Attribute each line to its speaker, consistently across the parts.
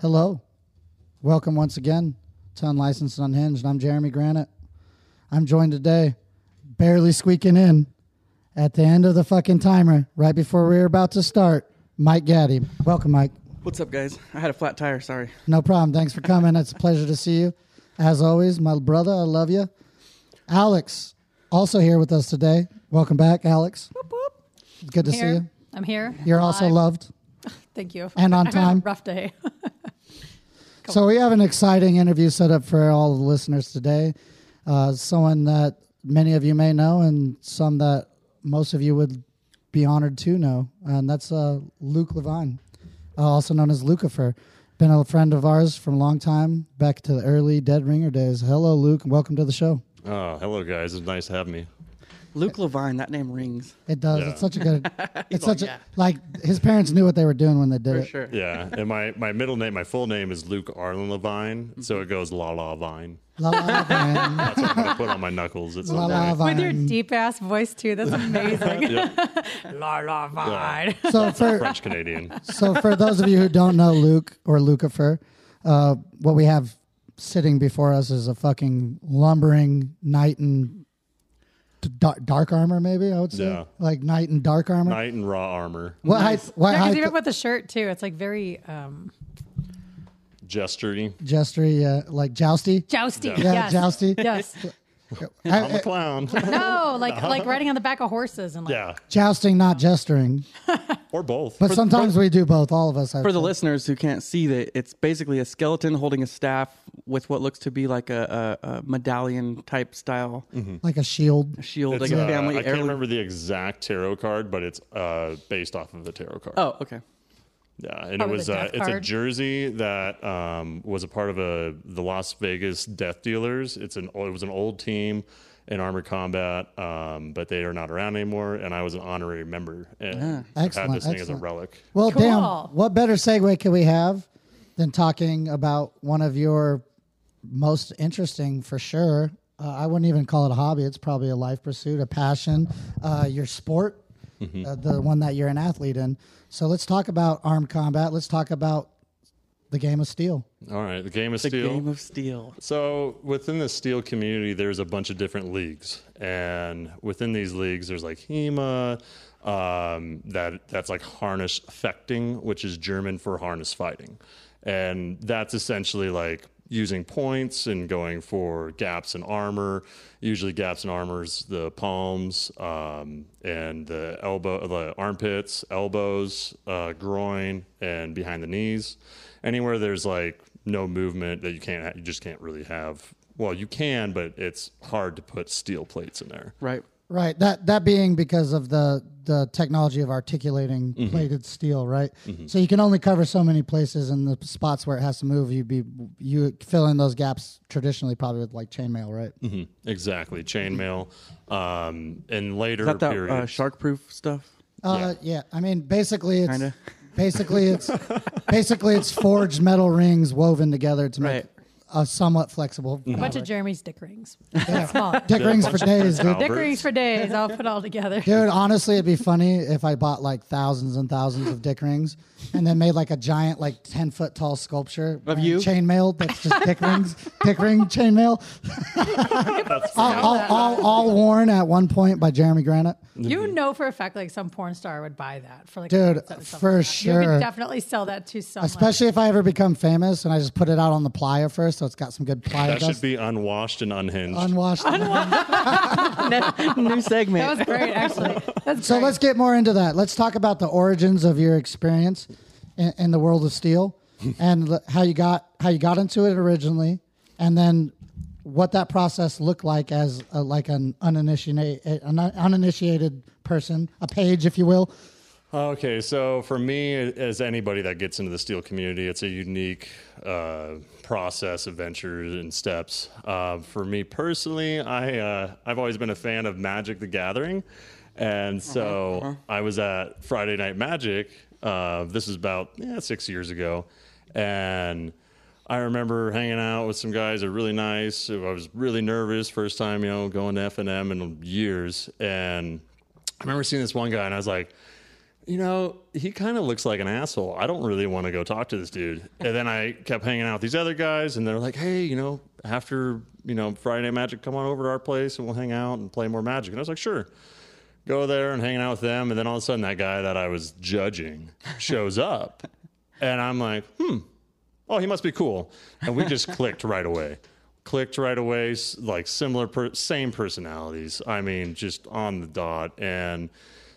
Speaker 1: Hello. Welcome once again to Unlicensed and Unhinged. I'm Jeremy Granite. I'm joined today, barely squeaking in at the end of the fucking timer, right before we were about to start, Mike Gaddy. Welcome, Mike.
Speaker 2: What's up, guys? I had a flat tire. Sorry.
Speaker 1: No problem. Thanks for coming. It's a pleasure to see you. As always, my brother, I love you. Alex, also here with us today. Welcome back, Alex. Good to
Speaker 3: here.
Speaker 1: see you.
Speaker 3: I'm here.
Speaker 1: You're also
Speaker 3: Live.
Speaker 1: loved.
Speaker 3: Thank you.
Speaker 1: and on
Speaker 3: I've had a
Speaker 1: time.
Speaker 3: rough day.
Speaker 1: So we have an exciting interview set up for all the listeners today. Uh, someone that many of you may know, and some that most of you would be honored to know, and that's uh, Luke Levine, uh, also known as Lucifer. Been a friend of ours from a long time, back to the early Dead Ringer days. Hello, Luke, and welcome to the show.
Speaker 4: Oh, hello guys. It's nice to have me.
Speaker 2: Luke Levine, that name rings.
Speaker 1: It does.
Speaker 4: Yeah.
Speaker 1: It's such a good. it's
Speaker 2: like,
Speaker 1: such
Speaker 2: "Yeah."
Speaker 1: a like his parents knew what they were doing when they did
Speaker 2: For
Speaker 1: it.
Speaker 2: sure.
Speaker 4: Yeah, and my, my middle name, my full name is Luke Arlen Levine, so it goes La La Vine.
Speaker 1: La la Levine.
Speaker 4: That's what I'm gonna put on my knuckles at some
Speaker 1: La la
Speaker 4: point.
Speaker 3: With your
Speaker 1: Levine.
Speaker 3: deep ass voice too. That's amazing. la la vine.
Speaker 1: So for
Speaker 4: French Canadian.
Speaker 1: so for those of you who don't know Luke or Lucifer, uh, what we have sitting before us is a fucking lumbering knight in d- dark, dark armor. Maybe I would say
Speaker 4: Yeah.
Speaker 1: like knight in dark armor.
Speaker 4: Knight in raw armor,
Speaker 1: What height? What
Speaker 3: No, 'cause even
Speaker 1: height?
Speaker 3: with the shirt too, it's like very um,
Speaker 4: gesturing.
Speaker 1: Jestery, uh, like jousty.
Speaker 3: jousty.
Speaker 1: Yeah,
Speaker 3: yes.
Speaker 1: jousty.
Speaker 3: Yes.
Speaker 1: I-
Speaker 4: I'm a
Speaker 1: I-
Speaker 4: clown.
Speaker 3: No, like like riding on the back of horses and like
Speaker 4: yeah,
Speaker 1: jousting, not gesturing.
Speaker 4: or both.
Speaker 1: But sometimes we do both. All of us. I
Speaker 2: For the
Speaker 1: think.
Speaker 2: listeners who can't see that, it's basically a skeleton holding a staff with what looks to be like a, a, a medallion type style
Speaker 1: like a shield.
Speaker 2: shield,
Speaker 4: It's,
Speaker 2: like a
Speaker 4: Mm-hmm. uh,
Speaker 2: family
Speaker 4: I can't
Speaker 2: heirloom.
Speaker 4: remember the exact tarot card, but it's uh, based off of the tarot card.
Speaker 2: Oh, okay.
Speaker 4: Yeah, and it
Speaker 3: Probably
Speaker 4: was
Speaker 3: the
Speaker 4: uh,
Speaker 3: death
Speaker 4: it's a
Speaker 3: card.
Speaker 4: jersey that um, was a part of a the Las Vegas Death Dealers. It's an it was an old team in armored combat, um, but they are not around anymore. And I was an honorary member. And
Speaker 2: Ah,
Speaker 4: I've had
Speaker 1: Excellent,
Speaker 4: this thing as a
Speaker 1: excellent.
Speaker 4: relic.
Speaker 1: Well,
Speaker 3: Cool.
Speaker 1: damn. What better segue could we have than talking about one of your most interesting, for sure? Uh, I wouldn't even call it a hobby. It's probably a life pursuit, a passion, uh, your sport, uh, the one that you're an athlete in. So let's talk about armed combat. Let's talk about the game of steel.
Speaker 4: All right, the game of
Speaker 2: The
Speaker 4: steel.
Speaker 2: Game of Steel.
Speaker 4: So within the steel community, there's a bunch of different leagues, and within these leagues, there's like HEMA, um, that that's like harness fechting, which is German for harness fighting, and that's essentially like using points and going for gaps in armor. Usually, gaps in armors, the palms um, and the elbow, the armpits, elbows, uh, groin, and behind the knees. Anywhere there's like no movement that you can't ha- you just can't really have well you can but it's hard to put steel plates in there
Speaker 2: Right.
Speaker 1: Right. That that being because of the the technology of articulating plated steel, right? So you can only cover so many places and the spots where it has to move. You be you fill in those gaps traditionally probably with like chainmail, right?
Speaker 4: exactly chainmail um and later
Speaker 2: Is that that
Speaker 4: periods
Speaker 2: uh, shark proof stuff?
Speaker 1: Uh, yeah. I mean, basically it's
Speaker 2: Kinda.
Speaker 1: basically it's basically it's forged metal rings woven together to make
Speaker 2: Right.
Speaker 1: a somewhat flexible.
Speaker 3: a bunch of Jeremy's dick rings. Small. Dick,
Speaker 1: Dick rings for days, dude.
Speaker 4: Albert.
Speaker 3: rings for days. I'll put all together.
Speaker 1: Dude, honestly, it'd be funny if I bought like thousands and thousands of dick rings and then made like a giant, like 10 foot tall sculpture
Speaker 2: Of
Speaker 1: and
Speaker 2: you?
Speaker 1: Chainmail that's just dick rings, dick ring chainmail. all, all, all, all worn at one point by Jeremy Granite.
Speaker 3: You know for a fact like some porn star would buy that for like
Speaker 1: Dude,
Speaker 3: a set or something
Speaker 1: for
Speaker 3: like that. You
Speaker 1: sure.
Speaker 3: could definitely sell that to someone.
Speaker 1: Especially if I ever become famous and I just put it out on the playa first so it's got some good playa
Speaker 4: that should
Speaker 1: dust.
Speaker 4: be unwashed and unhinged
Speaker 1: Unwashed.
Speaker 2: New segment.
Speaker 3: That was great, actually. That's
Speaker 1: So
Speaker 3: great.
Speaker 1: let's get more into that. Let's talk about the origins of your experience in, in the world of steel and l- how you got how you got into it originally, and then what that process looked like as a, like an uninitiated an uninitiated person, a page, if you will.
Speaker 4: Okay, so for me, as anybody that gets into the steel community, it's a unique uh, process, adventures, and steps. Uh, for me personally, I uh, I've always been a fan of Magic: The Gathering, and so I was at Friday Night Magic. Uh, this is about yeah, six years ago, and I remember hanging out with some guys that are really nice. I was really nervous first time, you know, going to F and M in years, and I remember seeing this one guy, and I was like you know, he kind of looks like an asshole. I don't really want to go talk to this dude. And then I kept hanging out with these other guys, and they're like, hey, you know, after, you know, Friday Night Magic, come on over to our place and we'll hang out and play more magic. And I was like, sure. Go there and hanging out with them. And then all of a sudden, that guy that I was judging shows up. And I'm like, hmm, oh, he must be cool. And we just clicked right away. Clicked right away, s- like similar, per- same personalities. I mean, just on the dot. And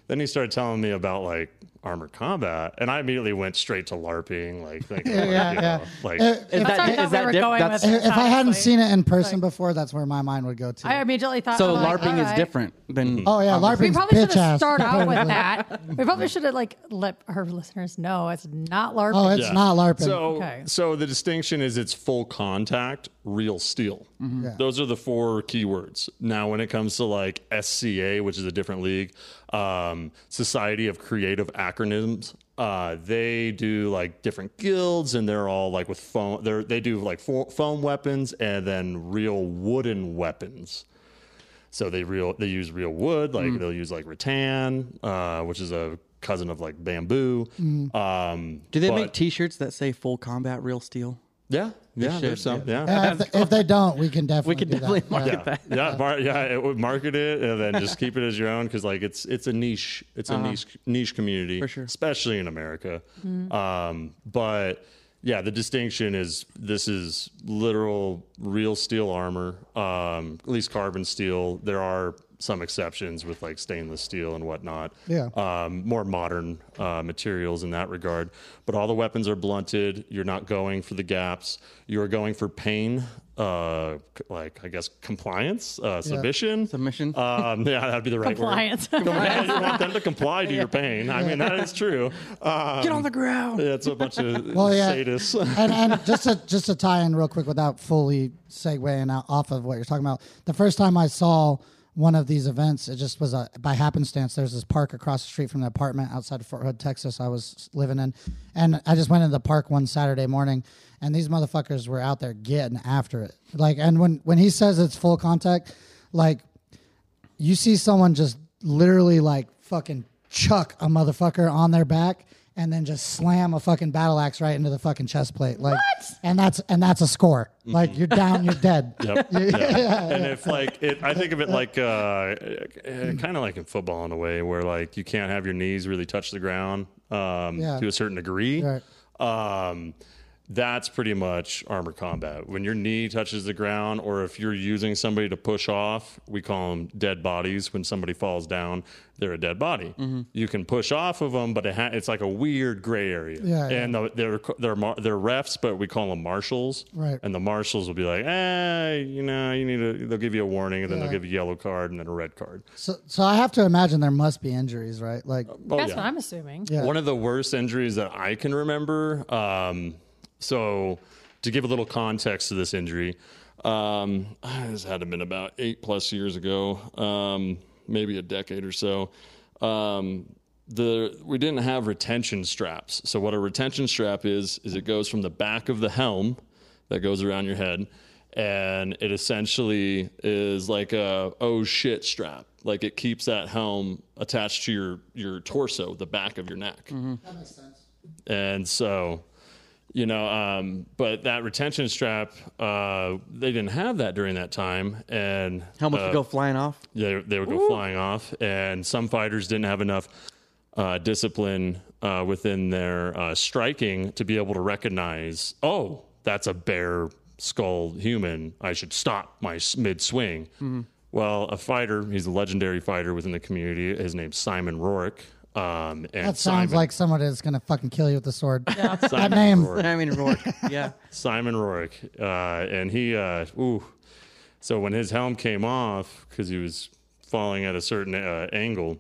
Speaker 4: then he started telling me about like armored combat. And I immediately went straight to LARPing. Like, thinking, like,
Speaker 1: yeah,
Speaker 4: you
Speaker 1: yeah.
Speaker 4: know, like
Speaker 1: If, if-
Speaker 2: Is
Speaker 3: That's
Speaker 2: that-
Speaker 3: where I
Speaker 2: is
Speaker 3: thought we
Speaker 2: that
Speaker 3: were
Speaker 2: diff-
Speaker 3: going
Speaker 2: that's-
Speaker 3: with
Speaker 1: if I hadn't
Speaker 3: honestly.
Speaker 1: seen it in person before, that's where my mind would go to.
Speaker 3: I immediately thought.
Speaker 2: So
Speaker 3: I'm like,
Speaker 2: LARPing
Speaker 3: all
Speaker 2: is
Speaker 3: right.
Speaker 2: different than.
Speaker 4: Mm-hmm.
Speaker 1: oh yeah,
Speaker 3: We
Speaker 1: LARPing's
Speaker 3: probably should
Speaker 1: bitch
Speaker 3: have
Speaker 1: ass.
Speaker 3: started out with
Speaker 1: completely.
Speaker 3: that. We probably should have like let her listeners know it's not LARPing.
Speaker 1: Oh, it's
Speaker 4: Yeah.
Speaker 1: not LARPing.
Speaker 4: So,
Speaker 3: Okay.
Speaker 4: so the distinction is it's full contact, real steel.
Speaker 1: Yeah.
Speaker 4: Those are the four keywords. Now, when it comes to like SCA, which is a different league, um, Society of Creative Acronyms, uh, they do like different guilds, and they're all like with foam. They're, they do like fo- foam weapons and then real wooden weapons. So they real they use real wood, like
Speaker 1: Mm.
Speaker 4: they'll use like rattan, uh, which is a cousin of like bamboo.
Speaker 1: Mm.
Speaker 4: Um,
Speaker 2: Do they
Speaker 4: but-
Speaker 2: make T-shirts that say "Full Combat Real Steel"?
Speaker 4: yeah, yeah, there's some. Yeah,
Speaker 1: Yeah, if, if they don't, we can definitely
Speaker 2: We could
Speaker 1: do that.
Speaker 2: definitely market
Speaker 4: yeah,
Speaker 2: that.
Speaker 4: yeah, mar- yeah. It would market it and then just keep it as your own because like it's it's a niche, it's a niche niche community,
Speaker 2: For sure.
Speaker 4: especially in America. Um, but yeah, the distinction is this is literal real steel armor, um, at least carbon steel. There are some exceptions with like stainless steel and whatnot.
Speaker 1: Yeah.
Speaker 4: Um, more modern uh, materials in that regard. But all the weapons are blunted. You're not going for the gaps. You're going for pain, uh, c- like, I guess, compliance, uh, submission.
Speaker 2: Submission.
Speaker 4: Um, yeah, that'd be the right
Speaker 3: Compliance.
Speaker 4: word. Compliance. you want them to comply to your pain. I mean, that is true. Um,
Speaker 2: Get on the ground.
Speaker 4: yeah, it's a bunch of
Speaker 1: Well, yeah.
Speaker 4: sadists.
Speaker 1: and, and just to just to tie in real quick without fully segueing out off of what you're talking about, the first time I saw one of these events, it just was a, by happenstance. There's this park across the street from the apartment outside of Fort Hood, Texas, I was living in, and I just went into the park one Saturday morning, and these motherfuckers were out there getting after it. Like, and when when he says it's full contact, like you see someone just literally like fucking chuck a motherfucker on their back and then just slam a fucking battle axe right into the fucking chest plate. Like and that's and that's a score.
Speaker 4: Mm-hmm.
Speaker 1: Like you're down, you're dead.
Speaker 4: Yep. Yeah. And if like it, I think of it like uh, kind of like in football in a way where like you can't have your knees really touch the ground um,
Speaker 1: Yeah.
Speaker 4: to a certain degree.
Speaker 1: Right.
Speaker 4: Um, that's pretty much armor combat. When your knee touches the ground, or if you're using somebody to push off, we call them dead bodies. When somebody falls down, they're a dead body.
Speaker 1: Mm-hmm.
Speaker 4: You can push off of them, but it ha- it's like a weird gray area.
Speaker 1: Yeah, yeah.
Speaker 4: and the- they're they're mar- they're refs, but we call them marshals.
Speaker 1: Right.
Speaker 4: And the marshals will be like, eh, you know, you need to, they'll give you a warning and then
Speaker 1: Yeah.
Speaker 4: they'll give you a yellow card and then a red card.
Speaker 1: So so I have to imagine there must be injuries, right? Like
Speaker 4: Oh,
Speaker 3: That's
Speaker 4: yeah.
Speaker 3: what I'm assuming.
Speaker 1: Yeah.
Speaker 4: One of the worst injuries that I can remember. Um, so, to give a little context to this injury, um, this had to been about eight plus years ago, um, maybe a decade or so. Um, the we didn't have retention straps. So, what a retention strap is is it goes from the back of the helm that goes around your head, and it essentially is like a oh shit strap. Like it keeps that helm attached to your your torso, the back of your neck. And so, you know, um, but that retention strap, uh, they didn't have that during that time, and
Speaker 2: Helmets
Speaker 4: uh,
Speaker 2: would go flying off.
Speaker 4: they, they would go flying off, and some fighters didn't have enough uh, discipline uh, within their uh, striking to be able to recognize, oh, that's a bare skull human. I should stop my mid swing.
Speaker 1: Mm-hmm.
Speaker 4: Well, a fighter, he's a legendary fighter within the community. His name's Simon Rourke. Um, and
Speaker 1: that sounds
Speaker 4: Simon-
Speaker 1: like someone is gonna fucking kill you with a sword. that name.
Speaker 4: Rourke.
Speaker 2: I mean, Rourke. Yeah.
Speaker 4: Simon Rourke, uh, and he, uh, ooh, so when his helm came off because he was falling at a certain uh, angle,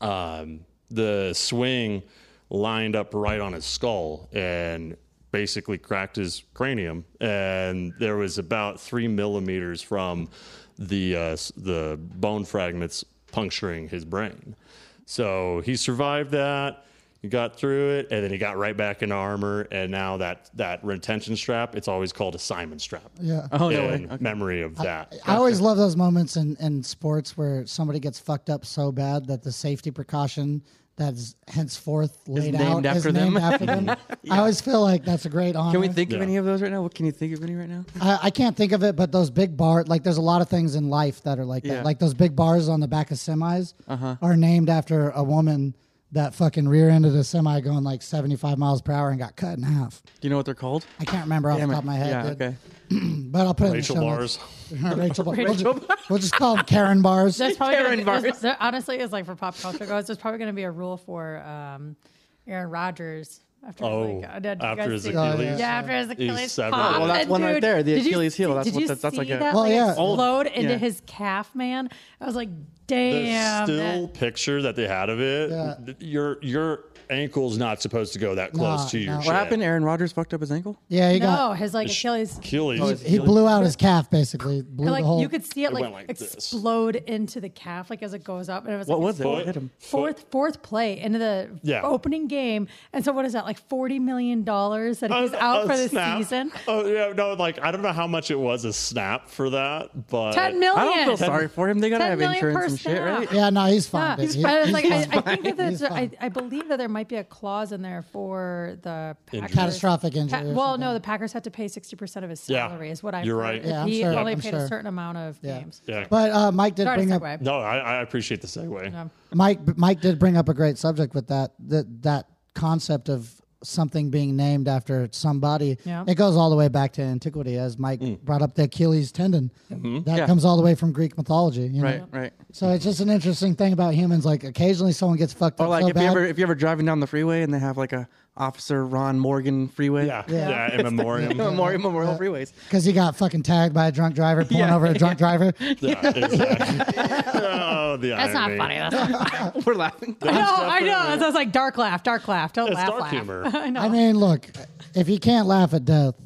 Speaker 4: um, the swing lined up right on his skull and basically cracked his cranium, and there was about three millimeters from the uh, s- the bone fragments puncturing his brain. So he survived that. He got through it, and then he got right back in armor. And now that that retention strap, it's always called a Simon strap.
Speaker 1: Yeah.
Speaker 2: Oh no way.
Speaker 4: in memory of that.
Speaker 1: I always love those moments in, in sports where somebody gets fucked up so bad that the safety precaution that's henceforth laid out
Speaker 2: named after
Speaker 1: is
Speaker 2: them.
Speaker 1: named after them. I always feel like that's a great honor.
Speaker 2: Can we think of
Speaker 4: Yeah.
Speaker 2: any of those right now? What can you think of any right now?
Speaker 1: I, I can't think of it, but those big bar like there's a lot of things in life that are like
Speaker 2: Yeah. Uh-huh.
Speaker 1: that. Like those big bars on the back of semis are named after a woman that fucking rear-ended a semi going like 75 miles per hour and got cut in half.
Speaker 2: Do you know what they're called?
Speaker 1: I can't remember off
Speaker 2: Damn
Speaker 1: the
Speaker 2: it.
Speaker 1: top of my head,
Speaker 2: yeah,
Speaker 1: dude.
Speaker 2: okay.
Speaker 1: but I'll put
Speaker 4: Rachel
Speaker 1: it in the show notes.
Speaker 4: Bars.
Speaker 1: Rachel, Bar- we'll,
Speaker 3: Rachel
Speaker 1: just, we'll just call them Karen bars.
Speaker 3: There's probably
Speaker 2: Karen
Speaker 3: gonna, be-
Speaker 2: bars.
Speaker 3: there- honestly, it's like for pop culture goes, there's probably going to be a rule for um, Aaron Rodgers after
Speaker 4: Oh,
Speaker 3: like, uh, did you
Speaker 4: after
Speaker 3: guys
Speaker 4: his
Speaker 3: see-
Speaker 1: Oh,
Speaker 4: Achilles.
Speaker 3: Yeah, after his Achilles
Speaker 4: severed
Speaker 3: pop.
Speaker 4: it. Well,
Speaker 2: that's
Speaker 3: And
Speaker 2: one right
Speaker 3: dude,
Speaker 2: there, the
Speaker 3: did you
Speaker 2: Achilles heel.
Speaker 3: see-
Speaker 2: That's
Speaker 3: did
Speaker 2: what-
Speaker 3: you
Speaker 2: that's- that's like
Speaker 3: see
Speaker 2: a- Oh,
Speaker 3: that,
Speaker 1: Well,
Speaker 3: like,
Speaker 1: Oh, yeah.
Speaker 3: Explode into
Speaker 2: Yeah.
Speaker 3: his calf, man. I was like,
Speaker 4: The
Speaker 3: damn.
Speaker 4: still
Speaker 3: that-
Speaker 4: picture that they had of it,
Speaker 1: Yeah.
Speaker 4: th- your your ankle's not supposed to go that close
Speaker 1: Nah,
Speaker 4: to your
Speaker 1: no.
Speaker 4: shin.
Speaker 2: What happened? Aaron Rodgers fucked up his ankle.
Speaker 1: Yeah, he got
Speaker 3: no, his like Achilles.
Speaker 4: Achilles.
Speaker 1: Oh, he blew out his calf basically. Blew
Speaker 3: like
Speaker 1: the whole,
Speaker 3: you could see it,
Speaker 4: It
Speaker 3: like,
Speaker 4: went like this.
Speaker 3: explode into the calf like as it goes up and it was
Speaker 2: What
Speaker 3: like,
Speaker 2: was it? What
Speaker 4: foot-
Speaker 2: hit him?
Speaker 3: fourth fourth play into the
Speaker 4: Yeah.
Speaker 3: opening game and so what is that like 40 million dollars that he's
Speaker 4: Oh,
Speaker 3: out
Speaker 4: oh,
Speaker 3: for the
Speaker 4: snap.
Speaker 3: season
Speaker 4: Oh yeah, no, like I don't know how much it was a snap for that, but
Speaker 3: 10 million
Speaker 2: I don't feel sorry for him. They gotta
Speaker 3: 10
Speaker 2: have
Speaker 3: million
Speaker 2: insurance
Speaker 3: per
Speaker 2: and shit,
Speaker 3: snap.
Speaker 2: right?
Speaker 1: yeah, no, he's
Speaker 3: Yeah,
Speaker 1: fine. dude.
Speaker 3: he's
Speaker 1: He-
Speaker 3: fine. It's
Speaker 1: he's
Speaker 3: like,
Speaker 1: fine.
Speaker 3: I, I think that
Speaker 1: He's
Speaker 3: there's, I,
Speaker 1: fine.
Speaker 3: I believe that there might be a clause in there for the Packers.
Speaker 1: Catastrophic injury or
Speaker 3: well,
Speaker 1: something.
Speaker 3: no, the Packers had to pay sixty percent of his
Speaker 4: Yeah.
Speaker 3: salary, is what I.
Speaker 4: You're right.
Speaker 1: Yeah, I'm
Speaker 3: he
Speaker 1: sure.
Speaker 3: only
Speaker 1: I'm
Speaker 3: paid
Speaker 1: sure.
Speaker 3: a certain amount of
Speaker 1: Yeah.
Speaker 3: games.
Speaker 4: Yeah.
Speaker 1: But uh, Mike did
Speaker 3: Sorry to
Speaker 1: bring up
Speaker 3: segue.
Speaker 4: no, I, I appreciate the segue.
Speaker 3: Um,
Speaker 1: Mike Mike did bring up a great subject with that that that concept of something being named after somebody.
Speaker 3: Yeah.
Speaker 1: It goes all the way back to antiquity, as Mike brought up the Achilles tendon. That
Speaker 2: Mm. Mm-hmm. Yeah.
Speaker 1: comes all the way from Greek mythology. you know?
Speaker 2: Right, right.
Speaker 1: So it's just an interesting thing about humans. Like occasionally someone gets fucked
Speaker 2: Or
Speaker 1: up
Speaker 2: like
Speaker 1: so
Speaker 2: if
Speaker 1: bad.
Speaker 2: you ever if you ever driving down the freeway and they have like a Officer Ron Morgan freeway.
Speaker 4: Yeah, yeah, in memoriam.
Speaker 2: Memorial Memorial freeways.
Speaker 1: because he got fucking tagged by a drunk driver pulling
Speaker 2: Yeah,
Speaker 1: over a drunk driver.
Speaker 4: Yeah, exactly. oh, the
Speaker 3: that's not
Speaker 4: irony.
Speaker 3: funny. That's not funny.
Speaker 2: We're laughing.
Speaker 3: I know, I know. So I was like, dark laugh, dark laugh. Don't
Speaker 4: It's
Speaker 3: laugh.
Speaker 4: dark
Speaker 3: laugh.
Speaker 4: humor.
Speaker 3: I know.
Speaker 1: I mean, look, if you can't laugh at death,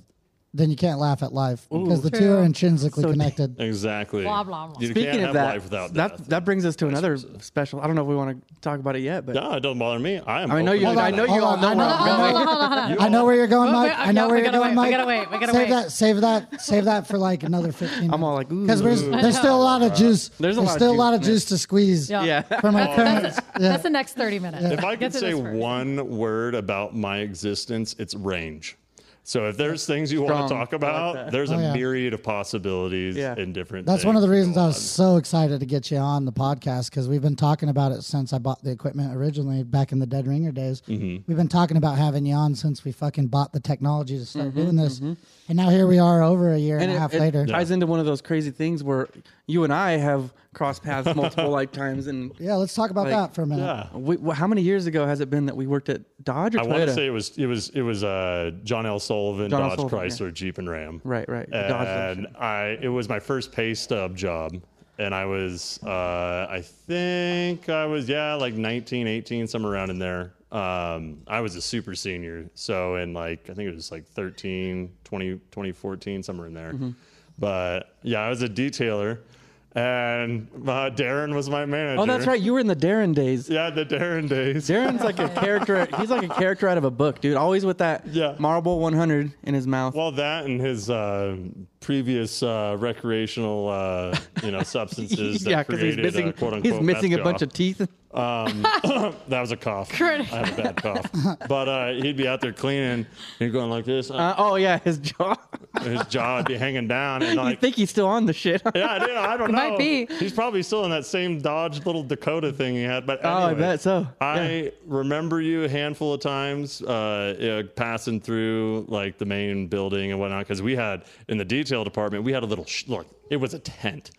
Speaker 1: then you can't laugh at life because the two
Speaker 3: True.
Speaker 1: are intrinsically
Speaker 2: So-
Speaker 1: connected.
Speaker 4: Exactly.
Speaker 3: Blah, blah, blah.
Speaker 4: You
Speaker 2: Speaking
Speaker 4: can't
Speaker 2: of
Speaker 4: have
Speaker 2: that,
Speaker 4: life without
Speaker 2: that
Speaker 4: death.
Speaker 2: that brings us to another special. I don't know if we want to talk about it yet, but
Speaker 4: no, it doesn't bother me. I am.
Speaker 2: I mean, I know
Speaker 4: open
Speaker 2: you.
Speaker 4: to
Speaker 2: I
Speaker 4: that.
Speaker 2: know you all
Speaker 1: on, I
Speaker 2: know. where
Speaker 1: know-
Speaker 2: I'm
Speaker 3: Hold
Speaker 2: going.
Speaker 3: on, hold on, hold on.
Speaker 1: I know where you're going,
Speaker 3: Well,
Speaker 1: Mike.
Speaker 3: but, uh,
Speaker 1: I know
Speaker 3: yeah,
Speaker 1: where
Speaker 3: we
Speaker 1: you're
Speaker 3: gotta
Speaker 1: going,
Speaker 3: wait, we
Speaker 1: Mike.
Speaker 3: gotta wait, we gotta
Speaker 1: save
Speaker 3: wait.
Speaker 1: that. Save that. Save that for like another 15.
Speaker 2: I'm all like, ooh.
Speaker 1: because there's, there's still a lot of juice. There's
Speaker 2: a lot of
Speaker 1: still a lot
Speaker 2: juice
Speaker 1: of
Speaker 2: in it.
Speaker 1: juice to squeeze.
Speaker 3: Yeah. Yeah.
Speaker 1: For my parents.
Speaker 3: That's the next 30 minutes.
Speaker 4: If I
Speaker 3: Get
Speaker 4: could
Speaker 3: to
Speaker 4: say
Speaker 3: this first.
Speaker 4: one word about my existence, it's range. So if there's things you want
Speaker 2: Strong.
Speaker 4: to talk
Speaker 2: I like
Speaker 4: about,
Speaker 2: that.
Speaker 4: there's
Speaker 1: Oh,
Speaker 4: a
Speaker 1: yeah.
Speaker 4: myriad of possibilities
Speaker 2: Yeah.
Speaker 4: in different.
Speaker 1: That's one of the
Speaker 4: things
Speaker 1: reasons I
Speaker 4: going
Speaker 1: was so excited to get you on the podcast because we've been talking about it since I bought the equipment originally back in the Dead Ringer days. We've been talking about having you on since we fucking bought the technology to start doing this, and now here we are over a year and,
Speaker 2: And
Speaker 1: a half
Speaker 2: it, it
Speaker 1: later.
Speaker 2: ties into one of those crazy things where you and I have crossed paths multiple lifetimes. And
Speaker 1: yeah, let's talk about
Speaker 2: Like-
Speaker 1: that for a minute.
Speaker 4: Yeah.
Speaker 2: we, wh- how many years ago has it been that we worked at Dodge or
Speaker 4: I want
Speaker 2: Toyota?
Speaker 4: to say it was it was it was uh, John L. Sullivan,
Speaker 2: John L.
Speaker 4: Dodge
Speaker 2: Sullivan, yeah.
Speaker 4: Chrysler, Jeep and Ram.
Speaker 2: Right, right, the
Speaker 4: uh,
Speaker 2: Dodge
Speaker 4: And I it was my first pay stub job, and I was uh, I think I was yeah like 19, 18, somewhere around in there. Um, I was a super senior, so in like I think it was like 13, 20, 2014, somewhere in there.
Speaker 2: Mm-hmm.
Speaker 4: But yeah, I was a detailer, and uh, Darren was my manager.
Speaker 2: oh, that's right. You were in the Darren days.
Speaker 4: Yeah, the Darren days.
Speaker 2: Darren's like a character. He's like a character out of a book, dude. Always with that
Speaker 4: Yeah.
Speaker 2: marble 100 in his mouth.
Speaker 4: Well, that and his uh, previous uh, recreational, uh, you know, substances.
Speaker 2: yeah,
Speaker 4: that
Speaker 2: because he's
Speaker 4: created,
Speaker 2: missing.
Speaker 4: uh, quote unquote,
Speaker 2: he's missing a
Speaker 4: meth
Speaker 2: bunch of
Speaker 4: jaw.
Speaker 2: teeth.
Speaker 4: that was a cough. I had a bad cough. But uh, he'd be out there cleaning. He'd going like this.
Speaker 2: Uh, oh yeah, his jaw.
Speaker 4: his jaw would be hanging down, and
Speaker 2: I
Speaker 4: like.
Speaker 2: think he's still on the shit.
Speaker 4: yeah, I, don't know, I don't know.
Speaker 3: might be.
Speaker 4: He's probably still in that same Dodge little Dakota thing he had. But
Speaker 2: Oh, I
Speaker 4: anyway,
Speaker 2: bet so.
Speaker 4: I remember you a handful of times uh, you know, passing through like the main building and whatnot because we had in the detail department we had a little sh- look. It was a tent.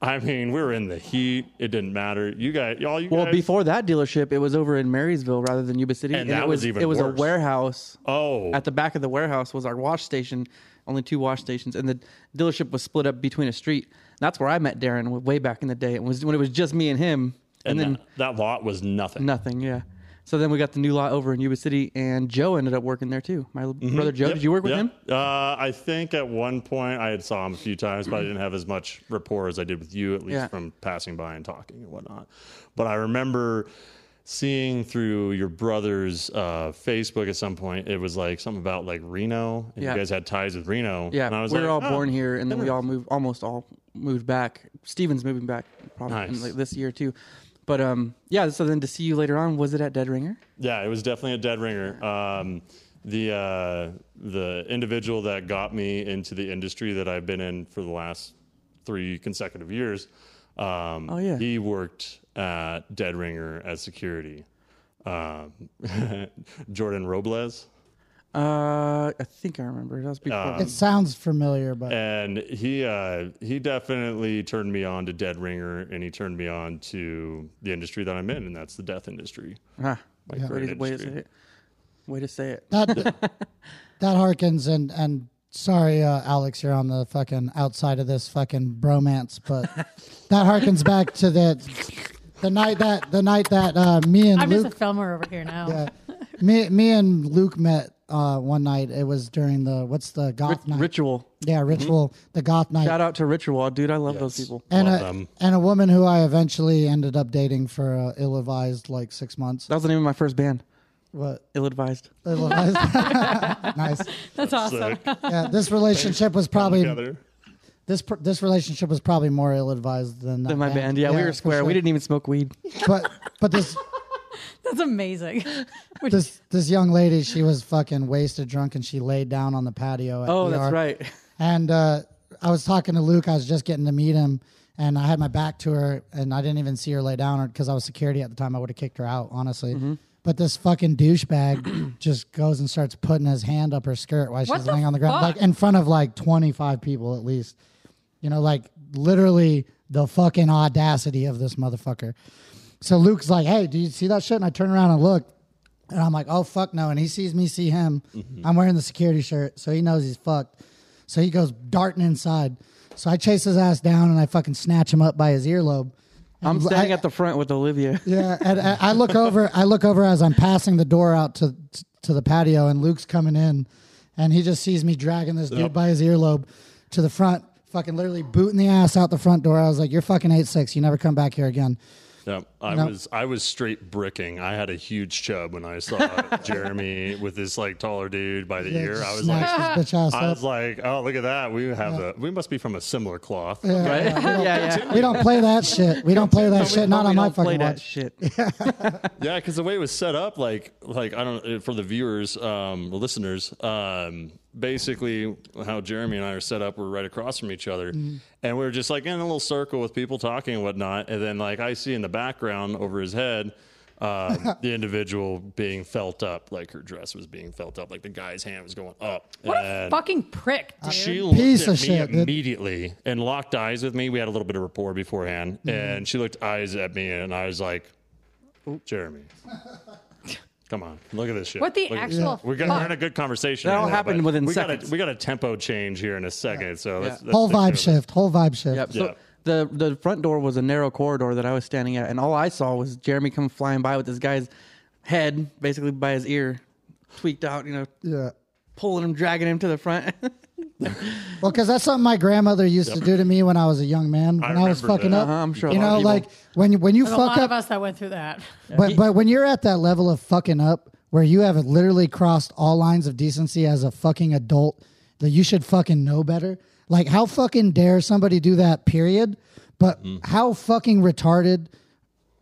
Speaker 4: I mean, we were in the heat. It didn't matter. You guys, all you
Speaker 2: Well,
Speaker 4: guys.
Speaker 2: before that dealership, it was over in Marysville rather than Yuba City,
Speaker 4: And that
Speaker 2: it
Speaker 4: was even
Speaker 2: it was
Speaker 4: worse.
Speaker 2: a warehouse.
Speaker 4: Oh.
Speaker 2: at the back of the warehouse was our wash station, only two wash stations, and the dealership was split up between a street. That's where I met Darren w- way back in the day. It was when it was just me and him,
Speaker 4: and
Speaker 2: and, then
Speaker 4: that, that lot was nothing.
Speaker 2: nothing. Yeah. So then we got the new lot over in Yuba City, and Joe ended up working there too. My l- brother Joe,
Speaker 4: Mm-hmm. Yep,
Speaker 2: did you work with
Speaker 4: yep.
Speaker 2: him?
Speaker 4: Uh, I think at one point I had saw him a few times, but I didn't have as much rapport as I did with you, at least
Speaker 2: Yeah.
Speaker 4: from passing by and talking and whatnot. But I remember seeing through your brother's uh, Facebook at some point, it was like something about like Reno, and
Speaker 2: Yeah.
Speaker 4: you guys had ties with Reno.
Speaker 2: Yeah,
Speaker 4: and I was
Speaker 2: we were
Speaker 4: like,
Speaker 2: all
Speaker 4: "Oh,
Speaker 2: born here, and then we all moved, almost all moved back. Steven's moving back probably in,
Speaker 4: Nice.
Speaker 2: like, this year too. But um, yeah. So then to see you later on, was it at Dead Ringer?
Speaker 4: Yeah, it was definitely a dead ringer. Um, the uh, the individual that got me into the industry that I've been in for the last three consecutive years, um,
Speaker 2: Oh, yeah.
Speaker 4: he worked at Dead Ringer as security. Um, Jordan Robles,
Speaker 2: Uh, I think I remember. That was before.
Speaker 4: Uh,
Speaker 1: It sounds familiar, but
Speaker 4: and he uh, he definitely turned me on to Dead Ringer, and he turned me on to the industry that I'm in, and that's the death industry.
Speaker 2: ah,
Speaker 4: Like yeah.
Speaker 2: way, to, way to say it. Way to say it.
Speaker 1: that that harkens and and sorry, uh, Alex, you're on the fucking outside of this fucking bromance, but that harkens back to the the night that the night that uh, me and
Speaker 3: I'm
Speaker 1: Luke
Speaker 3: just a filmer over here now.
Speaker 1: uh, me me and Luke met uh, one night. It was during the what's the goth night?
Speaker 2: Ritual.
Speaker 1: Yeah, ritual. The goth night.
Speaker 2: Shout out to Ritual, dude. I love those
Speaker 4: Yes.
Speaker 2: people.
Speaker 1: and
Speaker 4: Love
Speaker 1: a,
Speaker 4: them.
Speaker 1: and a woman who I eventually ended up dating for uh, ill-advised like six months.
Speaker 2: That was the name of my first band.
Speaker 1: What
Speaker 2: Ill-advised.
Speaker 1: ill-advised? nice.
Speaker 3: That's awesome.
Speaker 4: So,
Speaker 1: Yeah, this relationship was probably
Speaker 4: together.
Speaker 1: this pr- this relationship was probably more ill-advised than that
Speaker 2: In my band. Yeah, we were
Speaker 1: for
Speaker 2: square. We
Speaker 1: sure.
Speaker 2: didn't even smoke weed.
Speaker 1: But but this
Speaker 3: That's amazing. Which,
Speaker 1: this this young lady, she was fucking wasted, drunk, and she laid down on the patio. At
Speaker 2: Oh,
Speaker 1: ER.
Speaker 2: that's right.
Speaker 1: And uh, I was talking to Luke. I was just getting to meet him, and I had my back to her, and I didn't even see her lay down because I was security at the time. I would have kicked her out, honestly.
Speaker 3: Mm-hmm.
Speaker 1: But this fucking douchebag just goes and starts putting his hand up her skirt while
Speaker 3: What
Speaker 1: she's
Speaker 3: the
Speaker 1: laying on the ground, like
Speaker 3: fuck?
Speaker 1: in front of like twenty five people at least. You know, like literally the fucking audacity of this motherfucker. So Luke's like, "Hey, do you see that shit?" And I turn around and look, and I'm like, "Oh fuck no!" And he sees me see him. I'm wearing the security shirt, so he knows he's fucked. So he goes darting inside. So I chase his ass down and I fucking snatch him up by his earlobe. And
Speaker 2: I'm
Speaker 1: I-
Speaker 2: standing at the front with Olivia.
Speaker 1: yeah, and I, I look over. I look over as I'm passing the door out to to the patio, and Luke's coming in, and he just sees me dragging this dude by his earlobe to the front, fucking literally booting the ass out the front door. I was like, "You're fucking eight six. You never come back here again."
Speaker 4: Yeah, I
Speaker 1: No.
Speaker 4: was I was straight bricking. I had a huge chub when I saw Jeremy with this like taller dude by the
Speaker 1: Yeah,
Speaker 4: ear.
Speaker 1: just
Speaker 4: I was like,
Speaker 1: snatched his bitch ass
Speaker 4: I
Speaker 1: up.
Speaker 4: was like, oh look at that. We have the we must be from a similar cloth.
Speaker 1: Yeah,
Speaker 2: Right?
Speaker 1: yeah.
Speaker 2: yeah, yeah.
Speaker 1: We don't play that shit. We don't play that
Speaker 2: But we-
Speaker 1: shit.
Speaker 2: but
Speaker 1: Not
Speaker 2: we
Speaker 1: on my
Speaker 2: don't play
Speaker 1: fucking
Speaker 2: that
Speaker 1: watch.
Speaker 2: shit.
Speaker 4: Yeah, because the way it was set up, like like I don't uh, for the viewers, um, the listeners, um, basically how Jeremy and I are set up, we're right across from each other,
Speaker 3: Mm-hmm.
Speaker 4: and we are just like in a little circle with people talking and whatnot, and then like I see in the background over his head. Um, the individual being felt up, like her dress was being felt up, like the guy's hand was going up.
Speaker 3: what a
Speaker 4: and
Speaker 3: fucking prick,
Speaker 1: Uh,
Speaker 3: dude.
Speaker 4: she
Speaker 1: Piece of
Speaker 4: looked at me
Speaker 1: shit, dude.
Speaker 4: immediately and locked eyes with me. We had a little bit of rapport beforehand,
Speaker 1: Mm-hmm.
Speaker 4: and she looked eyes at me, and I was like, "Jeremy, come on, look at this shit."
Speaker 3: What the
Speaker 4: Look at this
Speaker 3: actual
Speaker 4: shit. We got
Speaker 3: fuck?
Speaker 4: we're in a good conversation.
Speaker 2: That
Speaker 4: right
Speaker 2: all
Speaker 4: now,
Speaker 2: happened
Speaker 4: but
Speaker 2: within
Speaker 4: we
Speaker 2: seconds.
Speaker 4: Got a, we got a tempo change here in a second, so let's, let's
Speaker 1: Whole
Speaker 4: take care
Speaker 1: vibe
Speaker 4: of
Speaker 1: shift. Whole vibe shift.
Speaker 2: Yep.
Speaker 4: Yeah.
Speaker 2: So the the front door was a narrow corridor that I was standing at, and all I saw was Jeremy come flying by with this guy's head basically by his ear, tweaked out, you know,
Speaker 1: Yeah.
Speaker 2: pulling him, dragging him to the front.
Speaker 1: Well, because that's something my grandmother used to do to me when I was a young man.
Speaker 4: I
Speaker 1: When I, was
Speaker 4: remember
Speaker 1: fucking
Speaker 4: that.
Speaker 1: up,
Speaker 2: Uh-huh, I'm sure a
Speaker 1: you
Speaker 2: lot of
Speaker 1: know,
Speaker 2: people-
Speaker 1: like when you when you
Speaker 3: There's a
Speaker 1: fuck
Speaker 3: lot
Speaker 1: up,
Speaker 3: of us that went through that.
Speaker 1: But but when you're at that level of fucking up, where you have literally crossed all lines of decency as a fucking adult, that you should fucking know better. Like how fucking dare somebody do that? Period. But how fucking retarded,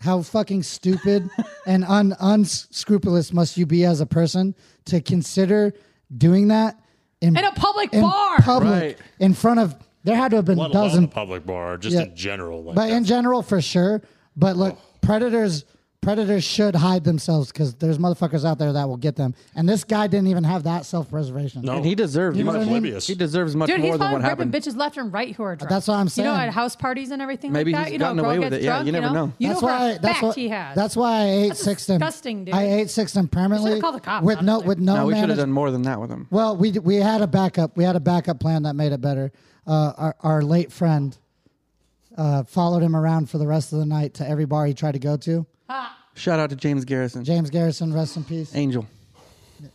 Speaker 1: how fucking stupid and un unscrupulous must you be as a person to consider doing that in,
Speaker 3: In a public
Speaker 1: in
Speaker 3: bar.
Speaker 1: public
Speaker 2: Right.
Speaker 1: in front of? There had to have been
Speaker 4: Let alone
Speaker 1: dozens,
Speaker 4: the public bar, just
Speaker 1: Yeah.
Speaker 4: in general. Like
Speaker 1: but in
Speaker 4: that's-
Speaker 1: general, for sure. But
Speaker 4: Oh.
Speaker 1: look, predators predators should hide themselves because there's motherfuckers out there that will get them. And this guy didn't even have that self preservation.
Speaker 4: no,
Speaker 2: and he deserves
Speaker 1: You know
Speaker 2: much.
Speaker 1: what I mean?
Speaker 4: Oblivious.
Speaker 2: He deserves much
Speaker 3: Dude,
Speaker 2: more
Speaker 3: he's
Speaker 2: than
Speaker 3: probably
Speaker 2: what happened.
Speaker 3: ripping bitches left and right who are drunk.
Speaker 1: That's what I'm
Speaker 3: You know,
Speaker 1: saying.
Speaker 3: at house parties and everything
Speaker 2: Maybe
Speaker 3: like that.
Speaker 2: he's
Speaker 3: you know,
Speaker 2: gotten
Speaker 3: a girl
Speaker 2: away with
Speaker 3: gets
Speaker 2: it. Yeah,
Speaker 3: drunk,
Speaker 2: you never
Speaker 3: know?
Speaker 2: know.
Speaker 3: You
Speaker 1: that's
Speaker 3: know
Speaker 1: why.
Speaker 3: for a
Speaker 1: that's
Speaker 3: fact
Speaker 1: why.
Speaker 3: he has.
Speaker 1: That's why I ate six them.
Speaker 3: disgusting, dude.
Speaker 1: I ate six them permanently.
Speaker 3: called the cops,
Speaker 1: with no
Speaker 3: honestly.
Speaker 1: with no.
Speaker 2: no, we should have
Speaker 1: manage-
Speaker 2: done more than that with him.
Speaker 1: Well, we d- we had a backup. We had a backup plan that made it better. Uh, our our late friend uh, followed him around for the rest of the night to every bar he tried to go to.
Speaker 2: Shout out to James Garrison,
Speaker 1: James Garrison, rest in peace.
Speaker 2: Angel.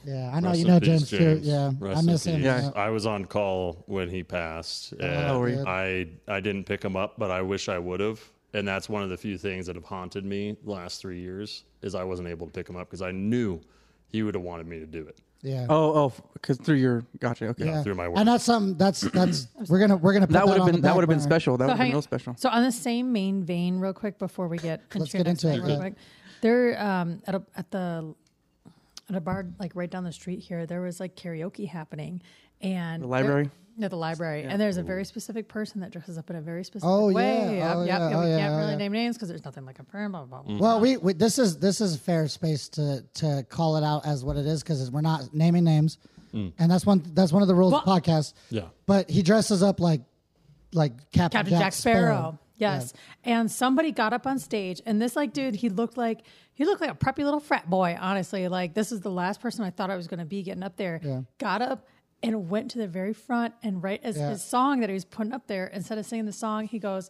Speaker 1: Yeah, I know
Speaker 4: Rest
Speaker 1: you
Speaker 4: in
Speaker 1: know
Speaker 4: peace,
Speaker 1: James, too. Yeah, Oh,
Speaker 4: Rest
Speaker 1: I
Speaker 4: in
Speaker 1: miss him.
Speaker 4: peace.
Speaker 2: Yeah.
Speaker 4: I was on call when he passed. and
Speaker 2: were you?
Speaker 4: I I didn't pick him up, but I wish I would have. And that's one of the few things that have haunted me the last three years is I wasn't able to pick him up because I knew he would have wanted me to do it.
Speaker 1: Yeah.
Speaker 2: Oh, oh, because through your gotcha. Okay.
Speaker 1: yeah.
Speaker 4: through my work.
Speaker 1: And that's something that's that's we're gonna we're gonna put
Speaker 2: That would have
Speaker 1: on
Speaker 2: been
Speaker 1: the
Speaker 2: that
Speaker 1: back
Speaker 2: would have been
Speaker 1: burner.
Speaker 2: special. That would have
Speaker 3: hang-
Speaker 2: been real special.
Speaker 3: So on the same main vein, real quick before we get into
Speaker 1: Let's
Speaker 3: your
Speaker 1: get
Speaker 3: next
Speaker 1: into
Speaker 3: thing
Speaker 1: it,
Speaker 3: real
Speaker 1: yeah.
Speaker 3: quick. There um, at a, at the at a bar like right down the street here, there was like karaoke happening, and
Speaker 2: The
Speaker 3: there-
Speaker 2: library?
Speaker 3: yeah, the library, and there's a very specific person that dresses up in a very specific
Speaker 1: Oh, yeah.
Speaker 3: way. Yep,
Speaker 1: Oh, yeah. Oh,
Speaker 3: yep, yep. we
Speaker 1: yeah. Mm-hmm.
Speaker 3: can't
Speaker 1: Oh,
Speaker 3: really
Speaker 1: yeah.
Speaker 3: name names because there's nothing like a firm. Blah blah blah.
Speaker 1: Well, we, we this is this is fair space to to call it out as what it is because we're not naming names, and that's one that's one of the rules of the
Speaker 3: Well-
Speaker 1: podcast.
Speaker 4: Mm. Yeah.
Speaker 1: but he dresses up like like Captain,
Speaker 3: Captain Jack, Sparrow. Yes. And somebody got up on stage and this like dude, he looked like he looked like a preppy little frat boy, honestly. Like this is the last person I thought I was gonna be getting up there. Got up and went to the very front and right as
Speaker 1: Yeah.
Speaker 3: his song that he was putting up there, instead of singing the song, he goes,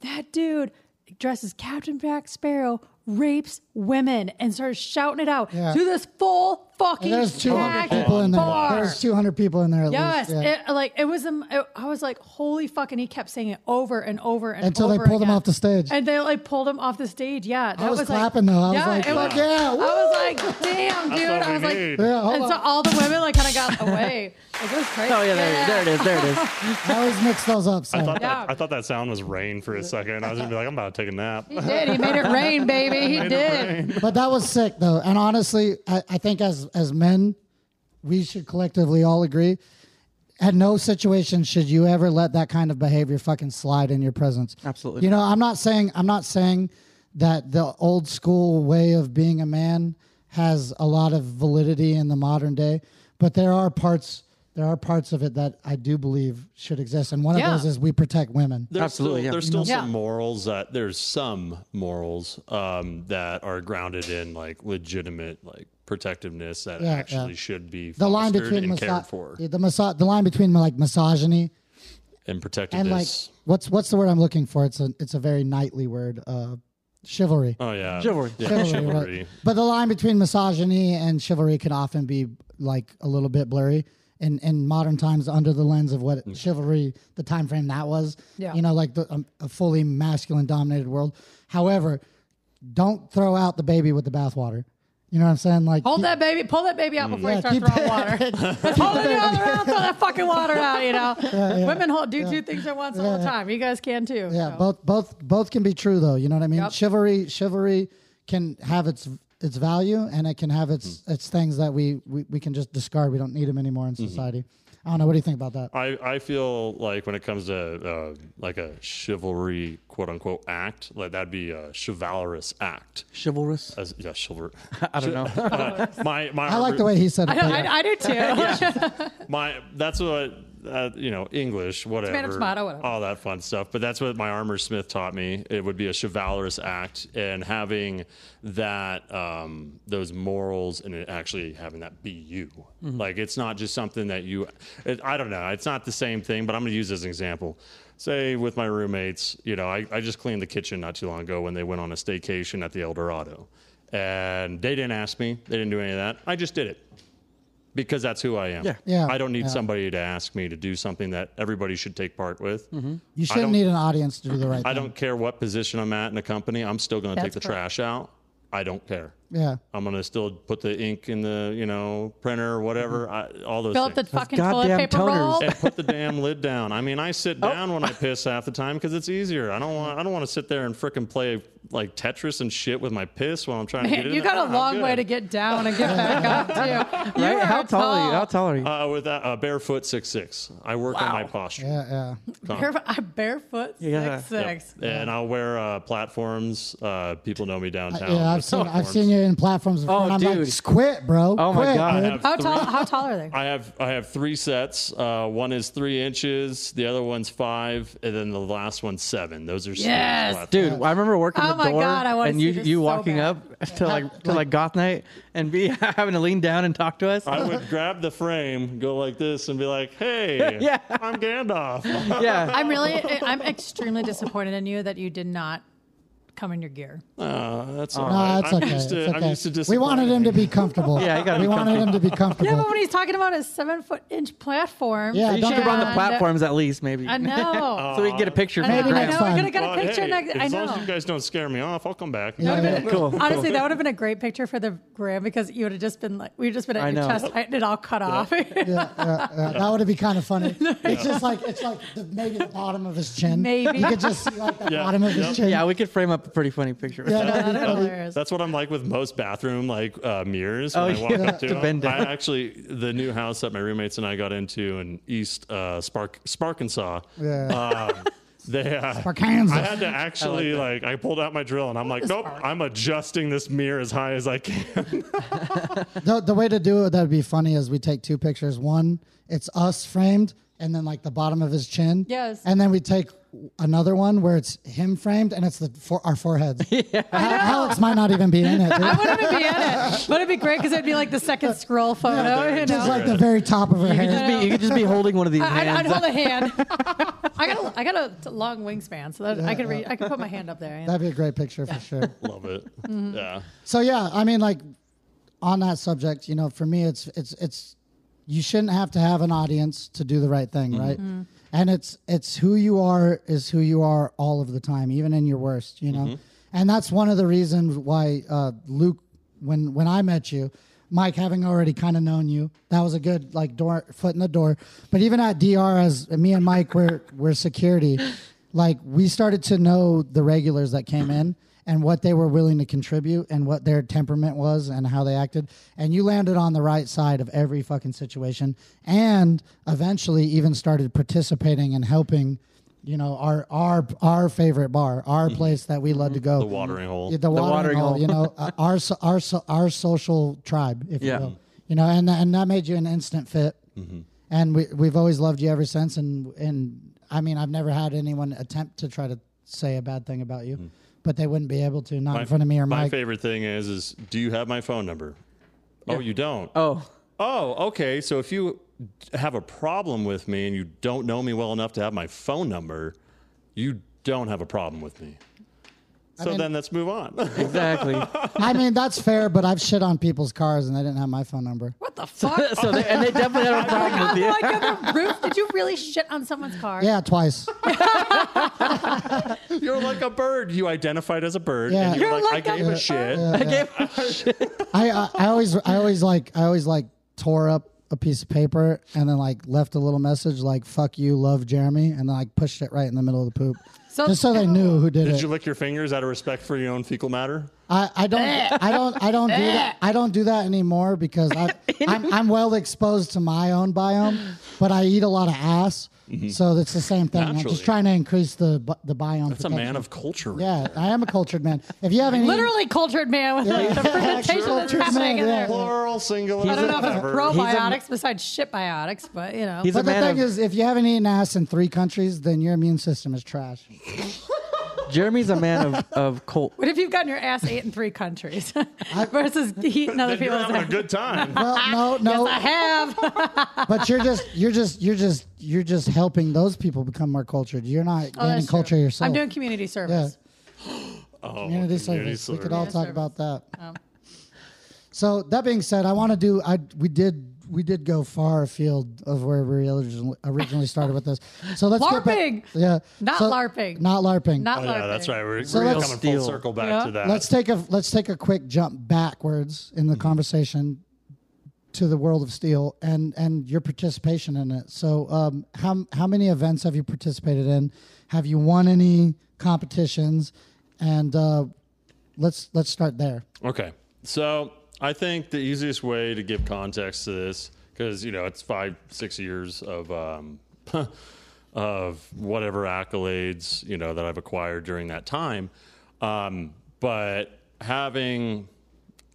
Speaker 3: That dude dresses Captain Jack Sparrow, rapes women, and starts shouting it out
Speaker 1: Yeah.
Speaker 3: to this full fucking
Speaker 1: And there's two hundred
Speaker 3: packed
Speaker 1: people in there.
Speaker 3: bar.
Speaker 1: There's two hundred people in there. At
Speaker 3: Yes,
Speaker 1: least. Yeah.
Speaker 3: it, like it was. um, it- I was like, "Holy fuck!" And he kept saying it over and over and
Speaker 1: Until they
Speaker 3: over
Speaker 1: pulled him
Speaker 3: again.
Speaker 1: off the stage.
Speaker 3: And they like pulled him off the stage. Yeah, that
Speaker 1: I was,
Speaker 3: like-
Speaker 1: clapping though. I
Speaker 3: yeah,
Speaker 1: was like,
Speaker 3: it
Speaker 1: fuck yeah,
Speaker 3: I
Speaker 1: woo! Oh,
Speaker 3: was like, "Damn, dude!"
Speaker 4: what
Speaker 3: I
Speaker 4: we
Speaker 3: was like,
Speaker 4: need.
Speaker 1: yeah, hold
Speaker 3: and so
Speaker 1: on.
Speaker 3: all the women like kind of got away. Like, it was crazy.
Speaker 2: Oh yeah, there, there it is. There it is.
Speaker 1: I always mix those up. So.
Speaker 4: I thought,
Speaker 3: Yeah.
Speaker 4: that, I thought that sound was rain for a second. I was gonna be like, I'm about to take a nap.
Speaker 3: He did. He made it rain, baby. He did.
Speaker 1: but that was sick though and honestly I, I think as as men we should collectively all agree at no situation should you ever let that kind of behavior fucking slide in your presence
Speaker 2: Absolutely.
Speaker 1: you know i'm not saying i'm not saying that the old school way of being a man has a lot of validity in the modern day but there are parts there are parts of it that i do believe should exist and one
Speaker 3: Yeah.
Speaker 1: of those is we protect women
Speaker 4: There's
Speaker 2: Absolutely,
Speaker 4: Still,
Speaker 2: yeah.
Speaker 4: There's still
Speaker 3: Yeah.
Speaker 4: some morals that there's some morals um, that are grounded in like legitimate like protectiveness that
Speaker 1: Yeah,
Speaker 4: actually
Speaker 1: yeah.
Speaker 4: should be
Speaker 1: the line
Speaker 4: fostered
Speaker 1: between
Speaker 4: and
Speaker 1: miso-
Speaker 4: cared for
Speaker 1: the miso- the line between like misogyny
Speaker 4: and
Speaker 1: and like
Speaker 4: protectiveness.
Speaker 1: what's what's the word I'm looking for? It's a it's a very knightly word, uh, chivalry.
Speaker 4: oh yeah,
Speaker 2: Chivalry.
Speaker 4: Yeah,
Speaker 1: Chivalry, right.
Speaker 4: chivalry.
Speaker 1: But the line between misogyny and chivalry can often be like a little bit blurry. In, in modern times, under the lens of what chivalry, the time frame that was,
Speaker 3: Yeah.
Speaker 1: you know, like the, um, a fully masculine dominated world. However, don't throw out the baby with the bathwater. You know what I'm saying? Like
Speaker 3: Hold that baby, pull that baby out before you start
Speaker 1: Mm, keep
Speaker 3: throwing water. Hold it out around, throw that fucking water out. You know, women hold, do two things at once all the time. You guys can too.
Speaker 1: Yeah,
Speaker 3: so.
Speaker 1: both both both can be true though. You know what I mean?
Speaker 3: Yep.
Speaker 1: Chivalry chivalry can have its its value and it can have its
Speaker 4: Hmm.
Speaker 1: its things that we, we we can just discard. We don't need them anymore in society. I don't know. What do you think about that?
Speaker 4: I, I feel like when it comes to uh, like a chivalry quote unquote act, like that'd be a chivalrous act.
Speaker 2: Chivalrous.
Speaker 4: As yeah, chivalry.
Speaker 2: I don't know.
Speaker 4: my my
Speaker 1: I like the way he said it.
Speaker 3: I, don't,
Speaker 1: better.
Speaker 3: I, I do too.
Speaker 4: my that's what uh, you know English whatever,
Speaker 3: tomato, whatever.
Speaker 4: all that fun stuff. But that's what my armor smith taught me. It would be a chivalrous act, and having that um, those morals and it actually having that be you.
Speaker 3: Mm-hmm.
Speaker 4: Like it's not just something that you. It, I don't know. It's not the same thing, but I'm going to use this as an example. Say with my roommates, you know, I, I just cleaned the kitchen not too long ago when they went on a staycation at the El Dorado. And they didn't ask me. They didn't do any of that. I just did it because that's who I am.
Speaker 2: Yeah.
Speaker 1: Yeah.
Speaker 4: I don't need
Speaker 1: Yeah.
Speaker 4: somebody to ask me to do something that everybody should take part with.
Speaker 3: Mm-hmm.
Speaker 1: you shouldn't
Speaker 4: don't-
Speaker 1: need an audience to do the right
Speaker 4: I
Speaker 1: thing.
Speaker 4: don't care what position I'm at in a company. I'm still going to take
Speaker 3: That's
Speaker 4: the
Speaker 3: correct.
Speaker 4: trash out. I don't care.
Speaker 1: Yeah.
Speaker 4: I'm going to still put the ink in the, you know, printer or whatever, I, all those
Speaker 3: Mm-hmm. Fill up the
Speaker 4: things.
Speaker 3: fucking
Speaker 2: goddamn
Speaker 3: toilet paper roll.
Speaker 2: toners.
Speaker 4: and put the damn lid down. I mean, I sit
Speaker 3: Oh.
Speaker 4: down when I piss half the time because it's easier. I don't want. I don't want to sit there and frickin' play like Tetris and shit with my piss while I'm trying to get it.
Speaker 3: you
Speaker 4: in
Speaker 3: got
Speaker 4: there.
Speaker 3: a
Speaker 4: I'm
Speaker 3: long way
Speaker 4: good.
Speaker 3: to get down and get back up too. You
Speaker 2: right?
Speaker 3: are
Speaker 2: How tall are you? How tall are you?
Speaker 4: Uh, with that, uh, barefoot six six. I work on my posture.
Speaker 1: Yeah, yeah.
Speaker 3: Baref- I'm barefoot.
Speaker 2: Yeah.
Speaker 3: Six
Speaker 4: Yep.
Speaker 3: six.
Speaker 4: And I'll wear uh, platforms. Uh, people know me downtown.
Speaker 1: Yeah, I've
Speaker 4: with
Speaker 1: seen I've
Speaker 4: platforms.
Speaker 1: seen you in platforms before.
Speaker 2: Oh,
Speaker 1: and I'm like,
Speaker 2: dude.
Speaker 1: "Just quit, bro.
Speaker 2: Oh my
Speaker 1: quit,
Speaker 2: God.
Speaker 1: dude."
Speaker 4: I have
Speaker 3: How tall? How tall are they?
Speaker 4: I have I have three sets. Uh, one is three inches. The other one's five, and then the last one's seven. Those are steel
Speaker 3: Yes,
Speaker 4: platforms.
Speaker 2: Dude, I remember working
Speaker 3: Oh
Speaker 2: the
Speaker 3: my
Speaker 2: door
Speaker 3: God, I wanna
Speaker 2: and
Speaker 3: see
Speaker 2: you
Speaker 3: this
Speaker 2: you
Speaker 3: so
Speaker 2: walking
Speaker 3: bad.
Speaker 2: up to like to like goth night and be having to lean down and talk to us.
Speaker 4: I would grab the frame, go like this, and be like, "Hey,
Speaker 2: Yeah.
Speaker 4: I'm Gandalf."
Speaker 2: yeah,
Speaker 3: I'm really, I'm extremely disappointed in you that you did not come in your gear.
Speaker 4: Uh, that's all
Speaker 1: No,
Speaker 4: right.
Speaker 1: it's
Speaker 4: I'm
Speaker 1: okay.
Speaker 4: used to,
Speaker 1: it's okay.
Speaker 4: I'm used to
Speaker 1: we wanted him to be comfortable.
Speaker 2: Yeah, you gotta
Speaker 1: we
Speaker 2: be
Speaker 1: wanted him to be comfortable.
Speaker 3: Yeah, but when he's talking about a seven foot inch platform,
Speaker 1: Yeah,
Speaker 2: You
Speaker 1: don't-
Speaker 2: should have on the
Speaker 3: And-
Speaker 2: platforms at least, maybe.
Speaker 3: I know.
Speaker 2: so we can get a picture.
Speaker 3: I
Speaker 2: for
Speaker 3: know,
Speaker 2: the
Speaker 1: Maybe
Speaker 3: I
Speaker 2: gram.
Speaker 1: next
Speaker 3: know. I
Speaker 1: time.
Speaker 3: gotta get a
Speaker 4: Oh. Well,
Speaker 3: picture.
Speaker 4: hey,
Speaker 3: next, I
Speaker 4: as
Speaker 3: know.
Speaker 4: long as you guys don't scare me off, I'll come back.
Speaker 1: Yeah, yeah.
Speaker 2: Cool.
Speaker 3: Honestly, that would have been a great picture for the gram because you would have just been like, we would just been
Speaker 2: I
Speaker 3: at your
Speaker 2: know.
Speaker 3: chest height and it all cut off.
Speaker 1: yeah, yeah, yeah. Uh, That would be kind of funny. It's just like it's like the, maybe the bottom of his chin.
Speaker 3: Maybe.
Speaker 1: you could just see like the
Speaker 4: Yeah.
Speaker 1: bottom of his
Speaker 4: Yep.
Speaker 1: chin.
Speaker 2: Yeah, we could frame up a pretty funny picture. with
Speaker 1: Yeah,
Speaker 2: that.
Speaker 1: that'd be
Speaker 3: That'd be
Speaker 1: funny.
Speaker 3: hilarious.
Speaker 4: That's what I'm like with most bathroom like uh, mirrors when
Speaker 2: Oh,
Speaker 4: I walk
Speaker 2: yeah.
Speaker 4: up to
Speaker 2: To
Speaker 4: them.
Speaker 2: bend
Speaker 4: I
Speaker 2: down.
Speaker 4: actually the new house that my roommates and I got into in East uh, Spark Sparkansas.
Speaker 1: Yeah.
Speaker 4: Um, they uh,
Speaker 1: Sparkansas.
Speaker 4: I had to actually like, I pulled out my drill and I'm like, nope, I'm adjusting this mirror as high as I can.
Speaker 1: The, the way to do it that'd be funny is we take two pictures. One, it's us framed, and then like the bottom of his chin.
Speaker 3: Yes.
Speaker 1: And then we take another one where it's him framed, and it's the for our foreheads. Yeah. Alex might not even be in it. dude.
Speaker 3: I wouldn't even be in it, but it'd be great because it'd be like the second scroll photo. you know?
Speaker 1: Just like the very top of her
Speaker 2: You could
Speaker 1: hair.
Speaker 2: just be you could just be holding one of these
Speaker 3: I, I'd, I'd
Speaker 2: hands.
Speaker 3: hold a hand. I got a, I got a long wingspan, so that I could re- I could put my hand up there.
Speaker 1: That'd be a great picture for sure.
Speaker 4: Love it. Yeah.
Speaker 1: So yeah, I mean, like on that subject, you know, for me, it's it's it's you shouldn't have to have an audience to do the right thing, right? And it's it's who you are is who you are all of the time, even in your worst, you know. And that's one of the reasons why uh, Luke, when when I met you, Mike, having already kind of known you, that was a good like door foot in the door. But even at DR, as me and Mike were were security, like we started to know the regulars that came in and what they were willing to contribute and what their temperament was and how they acted. And you landed on the right side of every fucking situation and eventually even started participating and helping, you know, our our our favorite bar, our place that we love to go.
Speaker 4: The watering hole.
Speaker 1: Yeah, the, watering
Speaker 2: watering
Speaker 1: hole,
Speaker 2: hole.
Speaker 1: you know, uh, our so- our so- our social tribe, if
Speaker 2: Yeah.
Speaker 1: you will. You know, and and that made you an instant fit. And we we've always loved you ever since. And and I mean, I've never had anyone attempt to try to say a bad thing about you, but they wouldn't be able to, not in front of me or
Speaker 4: my
Speaker 1: Mike.
Speaker 4: favorite thing is, is do you have my phone number? Oh, you don't.
Speaker 2: Oh,
Speaker 4: Oh, okay. So if you have a problem with me and you don't know me well enough to have my phone number, you don't have a problem with me. So
Speaker 1: mean-
Speaker 4: then let's move on.
Speaker 2: exactly.
Speaker 1: I mean, that's fair, but I've shit on people's cars and they didn't have my phone number.
Speaker 3: What the fuck?
Speaker 2: so they, and they definitely had a problem with
Speaker 3: On
Speaker 2: you.
Speaker 3: like on the roof? Did you really shit on someone's car?
Speaker 1: Yeah, twice.
Speaker 4: you're like a bird. You identified as a bird.
Speaker 1: Yeah.
Speaker 4: And you're,
Speaker 3: You're
Speaker 4: like,
Speaker 3: like
Speaker 4: I
Speaker 3: a
Speaker 4: gave a
Speaker 3: bird.
Speaker 4: shit.
Speaker 2: I gave-
Speaker 1: I, I I always I always like I always like tore up a piece of paper and then like left a little message like "fuck you, love Jeremy," and then like pushed it right in the middle of the poop,
Speaker 3: So-
Speaker 1: just so they knew who did,
Speaker 4: Did
Speaker 1: it.
Speaker 4: you lick your fingers out of respect for your own fecal matter?
Speaker 1: I, I don't I don't I don't do that I don't do that anymore because I I'm, I'm well exposed to my own biome, but I eat a lot of ass, so it's the same thing. I'm
Speaker 4: Mm-hmm. Naturally.
Speaker 1: just trying to increase the bi- the biome.
Speaker 4: That's a man of culture.
Speaker 1: Yeah, I am a cultured man. If you haven't eaten-
Speaker 3: Literally cultured man with like the fermentation that's
Speaker 1: Cultured
Speaker 3: happening
Speaker 1: man,
Speaker 3: in there.
Speaker 1: yeah.
Speaker 4: Plural, singular,
Speaker 3: I don't know if it's
Speaker 4: whatever.
Speaker 3: probiotics besides shit biotics, but you know.
Speaker 2: He's a
Speaker 1: But the
Speaker 2: man
Speaker 1: thing
Speaker 2: of,
Speaker 1: is, if you haven't eaten ass in three countries, then your immune system is trash.
Speaker 2: Jeremy's a man of, of cult.
Speaker 3: what if you've gotten your ass ate in three countries versus eating other
Speaker 4: Then you're
Speaker 3: people's
Speaker 4: having a
Speaker 3: ass?
Speaker 4: good time.
Speaker 1: Well, Oh, no, no,
Speaker 3: Ah, I have.
Speaker 1: but you're just, you're just, you're just, you're just helping those people become more cultured. You're not
Speaker 3: Oh,
Speaker 1: gaining
Speaker 3: that's true.
Speaker 1: culture yourself.
Speaker 3: I'm doing community
Speaker 1: yeah,
Speaker 3: service.
Speaker 1: community
Speaker 4: community
Speaker 1: service. We could all
Speaker 3: service.
Speaker 1: talk
Speaker 3: Community
Speaker 1: about that. Um, So that being said, I want to do. I we did we did go far afield of where we originally originally started with this. So let's get back-
Speaker 3: LARPing!
Speaker 1: Yeah,
Speaker 3: Not
Speaker 1: So-
Speaker 3: LARPing.
Speaker 1: Not LARPing.
Speaker 3: Not LARPing.
Speaker 4: Oh, yeah, that's right. We're,
Speaker 1: So
Speaker 4: we're
Speaker 1: let's-
Speaker 4: coming
Speaker 2: Steal.
Speaker 4: full circle back
Speaker 3: Yeah.
Speaker 4: to that.
Speaker 1: let's take a let's take a quick jump backwards in the
Speaker 3: Mm-hmm.
Speaker 1: conversation to the world of steel and and your participation in it. So, um, how how many events have you participated in? Have you won any competitions? And uh, let's let's start there.
Speaker 4: Okay. So I think the easiest way to give context to this, because you know it's five, six years of um, of whatever accolades you know that I've acquired during that time, um, but having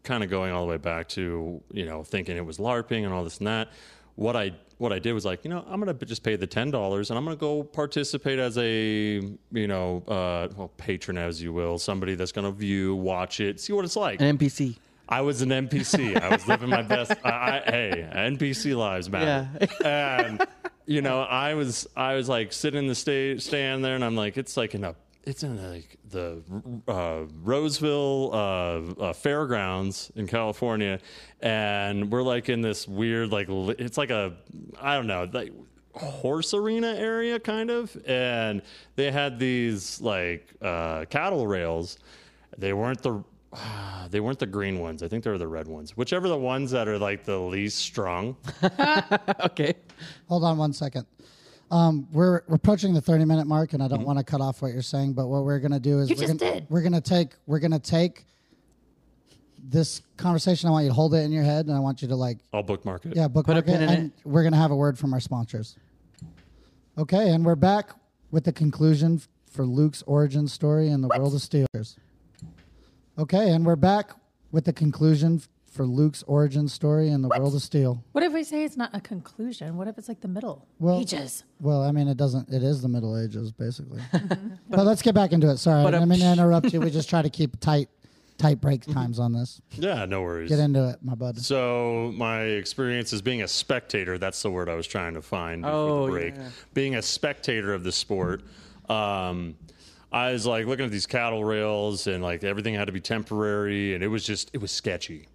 Speaker 4: kind of going all the way back to you know thinking it was LARPing and all this and that. What I what I did was like you know I'm gonna just pay the ten dollars and I'm gonna go participate as a you know uh, well patron as you will somebody that's gonna view watch it see what it's like.
Speaker 2: An NPC.
Speaker 4: I was an NPC. I was living my best. I, I, hey, NPC lives matter. And you know, I was I was like sitting in the sta- stand there, and I'm like, it's like an up it's in like the uh, Roseville uh, uh, Fairgrounds in California, and we're like in this weird like li- it's like a I don't know like horse arena area kind of, and they had these like uh, cattle rails. They weren't the they weren't the green ones. I think they were the red ones. Whichever the ones that are like the least strong.
Speaker 2: Okay.
Speaker 1: Hold on one second. Um, we're we're approaching the thirty minute mark, and I don't want to cut off what you're saying. But what we're gonna do is
Speaker 3: Mm-hmm. You
Speaker 1: we're
Speaker 3: just
Speaker 1: gonna,
Speaker 3: did.
Speaker 1: we're gonna take we're gonna take this conversation. I want you to hold it in your head, and I want you to like
Speaker 4: I'll bookmark it.
Speaker 1: yeah book
Speaker 2: Put a
Speaker 1: mark it,
Speaker 2: pin in
Speaker 1: and we're gonna have a word from our sponsors. Okay, and we're back with the conclusion f- for Luke's origin story in the world of Steelers. Okay, and we're back with the conclusion f- for Luke's origin story in the world of Steel.
Speaker 3: What if we say it's not a conclusion? What if it's like the middle
Speaker 1: Well-
Speaker 3: ages?
Speaker 1: Well, I mean, it doesn't. It is the Middle Ages, basically. but let's get back into it. Sorry, I
Speaker 2: But, uh,
Speaker 1: didn't mean to interrupt you. We just try to keep tight, tight break times on this.
Speaker 4: Yeah, no worries.
Speaker 1: Get into it, my bud.
Speaker 4: So my experience is being a spectator. That's the word I was trying to find before
Speaker 2: Oh,
Speaker 4: the break.
Speaker 2: yeah.
Speaker 4: Being a spectator of the sport. Um, I was like looking at these cattle rails and like everything had to be temporary and it was just it was sketchy.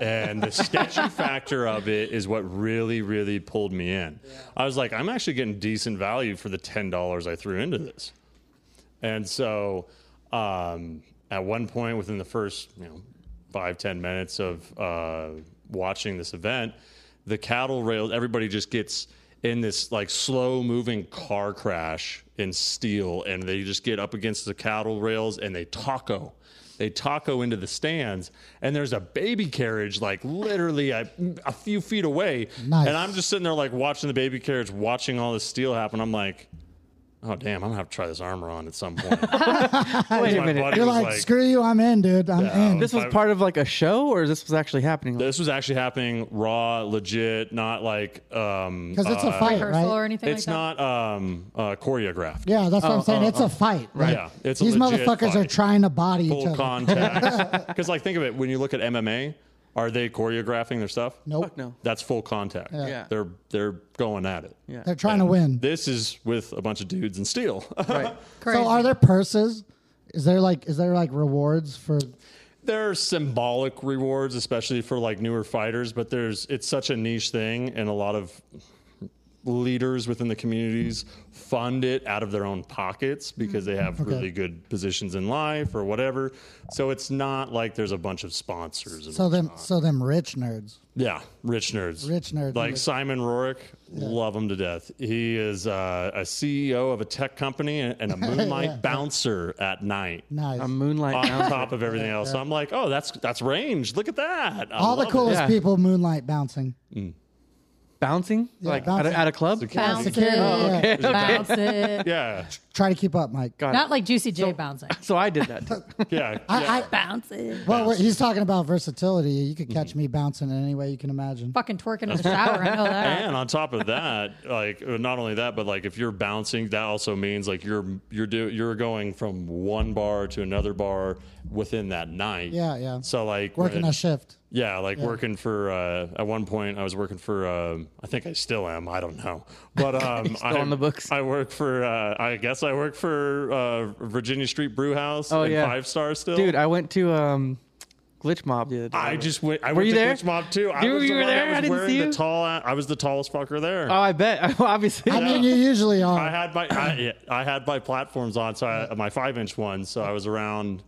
Speaker 4: And the sketchy factor of it is what really, really pulled me in. I was like, I'm actually getting decent value for the ten dollars I threw into this. And so, um, at one point within the first, you know, five ten minutes of uh, watching this event, the cattle rail, everybody just gets in this like slow moving car crash in steel, and they just get up against the cattle rails and they taco. They taco into the stands, and there's a baby carriage like literally a, a few feet away.
Speaker 1: Nice.
Speaker 4: And I'm just sitting there like watching the baby carriage, watching all this steel happen. I'm like, oh damn, I'm gonna have to try this armor on at some point.
Speaker 2: Wait a
Speaker 4: My
Speaker 2: minute.
Speaker 4: buddy
Speaker 1: You're
Speaker 4: was
Speaker 1: like, screw you, I'm in, dude. I'm in.
Speaker 2: This was
Speaker 4: I-
Speaker 2: part of like a show, or this was actually happening?
Speaker 4: This was actually happening raw, legit, not like um
Speaker 1: Because it's a
Speaker 4: uh,
Speaker 1: fight,
Speaker 3: Rehearsal or
Speaker 1: right?
Speaker 3: anything
Speaker 4: It's
Speaker 3: like that?
Speaker 4: not um uh, choreographed.
Speaker 1: Yeah, that's what I'm
Speaker 2: Uh,
Speaker 1: saying. it's a fight. Right.
Speaker 4: Yeah, it's a
Speaker 1: these
Speaker 4: legit
Speaker 1: motherfuckers are
Speaker 4: fight.
Speaker 1: trying to body each
Speaker 4: Full
Speaker 1: other.
Speaker 4: contact. Because like think of it, when you look at MMA, are they choreographing their stuff?
Speaker 1: nope.
Speaker 2: Fuck no.
Speaker 4: That's full contact.
Speaker 2: Yeah.
Speaker 4: They're they're going at it.
Speaker 2: Yeah.
Speaker 1: They're trying to win.
Speaker 4: This is with a bunch of dudes in steel.
Speaker 2: Right.
Speaker 3: Crazy.
Speaker 1: So are there purses? Is there like is there like rewards for
Speaker 4: there are symbolic rewards, especially for like newer fighters, but there's it's such a niche thing, and a lot of leaders within the communities fund it out of their own pockets because they
Speaker 1: Mm,
Speaker 4: have really good positions in life or whatever. So it's not like there's a bunch of sponsors. And
Speaker 1: so them so them rich nerds?
Speaker 4: yeah, rich nerds.
Speaker 1: Rich nerds.
Speaker 4: Like Simon Rorick, love him to death. He is uh, a CEO of a tech company and and a moonlight bouncer at night
Speaker 1: Nice.
Speaker 2: A moonlight.
Speaker 4: on
Speaker 2: bouncer.
Speaker 4: top of everything else. So I'm like, oh, that's that's range. Look at that. I
Speaker 1: All the
Speaker 4: love it.
Speaker 1: coolest
Speaker 2: Yeah.
Speaker 1: people moonlight bouncing.
Speaker 2: bouncing like
Speaker 1: bouncing.
Speaker 2: At, a, at a club.
Speaker 3: bounce
Speaker 1: Security,
Speaker 3: it,
Speaker 1: yeah.
Speaker 3: bounce it.
Speaker 4: Yeah,
Speaker 1: Try to keep up, Mike.
Speaker 2: Got it.
Speaker 3: Not like Juicy J bouncing.
Speaker 2: So I did that. too.
Speaker 4: yeah. yeah.
Speaker 1: I, I,
Speaker 3: Bounce it.
Speaker 1: Well, what- he's talking about versatility. You could catch
Speaker 4: Mm-hmm.
Speaker 1: me bouncing in any way you can imagine.
Speaker 3: Fucking twerking in the shower. I know that.
Speaker 4: and on top of that, like uh, not only that, but like if you're bouncing, that also means like you're you're do, you're going from one bar to another bar within that night.
Speaker 1: Yeah, yeah.
Speaker 4: So like
Speaker 1: Working
Speaker 4: when-
Speaker 1: a shift.
Speaker 4: Yeah, like working for uh, at one point I was working for um, I think I still am I don't know but um,
Speaker 2: still
Speaker 4: I,
Speaker 2: on the books.
Speaker 4: I work for uh, I guess I work for uh, Virginia Street Brew House
Speaker 2: Oh,
Speaker 4: and
Speaker 2: yeah.
Speaker 4: Five Star still
Speaker 2: Dude, I went to um, Glitch Mob the other day.
Speaker 4: I just went. I
Speaker 2: Were
Speaker 4: went
Speaker 2: you
Speaker 4: to
Speaker 2: there?
Speaker 4: Glitch Mob too. I
Speaker 2: Dude,
Speaker 4: was
Speaker 2: you
Speaker 4: the
Speaker 2: were
Speaker 4: one
Speaker 2: there?
Speaker 4: That was
Speaker 2: I didn't
Speaker 4: wearing
Speaker 2: see
Speaker 4: the
Speaker 2: you.
Speaker 4: tall. I was the tallest fucker there.
Speaker 2: Oh, I bet. Obviously.
Speaker 1: I mean, you usually
Speaker 4: I
Speaker 1: are.
Speaker 4: had my I, yeah, I had my platforms on, so I, my five inch ones. So I was around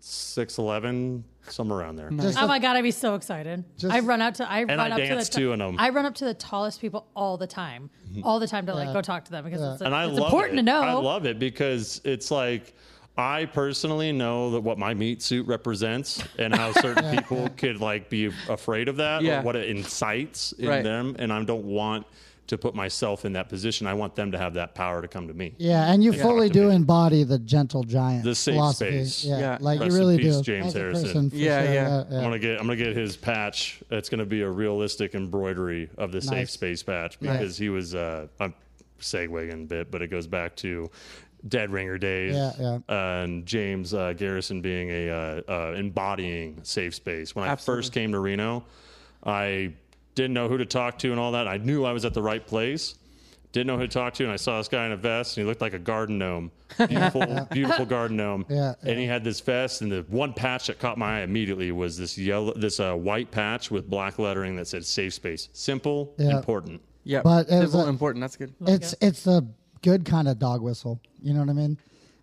Speaker 4: six eleven, somewhere around there.
Speaker 1: Just
Speaker 3: Oh
Speaker 1: a-
Speaker 3: my god, I'd be so excited.
Speaker 1: Just-
Speaker 3: I run out to I run
Speaker 4: I
Speaker 3: up
Speaker 4: dance
Speaker 3: to the
Speaker 4: too in 'em. Mm-hmm.
Speaker 3: I run up to the tallest people all the time, all the time to like go talk to them because it's,
Speaker 4: And I
Speaker 3: it's
Speaker 4: love
Speaker 3: important
Speaker 4: it.
Speaker 3: to know.
Speaker 4: I love it because it's like. I personally know that what my meat suit represents and how certain people could like be afraid of that
Speaker 2: Yeah.
Speaker 4: or what it incites in
Speaker 2: Right.
Speaker 4: them and I don't want to put myself in that position. I want them to have that power to come to me.
Speaker 1: yeah, and you fully
Speaker 4: talk to
Speaker 1: do
Speaker 4: me.
Speaker 1: embody the gentle giant
Speaker 4: The safe
Speaker 1: philosophy.
Speaker 4: space.
Speaker 1: Yeah,
Speaker 2: Yeah.
Speaker 1: like
Speaker 4: Rest
Speaker 1: you
Speaker 4: in
Speaker 1: really
Speaker 4: peace,
Speaker 1: do.
Speaker 4: James
Speaker 1: As a
Speaker 4: Harrison.
Speaker 1: person, for
Speaker 2: Yeah,
Speaker 1: sure.
Speaker 2: yeah.
Speaker 4: I'm gonna get I'm gonna get his patch. It's gonna be a realistic embroidery of the safe
Speaker 1: Nice.
Speaker 4: space patch because he was uh I'm segueing a bit, but it goes back to Dead Ringer days.
Speaker 1: Yeah, yeah.
Speaker 4: And James uh, Garrison being a uh, uh, embodying safe space. When I first came to Reno, I didn't know who to talk to and all that. I knew I was at the right place. Didn't know who to talk to, and I saw this guy in a vest, and he looked like a garden gnome. Beautiful, beautiful garden gnome.
Speaker 1: Yeah,
Speaker 4: And he had this vest, and the one patch that caught my eye immediately was this yellow, this uh, white patch with black lettering that said "Safe Space." Simple,
Speaker 1: Yeah.
Speaker 4: important.
Speaker 2: Yeah,
Speaker 1: But it was
Speaker 2: simple,
Speaker 1: a-
Speaker 2: important. That's good.
Speaker 1: it's it's the good kind of dog whistle. You know what I mean?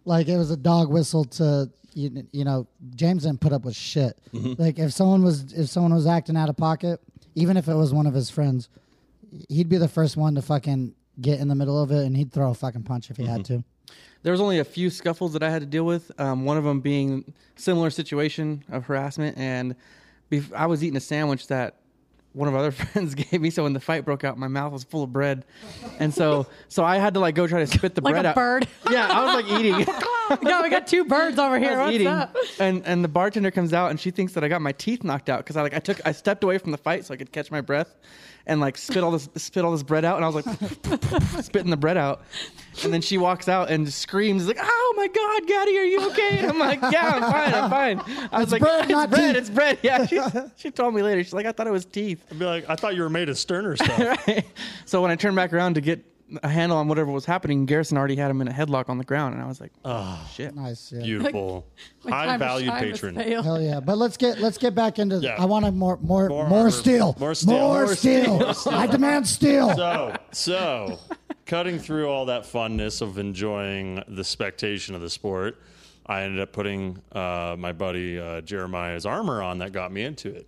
Speaker 1: Like it was a dog whistle to you, you know James didn't put up with shit.
Speaker 4: Mm-hmm.
Speaker 1: Like if someone was if someone was acting out of pocket, even if it was one of his friends, he'd be the first one to fucking get in the middle of it and he'd throw a fucking punch if he had
Speaker 4: Mm-hmm.
Speaker 1: to.
Speaker 2: There was only a few scuffles that I had to deal with. Um, one of them being similar situation of harassment, and bef- I was eating a sandwich that one of our other friends gave me. So when the fight broke out, my mouth was full of bread, and so so I had to like go try to spit the
Speaker 3: Like
Speaker 2: bread
Speaker 3: a
Speaker 2: out.
Speaker 3: bird.
Speaker 2: Yeah, I was like eating.
Speaker 3: yeah, we got two birds over here.
Speaker 2: I was
Speaker 3: What's
Speaker 2: eating,
Speaker 3: up?
Speaker 2: and and the bartender comes out and she thinks that I got my teeth knocked out because I like I took I stepped away from the fight so I could catch my breath, and like spit all this spit all this bread out and I was like spitting the bread out, and then she walks out and screams like Oh my God, Gaddy, are you okay? And I'm like Yeah, I'm fine, I'm fine. I was like
Speaker 1: bread,
Speaker 2: It's
Speaker 1: not
Speaker 2: bread,
Speaker 1: teeth."
Speaker 2: it's bread. Yeah, she, she told me later. She's like I thought it was teeth.
Speaker 4: I'd be like, I thought you were made of sterner stuff.
Speaker 2: So when I turned back around to get a handle on whatever was happening, Garrison already had him in a headlock on the ground, and I was like
Speaker 4: Uh-huh,
Speaker 2: Shit.
Speaker 1: Nice, yeah.
Speaker 4: Beautiful, high valued patron.
Speaker 1: Hell yeah! But let's get let's get back into.
Speaker 4: Yeah.
Speaker 1: I want to more more more,
Speaker 4: More armor.
Speaker 1: steel.
Speaker 4: More steel.
Speaker 1: More
Speaker 4: More
Speaker 1: steel. I demand steel.
Speaker 4: so, so cutting through all that funness of enjoying the spectation of the sport, I ended up putting uh, my buddy uh, Jeremiah's armor on that got me into it.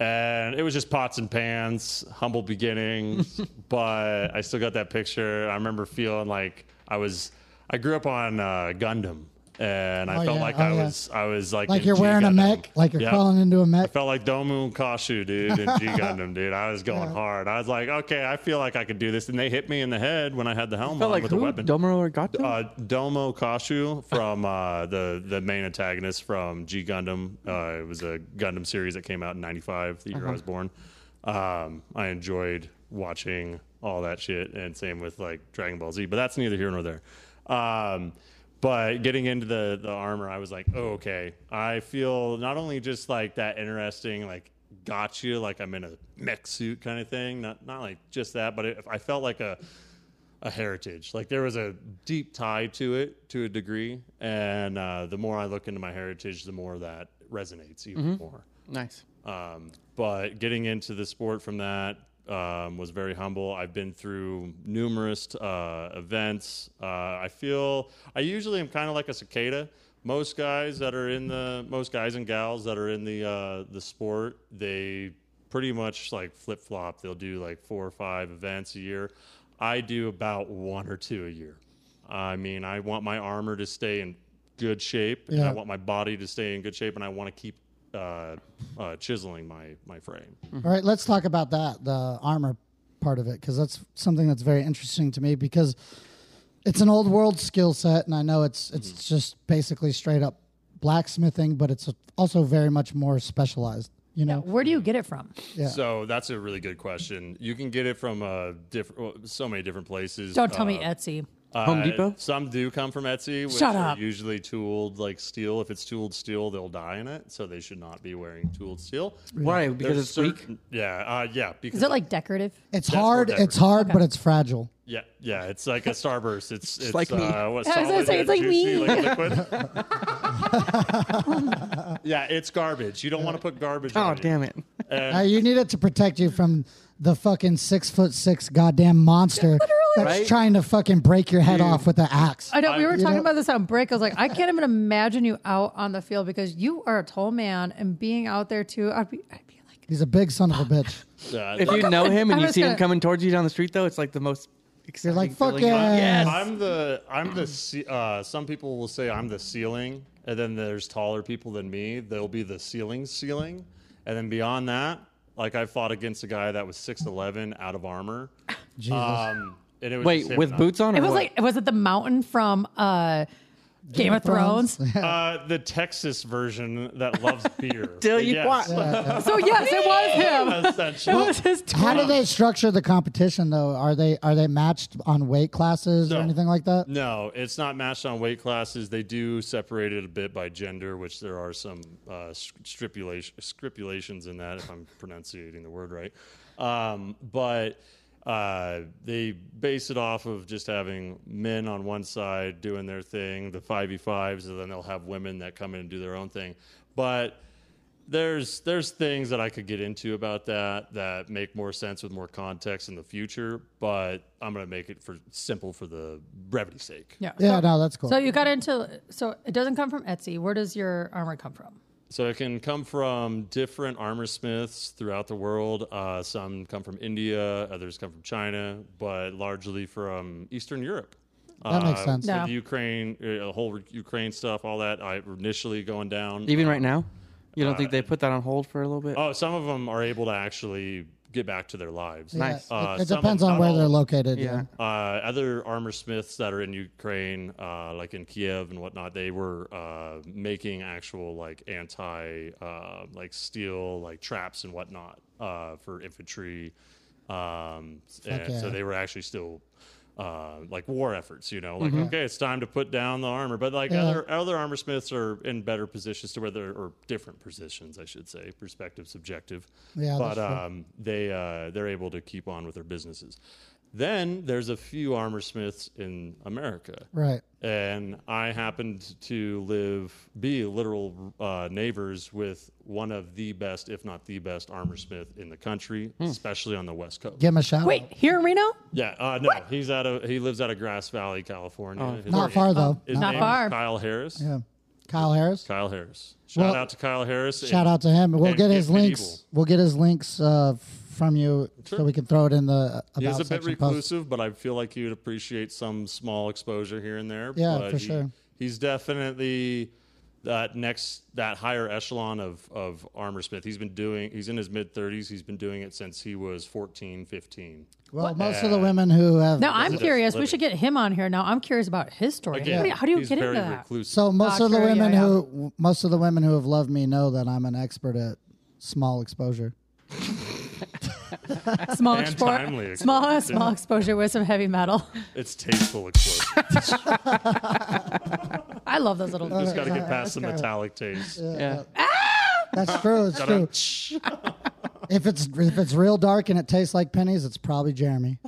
Speaker 4: And it was just pots and pans, humble beginnings, but I still got that picture. I remember feeling like I was, I grew up on uh, Gundam. And I
Speaker 1: Oh,
Speaker 4: felt
Speaker 1: yeah.
Speaker 4: like
Speaker 1: Oh,
Speaker 4: I
Speaker 1: yeah.
Speaker 4: was, I was like,
Speaker 1: Like
Speaker 4: in
Speaker 1: you're wearing a
Speaker 4: G-Gundam.
Speaker 1: mech. Like you're
Speaker 4: Yeah.
Speaker 1: crawling into a
Speaker 4: I
Speaker 1: mech.
Speaker 4: felt like Domu and Kashu, dude, and G Gundam, dude. I was going hard. I was like, okay, I feel like I could do this. And they hit me in the head when I had the helm on
Speaker 2: Felt like
Speaker 4: with
Speaker 2: who?
Speaker 4: the weapon.
Speaker 2: Domaro or Gato?
Speaker 4: uh, Domo Kashu from uh, the the main antagonist from G Gundam. Uh, it was a Gundam series that came out in '95, the year I was born. Um, I enjoyed watching all that shit, and same with like Dragon Ball Z. But that's neither here nor there. Um, but getting into the the armor, I was like, oh, okay. I feel not only just like that interesting like got you like I'm in a mech suit kind of thing. Not not like just that, but it, I felt like a a heritage. Like there was a deep tie to it to a degree, and uh, the more I look into my heritage, the more that resonates even more.
Speaker 2: nice.
Speaker 4: Um, but getting into the sport from that um, was very humble. I've been through numerous uh, events. Uh, I feel I usually am kind of like a cicada. Most guys that are in the most guys and gals that are in the uh, the sport, they pretty much like flip flop. They'll do like four or five events a year. I do about one or two a year. I mean, I want my armor to stay in good shape, and
Speaker 1: Yeah.
Speaker 4: I want my body to stay in good shape, and I want to keep uh, uh, chiseling my my frame.
Speaker 1: All right, let's talk about that the armor part of it because that's something that's very interesting to me because it's an old world skill set and I know it's it's
Speaker 4: Mm-hmm.
Speaker 1: just basically straight up blacksmithing, but it's also very much more specialized. You know,
Speaker 3: Where do you get it from?
Speaker 1: Yeah.
Speaker 4: So that's a really good question. You can get it from uh, different, so many different places.
Speaker 3: Don't tell
Speaker 4: Uh,
Speaker 3: me Etsy.
Speaker 2: Home
Speaker 4: uh,
Speaker 2: Depot?
Speaker 4: Some do come from Etsy, which
Speaker 3: Shut
Speaker 4: are
Speaker 3: up.
Speaker 4: usually tooled like steel. If it's tooled steel, they'll die in it, so they should not be wearing tooled steel.
Speaker 2: Why? Because
Speaker 4: There's
Speaker 2: it's weak.
Speaker 4: certain- Yeah, uh, yeah. Because
Speaker 3: Is it like decorative?
Speaker 1: it's
Speaker 4: That's more
Speaker 1: hard. It's
Speaker 4: decorative.
Speaker 1: hard, but it's fragile.
Speaker 4: Yeah, yeah, it's like a starburst. It's it's
Speaker 2: like me.
Speaker 4: Uh, what,
Speaker 3: I was gonna
Speaker 4: solid
Speaker 3: say, it's
Speaker 4: and
Speaker 3: like
Speaker 4: juicy,
Speaker 3: me.
Speaker 4: like liquid. yeah, it's garbage. You don't want to put garbage.
Speaker 2: Oh
Speaker 4: on
Speaker 2: damn it!
Speaker 1: Uh, you need it to protect you from the fucking six foot six goddamn monster that's
Speaker 2: Right?
Speaker 1: trying to fucking break your head off with an axe.
Speaker 3: I know we were
Speaker 1: you
Speaker 3: talking
Speaker 1: know-
Speaker 3: about this on break. I was like, I can't even imagine you out on the field because you are a tall man and being out there too. I'd be, I'd be like,
Speaker 1: He's a big son of a bitch.
Speaker 4: it. Uh,
Speaker 2: If you know him
Speaker 3: I
Speaker 2: and you
Speaker 3: was
Speaker 2: see him
Speaker 3: gonna-
Speaker 2: coming towards you down the street, though, it's like the most exciting.
Speaker 1: like, "Fuck
Speaker 2: feeling.
Speaker 1: yeah."
Speaker 2: Yes.
Speaker 4: I'm the I'm the ce- uh, some people will say I'm the ceiling, and then there's taller people than me. They'll be the ceiling ceiling, and then beyond that, like I fought against a guy that was six eleven out of armor.
Speaker 1: Jesus.
Speaker 4: Um, and it was the
Speaker 2: Wait,
Speaker 4: same
Speaker 2: with
Speaker 4: night.
Speaker 2: boots on? Or
Speaker 3: it was
Speaker 2: what?
Speaker 3: like, was it the mountain from uh, Game of Thrones?
Speaker 4: Uh, the Texas version that loves beer.
Speaker 2: Tell you
Speaker 4: Yes.
Speaker 2: what.
Speaker 3: so yes, it was him. It
Speaker 4: Essentially.
Speaker 3: was his. T-
Speaker 1: How do they structure the competition though? Are they are they matched on weight classes or
Speaker 4: No.
Speaker 1: anything like that?
Speaker 4: No, it's not matched on weight classes. They do separate it a bit by gender, which there are some uh, stipulation, stipulations in that, if I'm pronouncing the word right. Um, but Uh, they base it off of just having men on one side doing their thing, the 5v5s, and then they'll have women that come in and do their own thing. But there's there's things that I could get into about that that make more sense with more context in the future, but I'm gonna make it for simple for the brevity's sake.
Speaker 3: Yeah.
Speaker 1: Yeah,
Speaker 3: So,
Speaker 1: no, that's cool.
Speaker 3: so you got into so it doesn't come from Etsy. Where does your armor come from?
Speaker 4: So it can come from different armor smiths throughout the world. Uh, some come from India, others come from China, but largely from Eastern Europe. Uh,
Speaker 1: That makes sense.
Speaker 3: Yeah.
Speaker 4: With Ukraine, uh, the whole Ukraine stuff, all that. I initially going down.
Speaker 2: Even right now, you don't think they put that on hold for a little bit?
Speaker 4: Oh, some of them are able to actually get back to their lives.
Speaker 1: Yeah,
Speaker 2: nice.
Speaker 1: it-
Speaker 4: Uh,
Speaker 1: it,
Speaker 4: some of
Speaker 1: depends
Speaker 4: them,
Speaker 1: on
Speaker 4: not
Speaker 1: where
Speaker 4: all
Speaker 1: they're
Speaker 4: of them.
Speaker 1: located. Yeah.
Speaker 2: Yeah.
Speaker 4: Uh, other armor smiths that are in Ukraine, uh, like in Kiev and whatnot, they were uh, making actual like anti, uh, like steel, like traps and whatnot uh, for infantry. Um, and
Speaker 1: yeah.
Speaker 4: So they were actually still uh, like war efforts, you know, like okay, it's time to put down the armor. But like
Speaker 1: Mm-hmm. Yeah.
Speaker 4: other other armor smiths are in better positions to where they're or different positions, I should say, perspective, subjective.
Speaker 1: Yeah,
Speaker 4: but
Speaker 1: that's true.
Speaker 4: um, they uh, they're able to keep on with their businesses. Then there's a few armor smiths in America,
Speaker 1: Right.
Speaker 4: and I happened to live be literal uh, neighbors with one of the best, if not the best, armor smith in the country,
Speaker 1: Hmm.
Speaker 4: especially on the West Coast.
Speaker 1: Give him a shout.
Speaker 3: Wait, here in Reno?
Speaker 4: Yeah, uh, no, he's out of he lives out of Grass Valley, California. His
Speaker 1: Oh, Not
Speaker 4: name-
Speaker 1: far though.
Speaker 4: His
Speaker 1: Not-
Speaker 3: Not
Speaker 4: name
Speaker 3: far.
Speaker 4: Is Kyle Harris.
Speaker 1: yeah. Kyle Harris.
Speaker 4: Kyle Harris. Shout
Speaker 1: Well,
Speaker 4: out to Kyle Harris.
Speaker 1: Shout out to him. We'll
Speaker 4: and
Speaker 1: get his
Speaker 4: get
Speaker 1: links.
Speaker 4: medieval.
Speaker 1: We'll get his links uh, from you so
Speaker 4: Sure.
Speaker 1: we can throw it in the uh, about
Speaker 4: He is a bit
Speaker 1: section post.
Speaker 4: reclusive, but I feel like you'd appreciate some small exposure here and there.
Speaker 1: Yeah,
Speaker 4: but
Speaker 1: for
Speaker 4: he-
Speaker 1: sure.
Speaker 4: He's definitely that next that higher echelon of of armor smith. He's been doing. He's in his mid 30s. He's been doing it since he was 14, 15.
Speaker 1: Well, most of the women who have
Speaker 3: No, I'm
Speaker 4: is
Speaker 3: curious. We
Speaker 4: living.
Speaker 3: should get him on here now. I'm curious about his story. how do you, how do you
Speaker 4: he's
Speaker 3: get
Speaker 4: very
Speaker 3: into that?
Speaker 4: reclusive.
Speaker 1: so most
Speaker 3: Ah,
Speaker 1: of the
Speaker 3: true, yeah,
Speaker 1: women
Speaker 3: yeah.
Speaker 1: who w- most of the women who have loved me know that I'm an expert at small exposure.
Speaker 3: Small
Speaker 4: And
Speaker 3: exposure,
Speaker 4: timely
Speaker 3: small
Speaker 4: exposure.
Speaker 3: small exposure with some heavy metal.
Speaker 4: it's tasteful explosion.
Speaker 3: I love those little.
Speaker 4: Just got to get past the metallic taste.
Speaker 2: yeah.
Speaker 1: That's true. It's true. If it's if it's real dark and it tastes like pennies, it's probably Jeremy.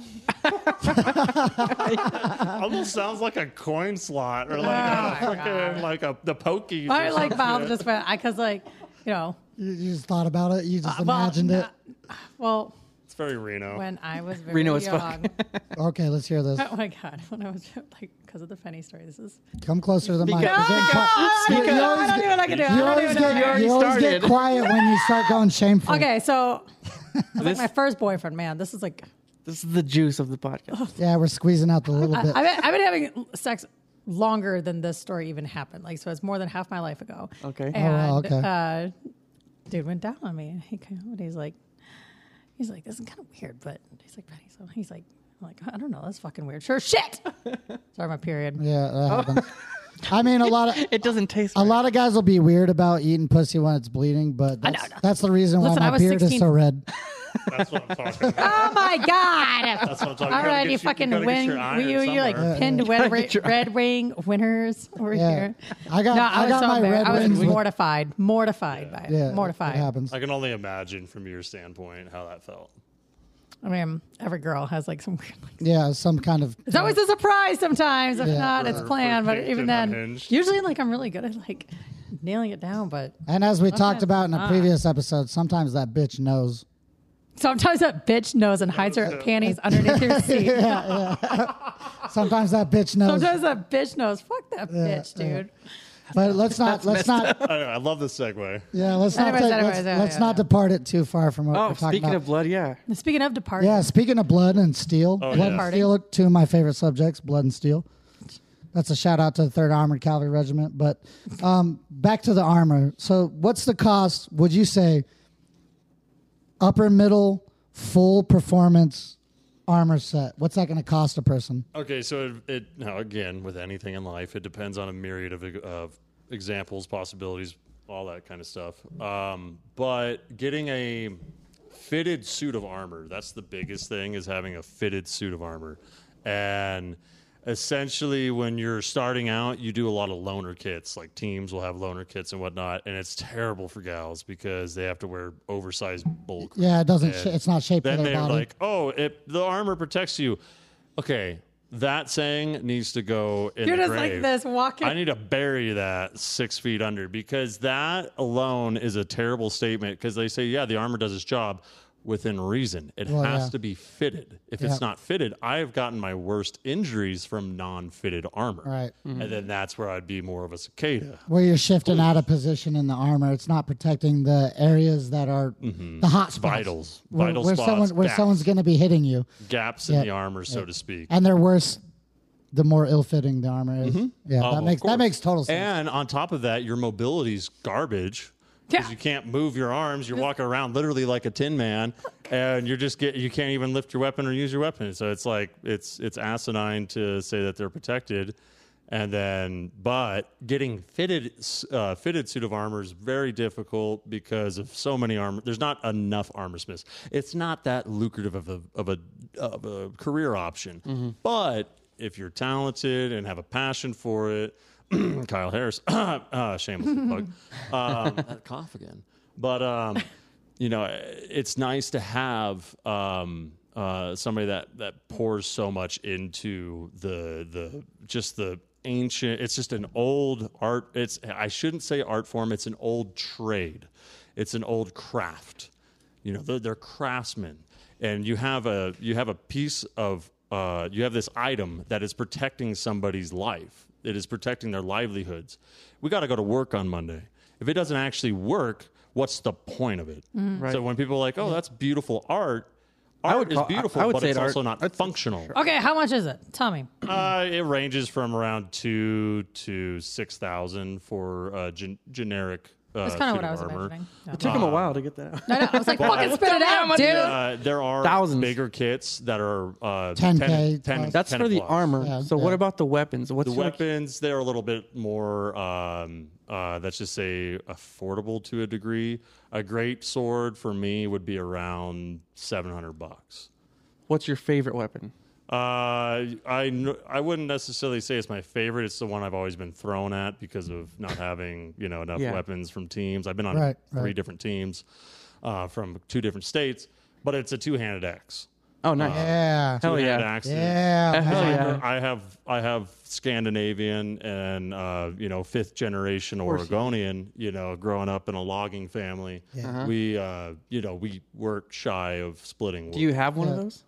Speaker 4: Almost sounds like a coin slot
Speaker 3: Oh
Speaker 4: or like a fucking like a the pokey.
Speaker 3: I like Bob just because like you know.
Speaker 1: You, you just thought about it. You just
Speaker 3: Uh, well,
Speaker 1: imagined it.
Speaker 3: Well,
Speaker 4: It's very Reno.
Speaker 3: when I was very
Speaker 2: Reno as fuck.
Speaker 3: young.
Speaker 1: Okay, let's hear this.
Speaker 3: Oh my god! When I was like, because of the Penny story, this is.
Speaker 1: Come closer to the mic.
Speaker 2: up,
Speaker 1: Is it
Speaker 2: speak
Speaker 1: qui-
Speaker 3: I
Speaker 1: you always
Speaker 3: don't
Speaker 1: get-
Speaker 3: know what I can do. I
Speaker 1: you
Speaker 3: don't
Speaker 1: always
Speaker 3: even know what I
Speaker 1: get-
Speaker 3: can do.
Speaker 2: already
Speaker 1: you always get
Speaker 2: started.
Speaker 1: quiet when you start going shameful.
Speaker 3: Okay, so
Speaker 2: This,
Speaker 3: my first boyfriend, man, this is like
Speaker 2: this is the juice of the podcast.
Speaker 1: Yeah, we're squeezing out the little bit.
Speaker 3: I've been, I've been having sex longer than this story even happened. Like, so it's more than half my life ago.
Speaker 2: Okay.
Speaker 3: And,
Speaker 2: Oh,
Speaker 1: wow,
Speaker 3: Uh, dude went down on me, and he came home and he's like, he's like, this is kind of weird, but he's like, Penny, so he's like, I'm like, I don't know, that's fucking weird. Sure, shit. Sorry, my period.
Speaker 1: Yeah, that happens. I mean, a lot of
Speaker 2: It doesn't taste.
Speaker 1: a
Speaker 2: right.
Speaker 1: lot of guys will be weird about eating pussy when it's bleeding, but
Speaker 3: I know,
Speaker 1: that's,
Speaker 3: I know.
Speaker 1: that's the reason
Speaker 3: Listen,
Speaker 1: why
Speaker 3: I
Speaker 1: my
Speaker 3: was
Speaker 1: beard is
Speaker 3: 16.
Speaker 1: so red.
Speaker 4: That's what I'm talking about.
Speaker 3: Oh my god.
Speaker 4: That's what I'm talking
Speaker 3: All
Speaker 4: about.
Speaker 3: right, you fucking win. You, you like pinned Red, Ri- Red Wing winners over
Speaker 1: Yeah,
Speaker 3: here.
Speaker 1: I got
Speaker 3: No, I,
Speaker 1: I,
Speaker 3: was
Speaker 1: got
Speaker 3: so
Speaker 1: my
Speaker 3: embarrassed.
Speaker 1: red
Speaker 3: I was
Speaker 1: wings. with-
Speaker 3: mortified, mortified by it.
Speaker 1: yeah,
Speaker 3: mortified.
Speaker 1: It happens.
Speaker 4: I can only imagine from your standpoint how that felt.
Speaker 3: I mean, every girl has like some weird. Like,
Speaker 1: Yeah, some kind of
Speaker 3: it's always a surprise sometimes. If
Speaker 1: Yeah.
Speaker 3: not, it's
Speaker 4: For-
Speaker 3: planned.
Speaker 4: for
Speaker 3: But
Speaker 4: kicked
Speaker 3: even
Speaker 4: and
Speaker 3: then,
Speaker 4: unhinged.
Speaker 3: usually like I'm really good at like nailing it down. But
Speaker 1: And as we talked
Speaker 3: it's
Speaker 1: about in a
Speaker 3: not.
Speaker 1: previous episode, sometimes that bitch knows.
Speaker 3: sometimes that bitch knows and hides her panties underneath your seat.
Speaker 1: Sometimes that bitch knows.
Speaker 3: Sometimes that bitch knows. Fuck that bitch, dude.
Speaker 1: But let's not let's not
Speaker 4: I, don't know, I love this segue.
Speaker 1: yeah let's not
Speaker 3: Anyways,
Speaker 1: take-
Speaker 3: anyways,
Speaker 1: let's,
Speaker 3: yeah,
Speaker 1: let's
Speaker 3: yeah,
Speaker 1: not
Speaker 3: yeah.
Speaker 1: depart it too far from what
Speaker 2: Oh,
Speaker 1: we're talking
Speaker 2: speaking
Speaker 1: about.
Speaker 2: of blood, yeah.
Speaker 3: Speaking of departing,
Speaker 1: yeah, speaking of blood and steel,
Speaker 2: Oh,
Speaker 1: blood
Speaker 4: yeah.
Speaker 1: and steel are two of my favorite subjects. Blood and steel. That's a shout out to the Third Armored Cavalry Regiment. But um, back to the armor. So, what's the cost? Would you say upper middle full performance armor set? What's that going to cost a person?
Speaker 4: Okay, so it, it now again with anything in life, it depends on a myriad of, of examples, possibilities, all that kind of stuff. Um, but getting a fitted suit of armor—that's the biggest thing—is having a fitted suit of armor, and essentially when you're starting out you do a lot of loner kits like teams will have loner kits and whatnot and it's terrible for gals because they have to wear oversized bulk
Speaker 1: Yeah, it doesn't.
Speaker 4: And
Speaker 1: Sh- it's not shaped for
Speaker 4: then
Speaker 1: their
Speaker 4: they're
Speaker 1: body.
Speaker 4: like oh it, the armor protects you okay that saying needs to go in
Speaker 3: You're
Speaker 4: the
Speaker 3: just like
Speaker 4: grave.
Speaker 3: this walking.
Speaker 4: I need to bury that six feet under because that alone is a terrible statement because they say, yeah, the armor does its job within reason. It
Speaker 1: Well,
Speaker 4: has
Speaker 1: yeah.
Speaker 4: to be fitted. If
Speaker 1: Yeah.
Speaker 4: it's not fitted, I have gotten my worst injuries from non fitted armor.
Speaker 1: Right.
Speaker 4: And then that's where I'd be more of a cicada.
Speaker 1: where you're shifting out of position in the armor, it's not protecting the areas that are the hot spots.
Speaker 4: Mm-hmm. Vitals,
Speaker 1: Where,
Speaker 4: vital
Speaker 1: where
Speaker 4: spots,
Speaker 1: someone where
Speaker 4: gaps,
Speaker 1: someone's going to be hitting you,
Speaker 4: gaps in
Speaker 1: Yeah.
Speaker 4: the armor, so to speak.
Speaker 1: and they're worse. The more ill-fitting the armor is, yeah,
Speaker 4: Oh,
Speaker 1: that
Speaker 4: of
Speaker 1: makes that
Speaker 4: course.
Speaker 1: makes total sense.
Speaker 4: And on top of that, your mobility's garbage.
Speaker 3: Yeah.
Speaker 4: Because you can't move your arms, you're walking around literally like a tin man, and you're just get you can't even lift your weapon or use your weapon. So it's like it's it's asinine to say that they're protected, and then but getting fitted s- uh, fitted suit of armor is very difficult because of so many armor. There's not enough armor smiths. It's not that lucrative of a of a of a career option, but if you're talented and have a passion for it, Kyle Harris, uh, shameless plug, um, that cough again. But um, you know, it's nice to have um, uh, somebody that that pours so much into the the just the ancient. It's just an old art. It's I shouldn't say art form. It's an old trade. It's an old craft you know they're, they're craftsmen and you have a you have a piece of uh, you have this item that is protecting somebody's life it is protecting their livelihoods we got to go to work on monday if it doesn't actually work what's the point of it
Speaker 2: Mm. Right.
Speaker 4: so when people are like oh that's beautiful art art
Speaker 2: would
Speaker 4: is
Speaker 2: call- I-
Speaker 4: beautiful
Speaker 2: I would
Speaker 4: but
Speaker 2: say
Speaker 4: it's
Speaker 2: it art-
Speaker 4: also not functional
Speaker 3: okay, how much is it? Tell me.
Speaker 4: uh, it ranges from around two to six thousand for uh, gen- generic uh,
Speaker 3: That's kind of
Speaker 4: suit
Speaker 3: what I was
Speaker 4: armor.
Speaker 3: imagining. No.
Speaker 2: It took him a while to get that out.
Speaker 3: I, know, I was like, fucking spit it out, dude.
Speaker 4: Uh, there are
Speaker 2: Thousands.
Speaker 4: bigger kits that are uh,
Speaker 1: 10K
Speaker 4: 10, 10
Speaker 2: That's
Speaker 4: 10
Speaker 2: for the
Speaker 4: plus.
Speaker 2: armor.
Speaker 1: Yeah,
Speaker 2: so
Speaker 1: yeah.
Speaker 2: what about the weapons? What's
Speaker 4: The
Speaker 2: your-
Speaker 4: weapons they're a little bit more. Um, uh, let's just say affordable to a degree. A great sword for me would be around seven hundred bucks.
Speaker 2: What's your favorite weapon?
Speaker 4: Uh, I kn- I wouldn't necessarily say it's my favorite. It's the one I've always been thrown at because of not having you know enough
Speaker 2: Yeah.
Speaker 4: weapons from teams. I've been on
Speaker 1: Right,
Speaker 4: three
Speaker 1: right.
Speaker 4: different teams uh, from two different states, but it's a two-handed axe.
Speaker 2: Oh, nice.
Speaker 1: Yeah,
Speaker 2: Hell
Speaker 4: Two-handed
Speaker 2: yeah.
Speaker 4: axe is-
Speaker 1: yeah,
Speaker 2: Hell
Speaker 1: man.
Speaker 2: yeah.
Speaker 4: I have I have Scandinavian and uh, you know fifth generation Oregonian. You know, growing up in a logging family, we uh, you know we weren't shy of splitting wood.
Speaker 2: Do you have one of those?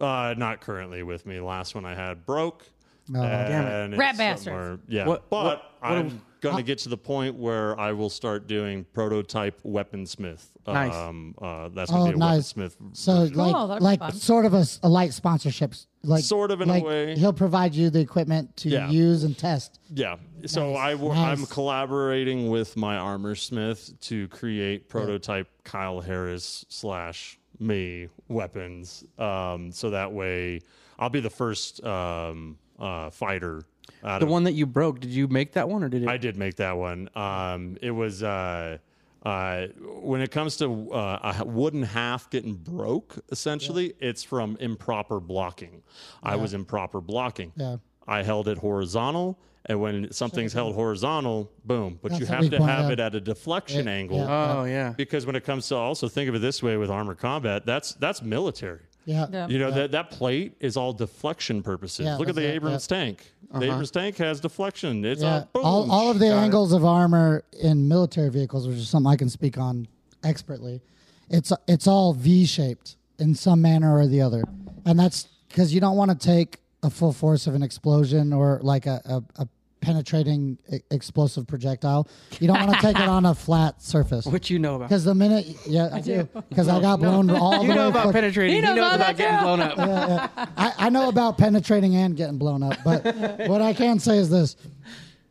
Speaker 4: uh, not currently with me. Last one I had broke.
Speaker 1: No.
Speaker 2: Oh, Damn it.
Speaker 4: and
Speaker 3: Rat
Speaker 4: it's
Speaker 3: bastards.
Speaker 4: somewhere- Yeah,
Speaker 2: What-
Speaker 4: but
Speaker 2: what- what
Speaker 4: I'm
Speaker 2: am-
Speaker 4: gonna get to the point where I will start doing prototype weaponsmith.
Speaker 2: Nice.
Speaker 4: Um, uh, that's gonna
Speaker 1: Oh,
Speaker 4: be a
Speaker 1: nice.
Speaker 4: weaponsmith.
Speaker 1: So
Speaker 3: Cool, Oh, that'd
Speaker 1: like,
Speaker 3: be
Speaker 1: like
Speaker 3: fun.
Speaker 1: sort of a, s- a light sponsorship, like
Speaker 4: Sort of in a
Speaker 1: like,
Speaker 4: way.
Speaker 1: He'll provide you the equipment to
Speaker 4: Yeah.
Speaker 1: use and test.
Speaker 4: Yeah. So I w-
Speaker 1: Nice.
Speaker 4: I'm collaborating with my armor smith to create prototype Kyle Harris slash me weapons. Um, so that way I'll be the first um, uh, fighter. Out
Speaker 2: The
Speaker 4: of,
Speaker 2: one that you broke, did you make that one or did it?
Speaker 4: I did make that one. Um, it was uh, uh, when it comes to uh, a wooden half getting broke. Essentially, it's from improper blocking. I was improper blocking.
Speaker 1: Yeah.
Speaker 4: I held it horizontal, and when something's held horizontal, boom. But you
Speaker 1: That's what
Speaker 4: have
Speaker 1: we
Speaker 4: to
Speaker 1: pointed
Speaker 4: have
Speaker 1: out.
Speaker 4: it at a deflection angle
Speaker 1: yeah.
Speaker 2: oh, yeah.
Speaker 4: because when it comes to also think of it this way with armored combat, that's that's military.
Speaker 1: Yeah,
Speaker 3: Yeah.
Speaker 4: You know that that plate is all deflection purposes.
Speaker 1: Yeah,
Speaker 4: Look at
Speaker 1: that's
Speaker 4: the
Speaker 1: it, Uh-huh.
Speaker 4: Abrams tank. The Abrams tank has deflection. It's
Speaker 1: yeah.
Speaker 4: all boom.
Speaker 1: All, all of the angles of armor in military vehicles, which is something I can speak on expertly, it's it's all V shaped in some manner or the other, and that's because you don't want to take a full force of an explosion or like a, a, a penetrating e- explosive projectile. You don't want to take it on a flat surface.
Speaker 2: What you know about?
Speaker 1: Because the minute, yeah, I do, because I got blown all
Speaker 2: You
Speaker 1: the
Speaker 2: know
Speaker 1: way.
Speaker 2: about
Speaker 1: fuck-
Speaker 2: penetrating.
Speaker 3: He
Speaker 2: He
Speaker 3: knows
Speaker 2: knows,
Speaker 3: all
Speaker 2: about
Speaker 3: that
Speaker 2: getting
Speaker 3: too.
Speaker 2: blown up.
Speaker 1: I, I know about penetrating and getting blown up, but what I can say is this: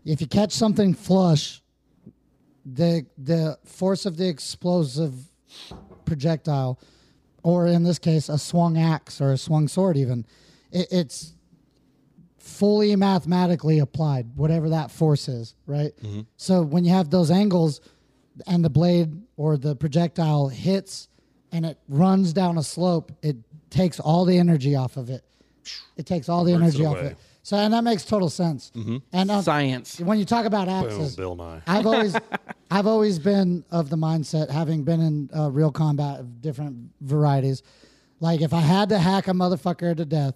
Speaker 1: if you catch something flush, the the force of the explosive projectile, or in this case, a swung axe or a swung sword, even it, it's fully mathematically applied, whatever that force is, right?
Speaker 4: Mm-hmm.
Speaker 1: So when you have those angles and the blade or the projectile hits and it runs down a slope, it takes all the energy off of it. It takes all the
Speaker 4: Burns it
Speaker 1: energy off of
Speaker 4: away. Mm-hmm.
Speaker 1: it. So and that makes total sense. And uh,
Speaker 2: Science.
Speaker 1: when you talk about
Speaker 4: Boom,
Speaker 1: axes,
Speaker 4: Bill Nye.
Speaker 1: I've always, I've always been of the mindset, having been in uh, real combat of different varieties. Like if I had to hack a motherfucker to death,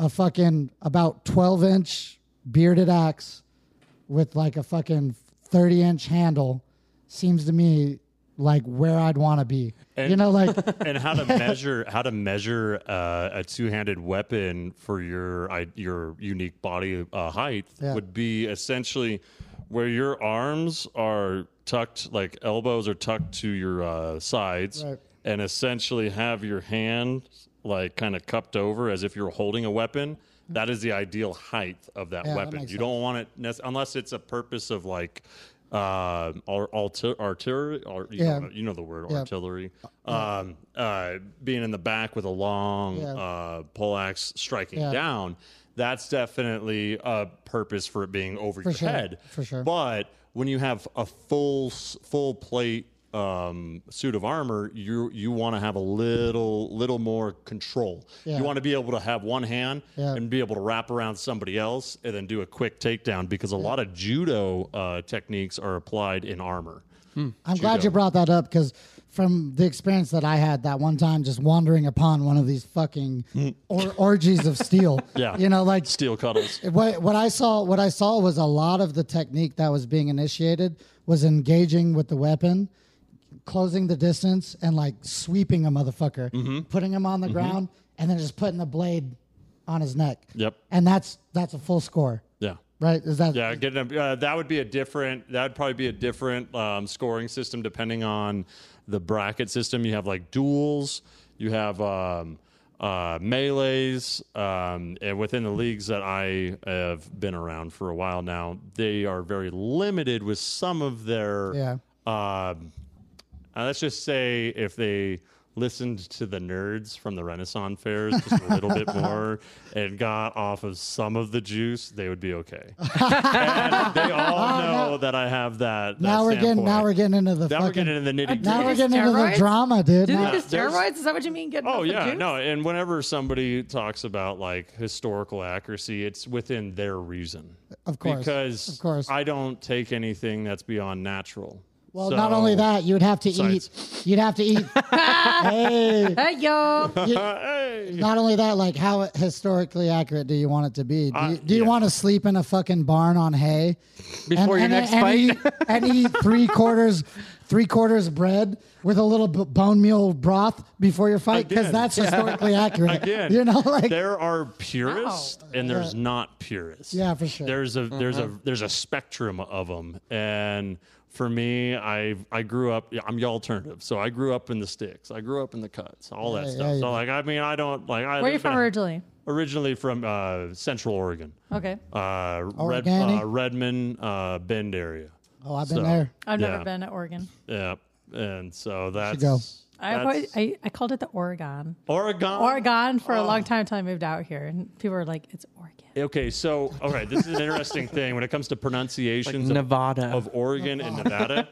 Speaker 1: a fucking about twelve inch bearded axe with like a fucking thirty inch handle seems to me like where I'd want to be. you
Speaker 4: And-
Speaker 1: know, like
Speaker 4: and how to measure how to measure uh, a two-handed weapon for your i- your unique body uh, height
Speaker 1: Yeah.
Speaker 4: would be essentially where your arms are tucked like elbows are tucked to your uh, sides
Speaker 1: Right.
Speaker 4: and essentially have your hand like kind of cupped over as if you're holding a weapon that is the ideal height of that
Speaker 1: Mm-hmm. Yeah, that
Speaker 4: weapon
Speaker 1: makes
Speaker 4: you don't want it nec- unless it's a purpose of like uh or alter artillery or you,
Speaker 1: Yeah.
Speaker 4: know, you know the word
Speaker 1: Yeah.
Speaker 4: artillery, um, uh, being in the back with a long
Speaker 1: Yeah.
Speaker 4: uh, pole axe striking
Speaker 1: Yeah.
Speaker 4: down, that's definitely a purpose for it being over your
Speaker 1: sure,
Speaker 4: head.
Speaker 1: for sure.
Speaker 4: But when you have a full s- full plate um, suit of armor, you you want to have a little little more control.
Speaker 1: Yeah.
Speaker 4: You want to be able to have one hand
Speaker 1: Yeah.
Speaker 4: and be able to wrap around somebody else and then do a quick takedown because a lot of judo uh, techniques are applied in armor.
Speaker 1: I'm glad you brought that up because from the experience that I had that one time, just wandering upon one of these fucking or- orgies of steel.
Speaker 4: Hmm. Yeah.
Speaker 1: you know, like
Speaker 4: Steel cuddles.
Speaker 1: what what I saw what I saw was a lot of the technique that was being initiated was engaging with the weapon, closing the distance, and like sweeping a motherfucker,
Speaker 4: Mm-hmm.
Speaker 1: putting him on the ground, and then just putting the blade on his neck.
Speaker 4: Yep.
Speaker 1: And that's that's a full score,
Speaker 4: yeah.
Speaker 1: right? Is that
Speaker 4: Yeah, getting a, uh, that would be a different. That would probably be a different um, scoring system depending on the bracket system. You have like duels, you have um, uh, melee's, um, and within the leagues that I have been around for a while now, they are very limited with some of their.
Speaker 1: Yeah.
Speaker 4: Um, uh, let's just say if they listened to the nerds from the Renaissance fairs just a little bit more and got off of some of the juice, they would be okay. and they all know that I have that. that
Speaker 1: Oh, now we're getting now
Speaker 4: standpoint.
Speaker 1: we're getting into the
Speaker 4: now we're
Speaker 1: fucking
Speaker 4: getting into the nitty
Speaker 1: now we're
Speaker 4: gritty.
Speaker 1: getting into the
Speaker 3: Steroids?
Speaker 1: drama, dude.
Speaker 3: Do
Speaker 1: Now-
Speaker 3: they do
Speaker 4: there's-
Speaker 3: steroids? Is that what you mean? Getting
Speaker 4: Oh
Speaker 3: off the
Speaker 4: yeah,
Speaker 3: juice?
Speaker 4: no, and whenever somebody talks about like historical accuracy, it's within their reason.
Speaker 1: Of course,
Speaker 4: because
Speaker 1: of course.
Speaker 4: I don't take anything that's beyond natural.
Speaker 1: Well,
Speaker 4: So-
Speaker 1: not only that, you would have to eat. You'd have to eat. hey,
Speaker 3: Hey yo,
Speaker 4: Hey!
Speaker 1: not only that, like how historically accurate do you want it to be? Do you,
Speaker 4: Uh,
Speaker 1: do you
Speaker 4: yeah.
Speaker 1: want to sleep in a fucking barn on hay
Speaker 2: Before your next fight?
Speaker 1: Eat, and eat three quarters, three quarters bread with a little b- bone meal broth before your fight because
Speaker 4: Again.
Speaker 1: that's historically accurate.
Speaker 4: Again,
Speaker 1: you know, like
Speaker 4: there are
Speaker 3: Oh.
Speaker 4: purists and there's not purists.
Speaker 1: Yeah, for sure.
Speaker 4: There's a there's
Speaker 3: Mm-hmm.
Speaker 4: a there's a spectrum of them, and for me, I I grew up. yeah, I'm the alternative, so I grew up in the sticks. I grew up in the cuts, all that
Speaker 1: Yeah,
Speaker 4: stuff.
Speaker 1: yeah, yeah.
Speaker 4: So like, I mean, I don't like. I,
Speaker 3: where are you from originally?
Speaker 4: Originally from uh, Central Oregon,
Speaker 3: Okay,
Speaker 4: uh, Red,
Speaker 1: Oregani?
Speaker 4: uh, Redmond, uh, Bend area.
Speaker 1: oh, I've been
Speaker 4: So,
Speaker 1: there.
Speaker 3: I've never
Speaker 4: Yeah.
Speaker 3: been to Oregon.
Speaker 4: Yeah, and so that's.
Speaker 1: go.
Speaker 3: I've
Speaker 4: that's-
Speaker 3: always, I, I called it the Oregon.
Speaker 4: Oregon.
Speaker 3: Oregon for a
Speaker 4: Oh.
Speaker 3: long time until I moved out here, and people were like, "It's Oregon."
Speaker 4: Okay, so all right, this is an interesting thing when it comes to pronunciations
Speaker 2: Like
Speaker 4: of-
Speaker 2: Nevada.
Speaker 4: of, Oregon and Nevada.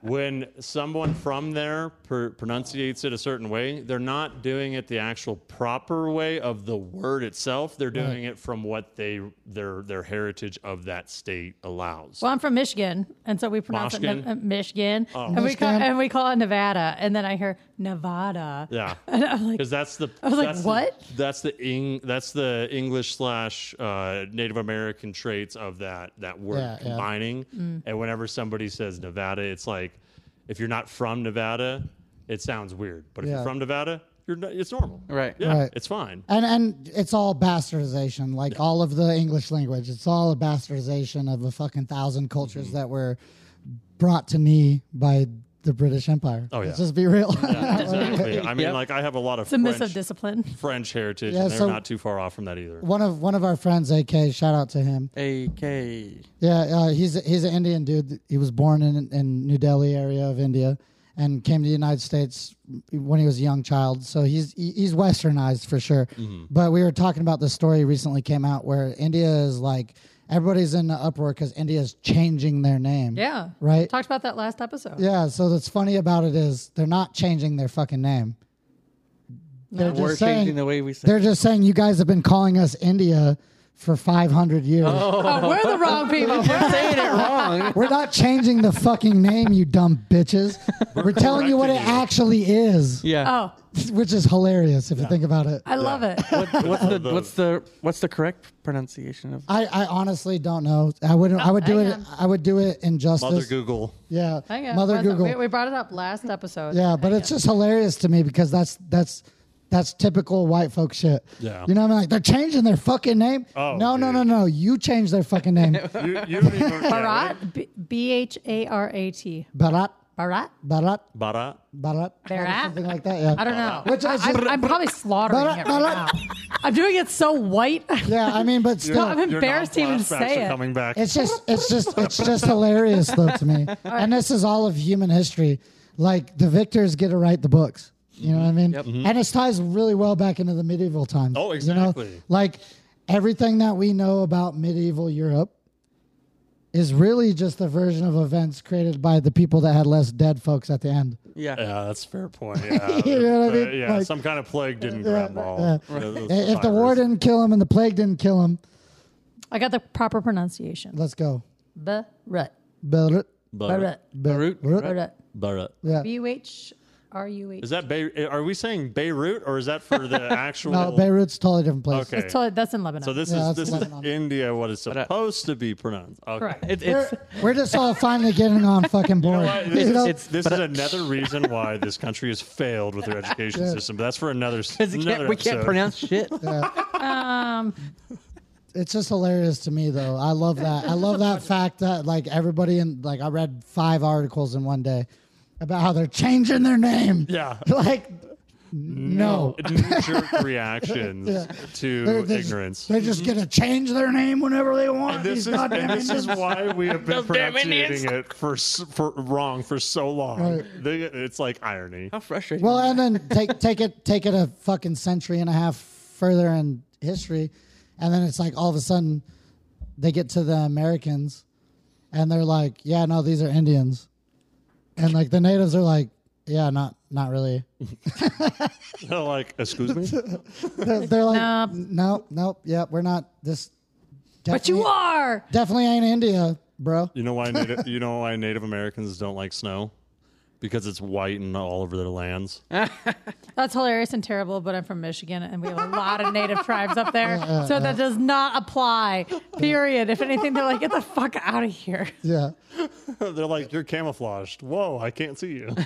Speaker 4: when someone from there pr- pronunciates it a certain way, they're not doing it the actual proper way of the word itself. They're doing it from what they their their heritage of that state allows.
Speaker 3: Well, I'm from Michigan, and so we pronounce it
Speaker 4: Moshkin?
Speaker 3: Ne- uh, Michigan,
Speaker 4: Oh.
Speaker 3: and we call
Speaker 1: Michigan.
Speaker 3: and we call it Nevada, and then I hear Nevada.
Speaker 4: Yeah,
Speaker 3: I'm like,
Speaker 4: because that's the
Speaker 3: was like,
Speaker 4: that's
Speaker 3: "What?"
Speaker 4: The, that's the ing that's the English slash uh, Native American traits of that that word
Speaker 1: Yeah, yeah.
Speaker 4: combining.
Speaker 3: Mm.
Speaker 4: And whenever somebody says Nevada, it's like if you're not from Nevada, it sounds weird. But if
Speaker 1: Yeah.
Speaker 4: you're from Nevada, you're no- it's normal.
Speaker 2: Right.
Speaker 4: Yeah,
Speaker 1: Right.
Speaker 4: it's fine.
Speaker 1: And and it's all bastardization, like all of the English language. It's all a bastardization of a fucking thousand
Speaker 4: Mm-hmm.
Speaker 1: cultures that were brought to knee by the British Empire.
Speaker 4: Oh, yeah.
Speaker 1: Let's just be real.
Speaker 4: Yeah, exactly. I mean,
Speaker 2: Yep.
Speaker 4: like I have a lot of
Speaker 3: It's a miss of
Speaker 4: French,
Speaker 3: discipline.
Speaker 4: French heritage,
Speaker 1: Yeah,
Speaker 4: and they're
Speaker 1: so-
Speaker 4: not too far off from that either.
Speaker 1: one of one of our friends, AK, shout out to him.
Speaker 2: AK.
Speaker 1: Yeah, uh, he's he's an Indian dude. He was born in in New Delhi area of India, and came to the United States when he was a young child. So he's he- he's westernized for sure.
Speaker 2: Mm-hmm.
Speaker 1: But we were talking about this story recently came out where India is like everybody's in an uproar because India is changing their name.
Speaker 3: Yeah,
Speaker 1: Right.
Speaker 3: Talked about that last episode.
Speaker 1: Yeah. So that's funny about it is they're not changing their fucking name. They're
Speaker 2: We're
Speaker 1: just
Speaker 2: changing
Speaker 1: saying
Speaker 2: the way we say.
Speaker 1: they're just saying you guys have been calling us India for 500 years.
Speaker 3: Oh, we're the wrong people.
Speaker 2: You're saying it wrong.
Speaker 1: We're not changing the fucking name, you dumb bitches. We're telling you what it
Speaker 4: correcting you.
Speaker 1: actually is,
Speaker 2: Yeah.
Speaker 3: Oh,
Speaker 1: which is hilarious if you think about it.
Speaker 3: I love it.
Speaker 2: What's the,
Speaker 4: The-
Speaker 2: what's the what's the correct pronunciation of?
Speaker 1: I, I honestly don't know. I wouldn't. I would do
Speaker 3: hang
Speaker 1: it.
Speaker 3: on.
Speaker 1: I would do it injustice.
Speaker 4: Mother Google.
Speaker 1: Yeah,
Speaker 3: Hang on.
Speaker 1: Mother
Speaker 3: What's up?
Speaker 1: Google.
Speaker 3: We, we brought it up last episode.
Speaker 1: Yeah, but it's just hilarious to me because that's that's that's typical white folk shit.
Speaker 4: Yeah.
Speaker 1: You know what I mean? Like they're changing their fucking name.
Speaker 4: Oh,
Speaker 1: no, no, no,
Speaker 4: dude.
Speaker 1: no. You change their fucking name.
Speaker 4: You, you don't even yeah, right?
Speaker 3: Barat, B H A R A T.
Speaker 1: Barat,
Speaker 3: Barat?
Speaker 1: Barat,
Speaker 4: Barat.
Speaker 1: Barat.
Speaker 3: Barat?
Speaker 1: Something like that. Yeah.
Speaker 3: I don't know.
Speaker 1: Which I
Speaker 3: I, am probably slaughtering
Speaker 1: Barat,
Speaker 3: it right
Speaker 1: barat.
Speaker 3: now. I'm doing it so white.
Speaker 1: Yeah, I mean, but still.
Speaker 3: I'm embarrassed to even say it.
Speaker 4: Coming back.
Speaker 1: It's just it's just it's just hilarious though to me. And this is all of human history. Like the victors get to write the books. You know what I mean? And it ties really well back into the medieval times.
Speaker 4: Oh,
Speaker 1: you know?
Speaker 4: exactly.
Speaker 1: Like everything that we know about medieval Europe is really just a version of events created by the people that had less dead folks at the end.
Speaker 2: Yeah.
Speaker 4: yeah, that's a fair point. Yeah,
Speaker 1: You know what I
Speaker 4: But,
Speaker 1: mean?
Speaker 4: yeah,
Speaker 1: Like-
Speaker 4: some kind of plague didn't grab them all. Yeah, those
Speaker 1: If the
Speaker 4: survivors.
Speaker 1: war didn't kill him and the plague didn't kill him,
Speaker 3: I got the proper pronunciation.
Speaker 1: let's go.
Speaker 3: Barat.
Speaker 1: Barut,
Speaker 4: Barat.
Speaker 1: barut, barut.
Speaker 3: Barat.
Speaker 4: Barat.
Speaker 1: Yeah.
Speaker 3: B U H R U H.
Speaker 4: Is that Bay? Are we saying Beirut or is that for the actual?
Speaker 1: No, Beirut's a totally different place.
Speaker 4: Okay.
Speaker 3: It's totally, that's in Lebanon.
Speaker 4: So this
Speaker 1: Yeah,
Speaker 4: is
Speaker 1: that's
Speaker 4: this is
Speaker 1: Lebanon.
Speaker 4: India. What it's
Speaker 2: uh,
Speaker 4: supposed to be pronounced. Okay.
Speaker 3: Correct.
Speaker 2: It, it's
Speaker 1: We're just all finally getting on fucking board.
Speaker 4: Why-
Speaker 1: You
Speaker 4: This,
Speaker 1: know?
Speaker 4: is, this is another reason why this country has failed with their education system. But that's for another. s-
Speaker 2: 'cause you can't-
Speaker 4: another
Speaker 2: we can't
Speaker 4: episode.
Speaker 2: pronounce shit.
Speaker 3: um,
Speaker 1: it's just hilarious to me though. I love that. I love that fact that like everybody in like I read five articles in one day about how they're changing their name.
Speaker 4: Yeah.
Speaker 1: Like no.
Speaker 4: Knee-jerk reactions to
Speaker 1: They're just-
Speaker 4: ignorance.
Speaker 1: They just get to change their name whenever they want.
Speaker 4: This
Speaker 1: These
Speaker 4: is,
Speaker 1: goddamn
Speaker 4: and this is
Speaker 1: Indians.
Speaker 4: why we have been
Speaker 2: damn
Speaker 4: pronunciating it for, s- for wrong for so long. They- it's like irony.
Speaker 2: How frustrating.
Speaker 1: Well, and then take take it take it a fucking century and a half further in history, and then it's like all of a sudden they get to the Americans, and they're like, "Yeah, no, these are Indians," and like the natives are like, "Yeah, not not really."
Speaker 4: like, excuse me.
Speaker 1: They're, they're like,
Speaker 3: Nope.
Speaker 1: "Nope, nope, yeah, we're not this."
Speaker 3: but you
Speaker 1: definitely-
Speaker 3: are.
Speaker 1: definitely ain't India, bro.
Speaker 4: You know why? Native, you know why Native Americans don't like snow? Because it's white and all over their lands.
Speaker 3: That's hilarious and terrible, but I'm from Michigan and we have a lot of native tribes up there. So that does not apply, period. If anything, they're like, get the fuck out of here.
Speaker 1: Yeah,
Speaker 4: They're like, you're camouflaged. Whoa, I can't see you.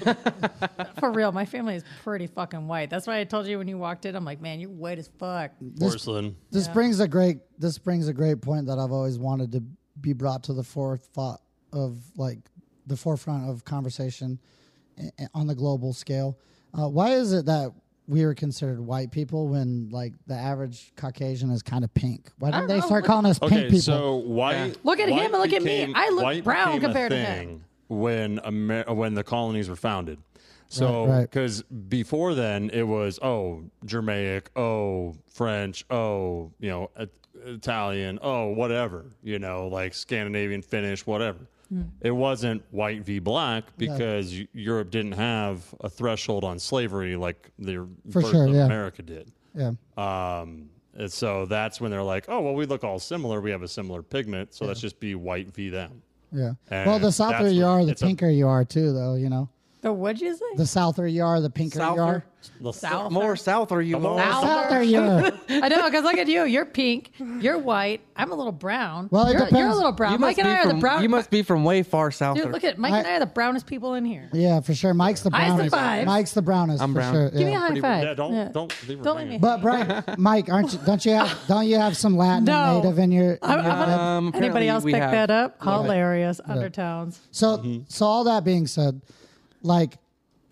Speaker 3: For real, my family is pretty fucking white. That's why I told you when you walked in, I'm like, man, you're white as fuck.
Speaker 4: Porcelain.
Speaker 1: this brings a great this brings a great point that I've always wanted to be brought to the forethought of like the forefront of conversation i- i- on the global scale. Uh, why is it that we are considered white people when like the average Caucasian is kind of pink? Why didn't
Speaker 3: don't
Speaker 1: they
Speaker 3: know.
Speaker 1: start calling us pink
Speaker 4: Okay,
Speaker 1: people?
Speaker 4: so white.
Speaker 3: Look at
Speaker 4: white
Speaker 3: him and look at me.
Speaker 4: became-
Speaker 3: I look
Speaker 4: white
Speaker 3: brown
Speaker 4: became a
Speaker 3: compared to him.
Speaker 4: thing When Amer- when the colonies were founded, so
Speaker 1: Right, right.
Speaker 4: because before then it was oh Germanic, oh French, oh you know it- Italian, oh whatever you know like Scandinavian, Finnish, whatever.
Speaker 3: Hmm.
Speaker 4: It wasn't white v black because Eu- Europe didn't have a threshold on slavery like the
Speaker 1: For
Speaker 4: birth
Speaker 1: sure,
Speaker 4: of
Speaker 1: yeah.
Speaker 4: America did.
Speaker 1: yeah,
Speaker 4: Um, and so that's when they're like, oh, well, we look all similar. We have a similar pigment. So let's just be white v them.
Speaker 1: yeah.
Speaker 4: and
Speaker 1: Well, the souther
Speaker 4: Uh, that's
Speaker 1: you
Speaker 4: what-
Speaker 1: are, the
Speaker 4: it's a-
Speaker 1: pinker you are too, though. You know,
Speaker 3: The what'd you say?
Speaker 1: the souther you are, the pinker you
Speaker 2: Souther.
Speaker 1: are.
Speaker 4: The
Speaker 3: South.
Speaker 2: More south are you? More
Speaker 3: South.
Speaker 1: Souther you are.
Speaker 3: I know, because look at you. You're pink. You're white. I'm a little brown.
Speaker 1: Well, it
Speaker 3: you're, you're a
Speaker 1: depends.
Speaker 3: little brown. Mike and I are
Speaker 2: from,
Speaker 3: the brown.
Speaker 2: You must be from way far south.
Speaker 3: Dude, look at Mike and I are the brownest people in here.
Speaker 1: Yeah, for sure. Mike's the
Speaker 3: Eyes to
Speaker 1: brownest.
Speaker 3: fives.
Speaker 1: Mike's the brownest
Speaker 2: I'm
Speaker 1: for
Speaker 2: brown.
Speaker 1: sure.
Speaker 3: Give me
Speaker 1: yeah.
Speaker 3: a high five.
Speaker 4: Yeah, don't,
Speaker 3: Yeah.
Speaker 4: don't leave her
Speaker 3: Don't leave
Speaker 4: hanging.
Speaker 3: me.
Speaker 1: But Brian, Mike, aren't you? Don't you have? Don't you have some Latin
Speaker 3: No.
Speaker 1: native in your?
Speaker 3: I- I wanna-
Speaker 2: Um,
Speaker 3: anybody
Speaker 2: apparently
Speaker 3: else
Speaker 2: we
Speaker 3: pick
Speaker 2: have-
Speaker 3: that up? Hilarious undertones.
Speaker 1: so,
Speaker 4: Mm-hmm.
Speaker 1: so all that being said, like,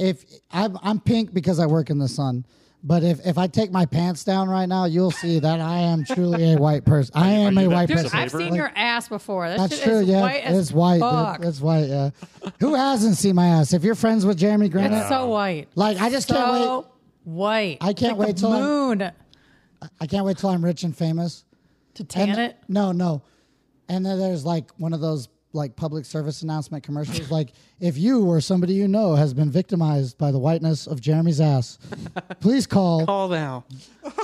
Speaker 1: if I'm I'm pink because I work in the sun, but if if I take my pants down right now, you'll see that I am truly a white person. I am
Speaker 4: you
Speaker 1: a
Speaker 4: that
Speaker 1: white
Speaker 4: piece
Speaker 3: Dude,
Speaker 4: It's
Speaker 1: person.
Speaker 4: a
Speaker 3: I've
Speaker 4: flavor.
Speaker 3: seen your ass before. That
Speaker 1: That's
Speaker 3: shit
Speaker 1: true.
Speaker 3: is
Speaker 1: yeah,
Speaker 3: white as
Speaker 1: it's white.
Speaker 3: fuck.
Speaker 1: Dude. It's white. Yeah. Who hasn't seen my ass? If you're friends with Jeremy Granite,
Speaker 3: It's so white.
Speaker 1: like, I just can't wait.
Speaker 3: so white.
Speaker 1: I can't
Speaker 3: Like
Speaker 1: wait
Speaker 3: the
Speaker 1: till I'm-
Speaker 3: moon
Speaker 1: I can't wait till I'm rich and famous.
Speaker 3: to tan
Speaker 1: And-
Speaker 3: it.
Speaker 1: No, no. And then there's like one of those like public service announcement commercials. like, if you or somebody you know has been victimized by the whiteness of Jeremy's ass, please call
Speaker 2: Call now.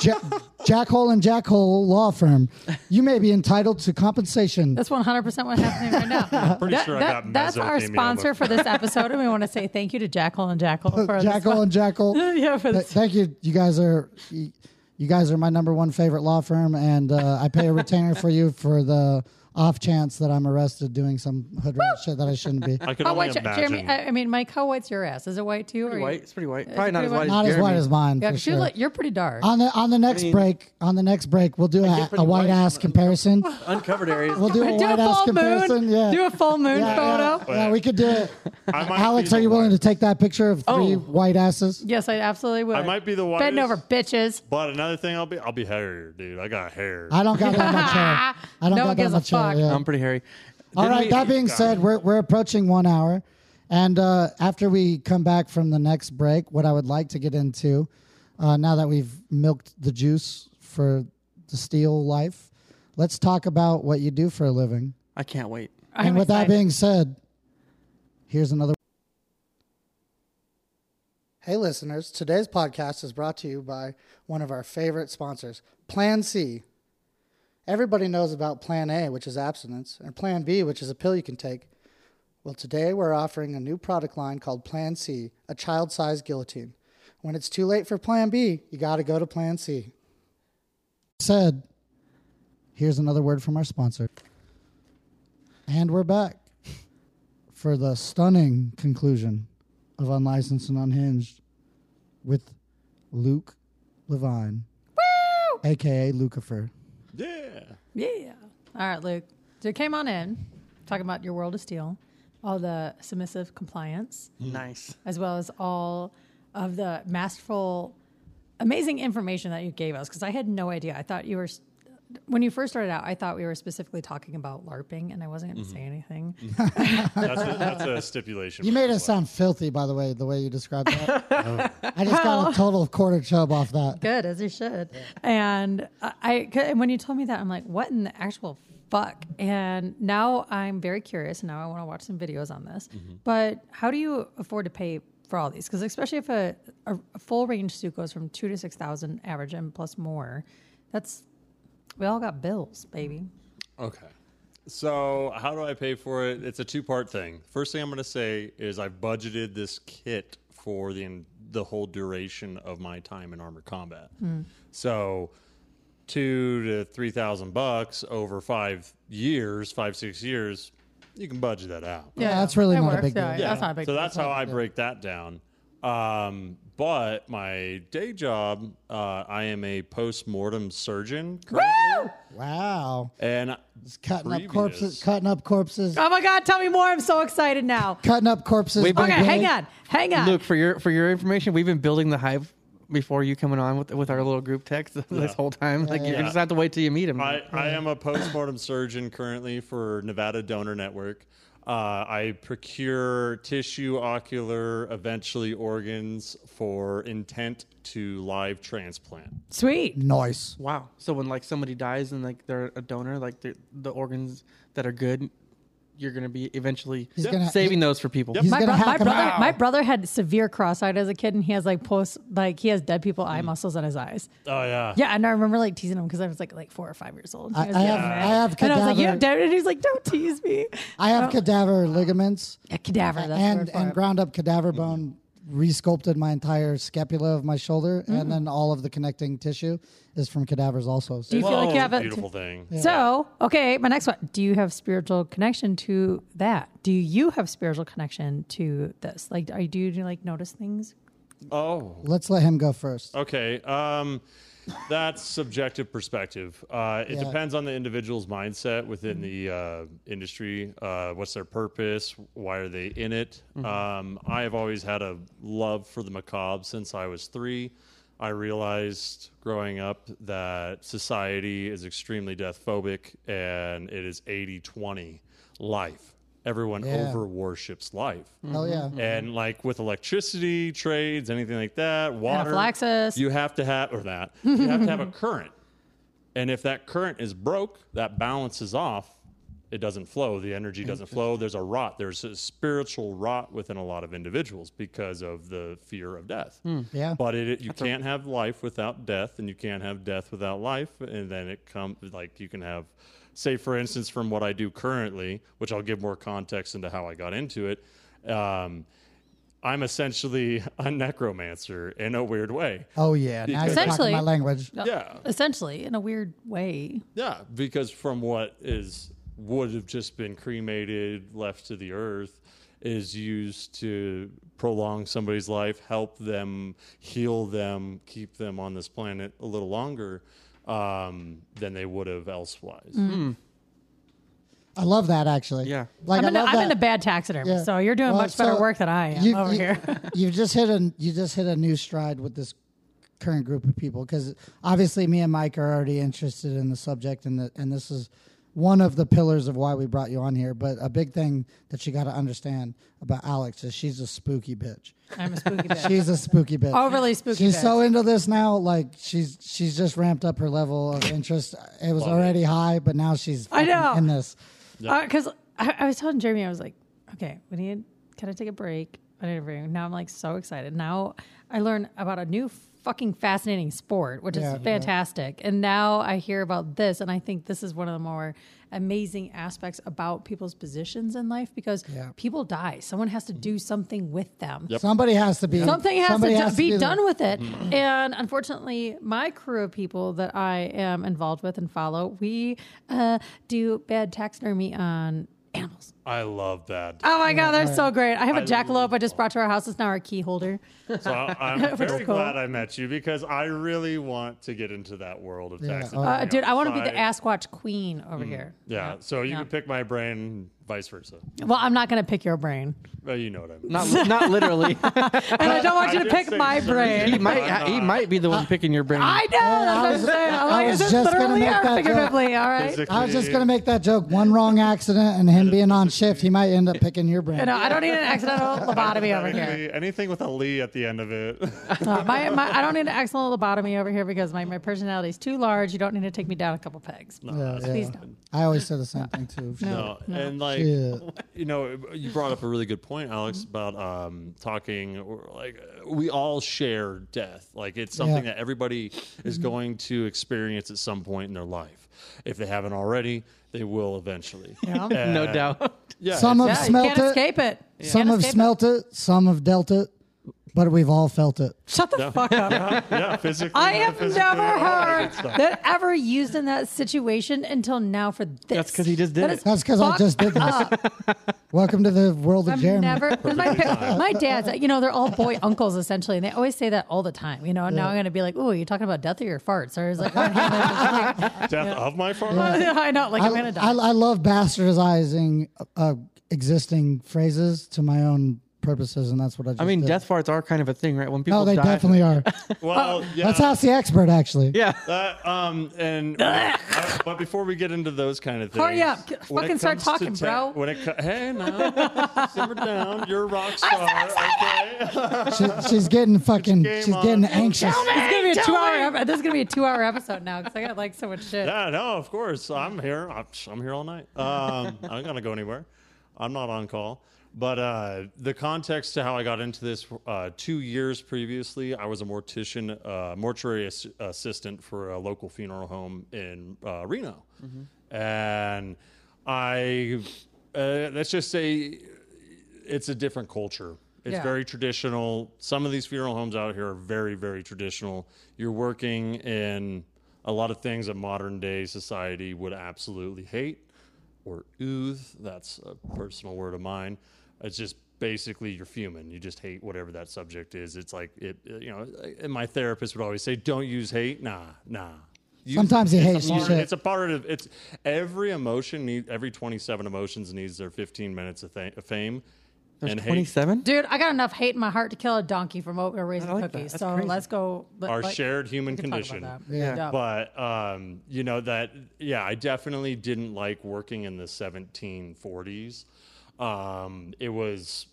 Speaker 1: ja- Jackhole and Jackhole Law Firm. You may be entitled to compensation.
Speaker 3: That's 100% what's happening right now.
Speaker 4: Pretty sure I got
Speaker 3: that's our
Speaker 4: mesothelioma.
Speaker 3: sponsor for this episode, and we want to say thank you to Jackal and Jackal for the
Speaker 1: Jackal Uh, and Jackal.
Speaker 3: spon- yeah, for
Speaker 1: Th-
Speaker 3: this.
Speaker 1: thank you. You guys are you, you guys are my number one favorite law firm, and uh, I pay a retainer for you for the off chance that I'm arrested doing some hood rat shit that I shouldn't be.
Speaker 4: I could
Speaker 3: How
Speaker 4: only
Speaker 3: white,
Speaker 4: imagine.
Speaker 3: Jeremy? I, I mean, Mike, how white's your ass? Is it white too? Or
Speaker 2: Pretty
Speaker 3: you-
Speaker 2: white. It's pretty white. Probably not
Speaker 3: pretty
Speaker 2: as white.
Speaker 3: white.
Speaker 2: as
Speaker 1: Not as
Speaker 2: Jeremy.
Speaker 1: white as mine.
Speaker 3: Yeah,
Speaker 1: for
Speaker 3: 'cause you're,
Speaker 1: sure.
Speaker 3: like- you're pretty dark.
Speaker 1: on the on the next
Speaker 2: mean-
Speaker 1: break, on the next break, we'll do a,
Speaker 2: pretty
Speaker 1: a white
Speaker 2: white.
Speaker 1: ass comparison.
Speaker 2: Uncovered areas.
Speaker 1: We'll do a
Speaker 3: do
Speaker 1: white
Speaker 3: a
Speaker 1: ass
Speaker 3: full
Speaker 1: comparison.
Speaker 3: moon.
Speaker 1: Yeah.
Speaker 3: Do a full moon
Speaker 1: yeah, yeah,
Speaker 3: photo.
Speaker 1: yeah, we could do it.
Speaker 3: uh,
Speaker 4: I might
Speaker 1: Alex,
Speaker 4: be
Speaker 1: are
Speaker 4: the
Speaker 1: you willing to
Speaker 4: white-
Speaker 1: take that picture of three
Speaker 2: Oh.
Speaker 1: white asses?
Speaker 3: Yes, I absolutely would.
Speaker 4: I might be the whitest.
Speaker 3: Bend over, bitches.
Speaker 4: But another thing, I'll be I'll be hairier, dude. I got hair.
Speaker 1: I don't got that much hair. I don't
Speaker 3: No
Speaker 1: got
Speaker 3: one
Speaker 1: that
Speaker 3: gives a
Speaker 1: much hair.
Speaker 3: fuck.
Speaker 1: yeah.
Speaker 2: I'm pretty hairy.
Speaker 1: All
Speaker 2: Um, Then
Speaker 1: right.
Speaker 2: we-
Speaker 1: that being said, we're we're approaching one hour, and uh, after we come back from the next break, what I would like to get into, uh, now that we've milked the juice for the steel life, let's talk about what you do for a living.
Speaker 2: I can't wait.
Speaker 3: I'm
Speaker 1: and with
Speaker 3: excited.
Speaker 1: that being said, here's another. Hey, listeners. Today's podcast is brought to you by one of our favorite sponsors, Plan C. Everybody knows about Plan A, which is abstinence, and Plan B, which is a pill you can take. Well, today we're offering a new product line called Plan C, a child sized guillotine. When it's too late for Plan B, you got to go to Plan C. Said, here's another word from our sponsor. And we're back for the stunning conclusion of Unlicensed and Unhinged with Luke Levine, aka Lucifer.
Speaker 4: yeah.
Speaker 3: Yeah. All right, Luke. So you came on in talking about your world of steel, all the submissive compliance,
Speaker 2: Nice.
Speaker 3: as well as all of the masterful, amazing information that you gave us. Because I had no idea. I thought you were. s- When you first started out, I thought we were specifically talking about LARPing, and I wasn't going to say anything.
Speaker 4: That's a, that's a stipulation.
Speaker 1: You made it sound filthy, by the way, the way you described that. I just got a total quarter chub off that.
Speaker 3: Good as you should. And I, I- and when you told me that, I'm like, what in the actual fuck? And now I'm very curious. And now I want to watch some videos on this.
Speaker 1: Mm-hmm.
Speaker 3: But how do you afford to pay for all these? Because especially if a, a, a full range suit goes from two to six thousand average and plus more, that's we all got bills, baby.
Speaker 4: Okay. So, how do I pay for it? It's a two-part thing. First thing I'm going to say is I budgeted this kit for the en- the whole duration of my time in armored combat. So, two to three thousand bucks over five years, five six years, you can budget that out.
Speaker 1: Yeah, that's really
Speaker 3: It
Speaker 1: not a
Speaker 3: works.
Speaker 1: big deal.
Speaker 3: Yeah,
Speaker 4: Yeah.
Speaker 3: That's not a big
Speaker 4: so
Speaker 3: deal.
Speaker 4: that's how I break that down. Um, but my day job, uh, I am a post-mortem surgeon, currently,
Speaker 1: Wow.
Speaker 4: and
Speaker 1: Cutting up
Speaker 4: Previous.
Speaker 1: corpses, cutting up corpses,
Speaker 3: Oh my god, tell me more. I'm so excited now.
Speaker 1: cutting up corpses.
Speaker 2: Wait,
Speaker 1: by
Speaker 3: Okay, hang
Speaker 1: day.
Speaker 3: on. Hang on.
Speaker 2: Luke, for your for your information, we've been building the hive before you coming on with with our little group text this whole time. Like you
Speaker 4: yeah.
Speaker 2: just have to wait till you meet him.
Speaker 4: I, I am a postmortem surgeon currently for Nevada Donor Network. Uh, I procure tissue, ocular, eventually organs for intent to live transplant.
Speaker 3: Sweet.
Speaker 1: Nice.
Speaker 2: wow. So when like somebody dies and like they're a donor, like they're- the organs that are good, you're gonna be eventually
Speaker 1: He's gonna-
Speaker 2: saving those for people.
Speaker 1: He's
Speaker 3: my,
Speaker 1: gonna
Speaker 3: bro- my
Speaker 1: hack 'em
Speaker 3: brother,
Speaker 1: out.
Speaker 3: my brother had severe cross-eyed as a kid, and he has like post, like he has dead people
Speaker 1: Hmm.
Speaker 3: eye muscles on his eyes.
Speaker 4: Oh yeah.
Speaker 3: Yeah, and I remember like teasing him because I was like like four or five years old. He
Speaker 1: I-
Speaker 3: was
Speaker 1: I
Speaker 3: getting
Speaker 1: have-
Speaker 3: mad.
Speaker 1: I have
Speaker 3: and I was like, you
Speaker 1: cadaver-
Speaker 3: have Oh. dead, and he's like, don't tease me.
Speaker 1: I have cadaver ligaments.
Speaker 3: A cadaver, that's the
Speaker 1: and
Speaker 3: word for
Speaker 1: and
Speaker 3: it.
Speaker 1: ground up cadaver bone resculpted my entire scapula of my shoulder,
Speaker 3: Mm.
Speaker 1: and then all of the connecting tissue is from cadavers also. So
Speaker 3: Do you feel like you have a
Speaker 4: beautiful thing.
Speaker 3: So okay, my next one. Do you have spiritual connection to that? Do you have spiritual connection to this? Like, are you, do you like notice things?
Speaker 4: Oh,
Speaker 1: let's let him go first.
Speaker 4: Okay. Um, that's subjective perspective. Uh,
Speaker 1: Yeah.
Speaker 4: it
Speaker 1: Mm-hmm.
Speaker 4: depends on the individual's mindset within the uh, industry. Uh, what's their purpose? Why are they in it?
Speaker 1: Mm-hmm.
Speaker 4: Um, I have always had a love for the macabre since I was three. I realized growing up that society is extremely death phobic and it is 80 20 life. Everyone
Speaker 1: Yeah. Mm-hmm.
Speaker 4: over worships life.
Speaker 1: Hell yeah.
Speaker 4: And like with electricity trades, anything like that, water,
Speaker 3: Anaphylaxis.
Speaker 4: you have to have or that you have to have a current. And if that current is broke, that balance is off. it doesn't flow. The energy doesn't flow. There's a rot. There's a spiritual rot within a lot of individuals because of the fear of death.
Speaker 1: Yeah.
Speaker 4: But it, it- you can't have life without death, and you can't have death without life. And then it comes like you can have, say, for instance, from what I do currently, which I'll give more context into how I got into it. Um, I'm essentially a necromancer in a weird way.
Speaker 1: Oh yeah. Now you're talking
Speaker 3: Essentially-
Speaker 1: my language.
Speaker 4: Yeah.
Speaker 3: Oh, Essentially, in a weird way.
Speaker 4: Yeah, because from what is would have just been cremated, left to the earth, is used to prolong somebody's life, help them, heal them, keep them on this planet a little longer um, than they would have elsewise.
Speaker 3: Mm-hmm.
Speaker 1: I love that actually.
Speaker 2: Yeah.
Speaker 1: Like
Speaker 3: I'm, in,
Speaker 1: I
Speaker 3: a,
Speaker 1: love
Speaker 3: I'm
Speaker 1: that.
Speaker 3: in a bad taxidermy,
Speaker 1: Yeah.
Speaker 3: so you're doing
Speaker 1: Well,
Speaker 3: much better
Speaker 1: so
Speaker 3: work than I am
Speaker 1: you-
Speaker 3: over
Speaker 1: you-
Speaker 3: here.
Speaker 1: you just hit a you just hit a new stride with this current group of people because obviously me and Mike are already interested in the subject and the, and this is one of the pillars of why we brought you on here. But a big thing that you got to understand about Alex is she's a spooky bitch.
Speaker 3: I'm a spooky bitch.
Speaker 1: She's a spooky bitch.
Speaker 3: Overly spooky
Speaker 1: She's
Speaker 3: bitch.
Speaker 1: so into this now, like she's she's just ramped up her level of interest. It was already high, but now she's fucking
Speaker 3: I know.
Speaker 1: in this.
Speaker 3: because Uh, I, I was telling Jeremy, I was like, okay, we need can I take a break? I need a break. Now I'm like so excited. Now I learn about a new fucking fascinating sport, which
Speaker 1: Yeah,
Speaker 3: is
Speaker 1: yeah.
Speaker 3: fantastic. And now I hear about this, and I think this is one of the more amazing aspects about people's positions in life because
Speaker 1: Yeah.
Speaker 3: people die. Someone has to do something with them.
Speaker 1: Somebody has to be
Speaker 3: Something has
Speaker 1: Um, somebody
Speaker 3: to, do- be
Speaker 1: there.
Speaker 3: done with it. And unfortunately, my crew of people that I am involved with and follow, we uh, do bad taxidermy on animals.
Speaker 4: I love that.
Speaker 3: Oh my God, they're so great. I have a
Speaker 4: I
Speaker 3: jackalope I just brought to our house. It's now our key holder.
Speaker 4: So I'm
Speaker 3: is
Speaker 4: very
Speaker 3: cool.
Speaker 4: glad I met you because I really want to get into that world of
Speaker 1: Yeah.
Speaker 4: taxes.
Speaker 1: Uh,
Speaker 3: Uh, dude, I want to be the
Speaker 4: ass.
Speaker 3: Asquatch queen over here.
Speaker 4: Mm. Yeah, so you
Speaker 3: Yeah.
Speaker 4: can pick my brain, vice versa.
Speaker 3: Well, I'm not going to pick your brain.
Speaker 4: Well, you know what I mean.
Speaker 2: Not, li- not literally.
Speaker 3: And I don't want you
Speaker 4: I
Speaker 3: to
Speaker 4: did
Speaker 3: pick
Speaker 4: say
Speaker 3: my
Speaker 4: sorry.
Speaker 2: he
Speaker 3: brain.
Speaker 2: might.
Speaker 4: I'm
Speaker 2: he
Speaker 4: not.
Speaker 2: might be the one picking your brain.
Speaker 3: I know. That's what I'm
Speaker 1: was-
Speaker 3: saying. I'm
Speaker 1: I
Speaker 3: like,
Speaker 1: was
Speaker 3: is this
Speaker 1: just gonna
Speaker 3: literally
Speaker 1: make that
Speaker 3: or
Speaker 1: joke.
Speaker 3: figuratively? All right.
Speaker 4: Physically-
Speaker 1: I was just gonna make that joke. One wrong accident and him being on shift, he might end up picking your brain.
Speaker 3: No, I don't need an accidental lobotomy over here.
Speaker 4: Anything- Anything with a Lee at the end of it.
Speaker 3: Uh, my, my, I don't need an accidental lobotomy over here because my, my personality is too large. You don't need to take me down a couple pegs.
Speaker 1: Yeah, yeah.
Speaker 3: Please don't.
Speaker 1: I always say the same thing too.
Speaker 4: no, and like
Speaker 1: Yeah.
Speaker 4: you know, you brought up a really good point, Alex, about um, talking. or, Like we all share death. Like it's something
Speaker 1: Yeah.
Speaker 4: that everybody is going to experience at some point in their life. If they haven't already, they will eventually.
Speaker 3: Yeah.
Speaker 2: no
Speaker 4: Uh,
Speaker 2: doubt.
Speaker 4: Yeah,
Speaker 1: Some have
Speaker 4: it's-
Speaker 3: Yeah, you
Speaker 1: smelt
Speaker 3: can't
Speaker 1: it.
Speaker 3: escape it. You
Speaker 1: Some
Speaker 3: can't
Speaker 1: have
Speaker 3: escape it.
Speaker 1: smelt it. Some have dealt it, but we've all felt it.
Speaker 3: Shut the fuck up.
Speaker 4: yeah, physically.
Speaker 3: I have
Speaker 4: physically,
Speaker 3: never
Speaker 4: all that good
Speaker 3: heard
Speaker 4: stuff.
Speaker 3: that ever used in that situation until now for this.
Speaker 2: That's 'cause he just did
Speaker 3: That
Speaker 2: it.
Speaker 3: is
Speaker 1: That's because I
Speaker 3: fucked
Speaker 1: just did this.
Speaker 3: up.
Speaker 1: Welcome to the world of
Speaker 3: I've
Speaker 1: Jeremy.
Speaker 3: never. 'cause My, pa- my dad's, you know, they're all boy uncles essentially, and they always say that all the time. You know, and now I'm going to be like, "Ooh, you're talking about death or your farts?" Or it's like,
Speaker 4: death of my farm.
Speaker 3: I know, like
Speaker 1: I,
Speaker 3: I'm going to
Speaker 1: I,
Speaker 3: die.
Speaker 1: I love bastardizing uh, existing phrases to my own purposes, and that's what I. Just
Speaker 2: I mean,
Speaker 1: did.
Speaker 2: death farts are kind of a thing, right? When people
Speaker 1: No, Oh, they
Speaker 2: die,
Speaker 1: definitely are.
Speaker 4: Well, yeah.
Speaker 1: Let's ask the expert. Actually,
Speaker 2: Yeah.
Speaker 4: That, um, and uh, but before we get into those kind of things,
Speaker 3: Hurry up. Get-
Speaker 4: when it
Speaker 3: fucking start
Speaker 4: comes to
Speaker 3: talking, bro.
Speaker 4: When it co- hey now, simmer down. You're a rock star. okay.
Speaker 1: she, she's getting fucking.
Speaker 4: game
Speaker 1: She's getting
Speaker 4: on.
Speaker 1: anxious.
Speaker 3: It's going to be a two-hour. Ep- this is going to be a two-hour episode now because I got like so much shit.
Speaker 4: yeah, no, of course. I'm here. I'm, I'm here all night. Um, I'm not gonna go anywhere. I'm not on call. But uh, the context to how I got into this, uh, two years previously, I was a mortician, uh, mortuary ass- assistant for a local funeral home in uh, Reno, and I uh, let's just say it's a different culture. It's
Speaker 3: Yeah.
Speaker 4: very traditional. Some of these funeral homes out here are very, very traditional. You're working in a lot of things that modern day society would absolutely hate or ooze. That's a personal word of mine. It's just basically you're fuming. You just hate whatever that subject is. It's like it, you know. And my therapist would always say, "Don't use hate." Nah, nah. Use-
Speaker 1: Sometimes he
Speaker 4: it's a
Speaker 1: hates you
Speaker 4: part-
Speaker 1: shit.
Speaker 4: It's a part of it's every emotion needs every 27 emotions needs their 15 minutes of, th- of fame. and hate.
Speaker 2: Twenty-seven.
Speaker 3: Dude, I got enough hate in my heart to kill a donkey from oatmeal raisin
Speaker 2: I like that.
Speaker 3: cookies.
Speaker 2: That's
Speaker 3: So
Speaker 2: crazy.
Speaker 3: let's go. Let,
Speaker 4: our
Speaker 3: like-
Speaker 4: shared human
Speaker 3: we can talk about
Speaker 4: condition.
Speaker 3: that.
Speaker 1: Yeah.
Speaker 4: But um, you know that yeah, I definitely didn't like working in the 1740s. Um, it was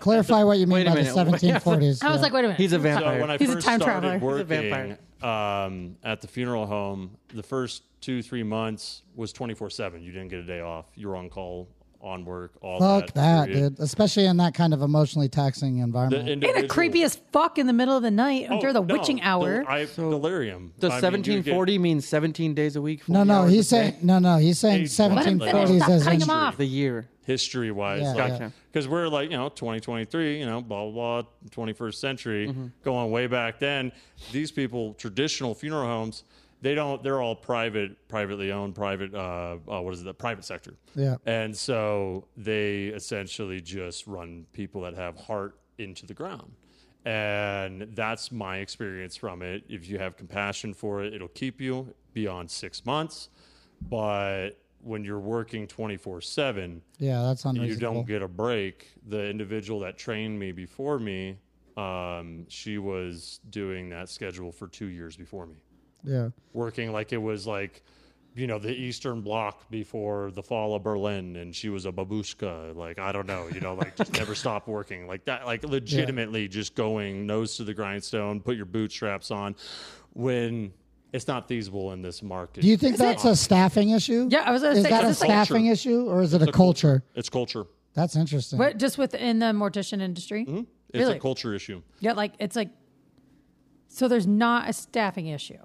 Speaker 1: Clarify what you mean
Speaker 2: wait a
Speaker 1: by the
Speaker 2: minute.
Speaker 1: 1740s.
Speaker 3: I
Speaker 1: yeah.
Speaker 3: was like, wait a minute.
Speaker 2: He's a
Speaker 4: So
Speaker 2: vampire.
Speaker 4: uh, when I
Speaker 3: He's a
Speaker 4: first
Speaker 3: time
Speaker 4: started
Speaker 3: traveler. He's a
Speaker 4: working
Speaker 2: vampire.
Speaker 4: um, at the funeral home, the first two three months was twenty four seven. You didn't get a day off. You were on call, on work, all
Speaker 1: fuck that,
Speaker 4: period.
Speaker 1: dude. Especially in that kind of emotionally taxing
Speaker 4: The
Speaker 1: environment.
Speaker 3: in a
Speaker 4: individual-
Speaker 3: creepy as fuck in the middle of the night
Speaker 4: Oh,
Speaker 3: during the
Speaker 4: no,
Speaker 3: witching
Speaker 4: del-
Speaker 3: hour.
Speaker 4: I, delirium.
Speaker 2: Does
Speaker 4: I mean, you
Speaker 2: seventeen
Speaker 4: get-
Speaker 2: forty mean seventeen days a week?
Speaker 1: no,
Speaker 2: 40
Speaker 1: no,
Speaker 2: hours
Speaker 1: he's
Speaker 2: a day?
Speaker 1: saying no, no, he's saying
Speaker 4: Age one. Let him finish.
Speaker 1: 1740s
Speaker 3: Stop
Speaker 1: as
Speaker 3: cutting him
Speaker 1: in-
Speaker 3: off.
Speaker 2: the year.
Speaker 4: history wise.
Speaker 1: Yeah,
Speaker 4: like,
Speaker 2: Gotcha.
Speaker 4: Because we're like, you know, 2023, you know, blah, blah, blah, 21st century, going way back then. These people, traditional funeral homes, they don't, they're all private, privately owned, private, uh, uh, what is it, the private sector.
Speaker 1: Yeah.
Speaker 4: And so they essentially just run people that have heart into the ground. And that's my experience from it. If you have compassion for it, it'll keep you beyond six months. But when you're working 24 7,
Speaker 1: Yeah, that's unreasonable.
Speaker 4: you don't get a break. The individual that trained me before me, um, she was doing that schedule for two years before me,
Speaker 1: yeah.
Speaker 4: working like it was like, you know, the Eastern Bloc before the fall of Berlin, and she was a babushka. Like I don't know, you know, like just never stop working like that. Like legitimately, just going nose to the grindstone. Put your bootstraps on when. It's not feasible in this market.
Speaker 1: Do you think
Speaker 3: Is
Speaker 1: that's
Speaker 3: it-
Speaker 1: a staffing issue?
Speaker 3: Yeah, I was gonna
Speaker 1: Is
Speaker 3: say,
Speaker 1: that a
Speaker 3: is this like-
Speaker 1: staffing
Speaker 4: Culture.
Speaker 1: issue or is it a culture?
Speaker 4: It's culture.
Speaker 1: That's interesting.
Speaker 3: What, just within the mortician industry?
Speaker 4: It's
Speaker 3: Really?
Speaker 4: a culture issue.
Speaker 3: Yeah, like it's like so there's not a staffing issue.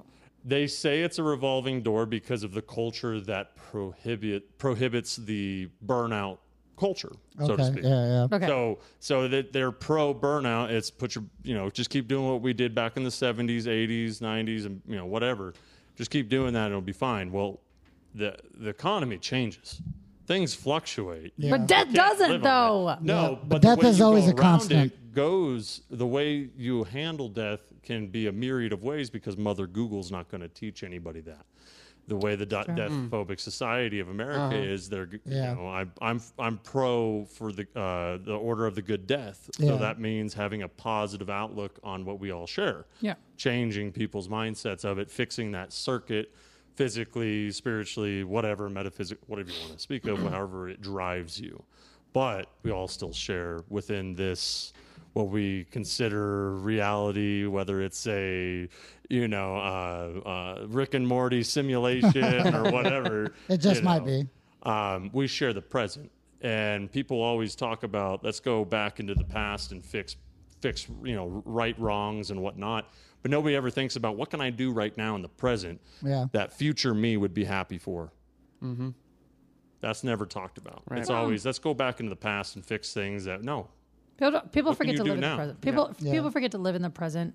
Speaker 4: They say it's a revolving door because of the culture that prohibit prohibits the burnout culture, so
Speaker 1: okay.
Speaker 4: to speak.
Speaker 1: Yeah, yeah.
Speaker 3: Okay.
Speaker 4: So, so that they're pro burnout. It's put your, you know, just keep doing what we did back in the seventies, eighties, nineties, and you know, whatever. Just keep doing that, and it'll be fine. Well, the the economy changes, things fluctuate. Yeah.
Speaker 3: But death doesn't
Speaker 4: Live on
Speaker 3: though.
Speaker 4: that. No,
Speaker 1: Yeah,
Speaker 4: but,
Speaker 1: but death
Speaker 4: death the way
Speaker 1: is
Speaker 4: you
Speaker 1: always
Speaker 4: go
Speaker 1: a
Speaker 4: around
Speaker 1: constant.
Speaker 4: It goes the way you handle death can be a myriad of ways because Mother Google's not going to teach anybody that. The way the death phobic society of America is, they're g-
Speaker 1: Mm. Uh-huh. Yeah.
Speaker 4: you know I, I'm I'm pro for the uh, the order of the good death.
Speaker 1: Yeah.
Speaker 4: So that means having a positive outlook on what we all share.
Speaker 3: Yeah.
Speaker 4: changing people's mindsets of it, fixing that circuit. Physically, spiritually, whatever, metaphysic, whatever you want to speak of, however it drives you but we all still share within this what we consider reality, whether it's a you know uh, uh, Rick and Morty simulation or whatever.
Speaker 1: It just
Speaker 4: you
Speaker 1: might
Speaker 4: know. Um, we share the present, and people always talk about let's go back into the past and fix fix you know right wrongs and whatnot. But nobody ever thinks about what can I do right now in the present
Speaker 1: Yeah.
Speaker 4: that future me would be happy for.
Speaker 3: Mm-hmm.
Speaker 4: That's never talked about. It's
Speaker 3: um,
Speaker 4: always let's go back into the past and fix things that no.
Speaker 3: People, people
Speaker 4: can
Speaker 3: forget
Speaker 4: you
Speaker 3: to
Speaker 4: do
Speaker 3: live in
Speaker 4: now?
Speaker 3: the present. People
Speaker 1: Yeah.
Speaker 3: people forget to live in the present.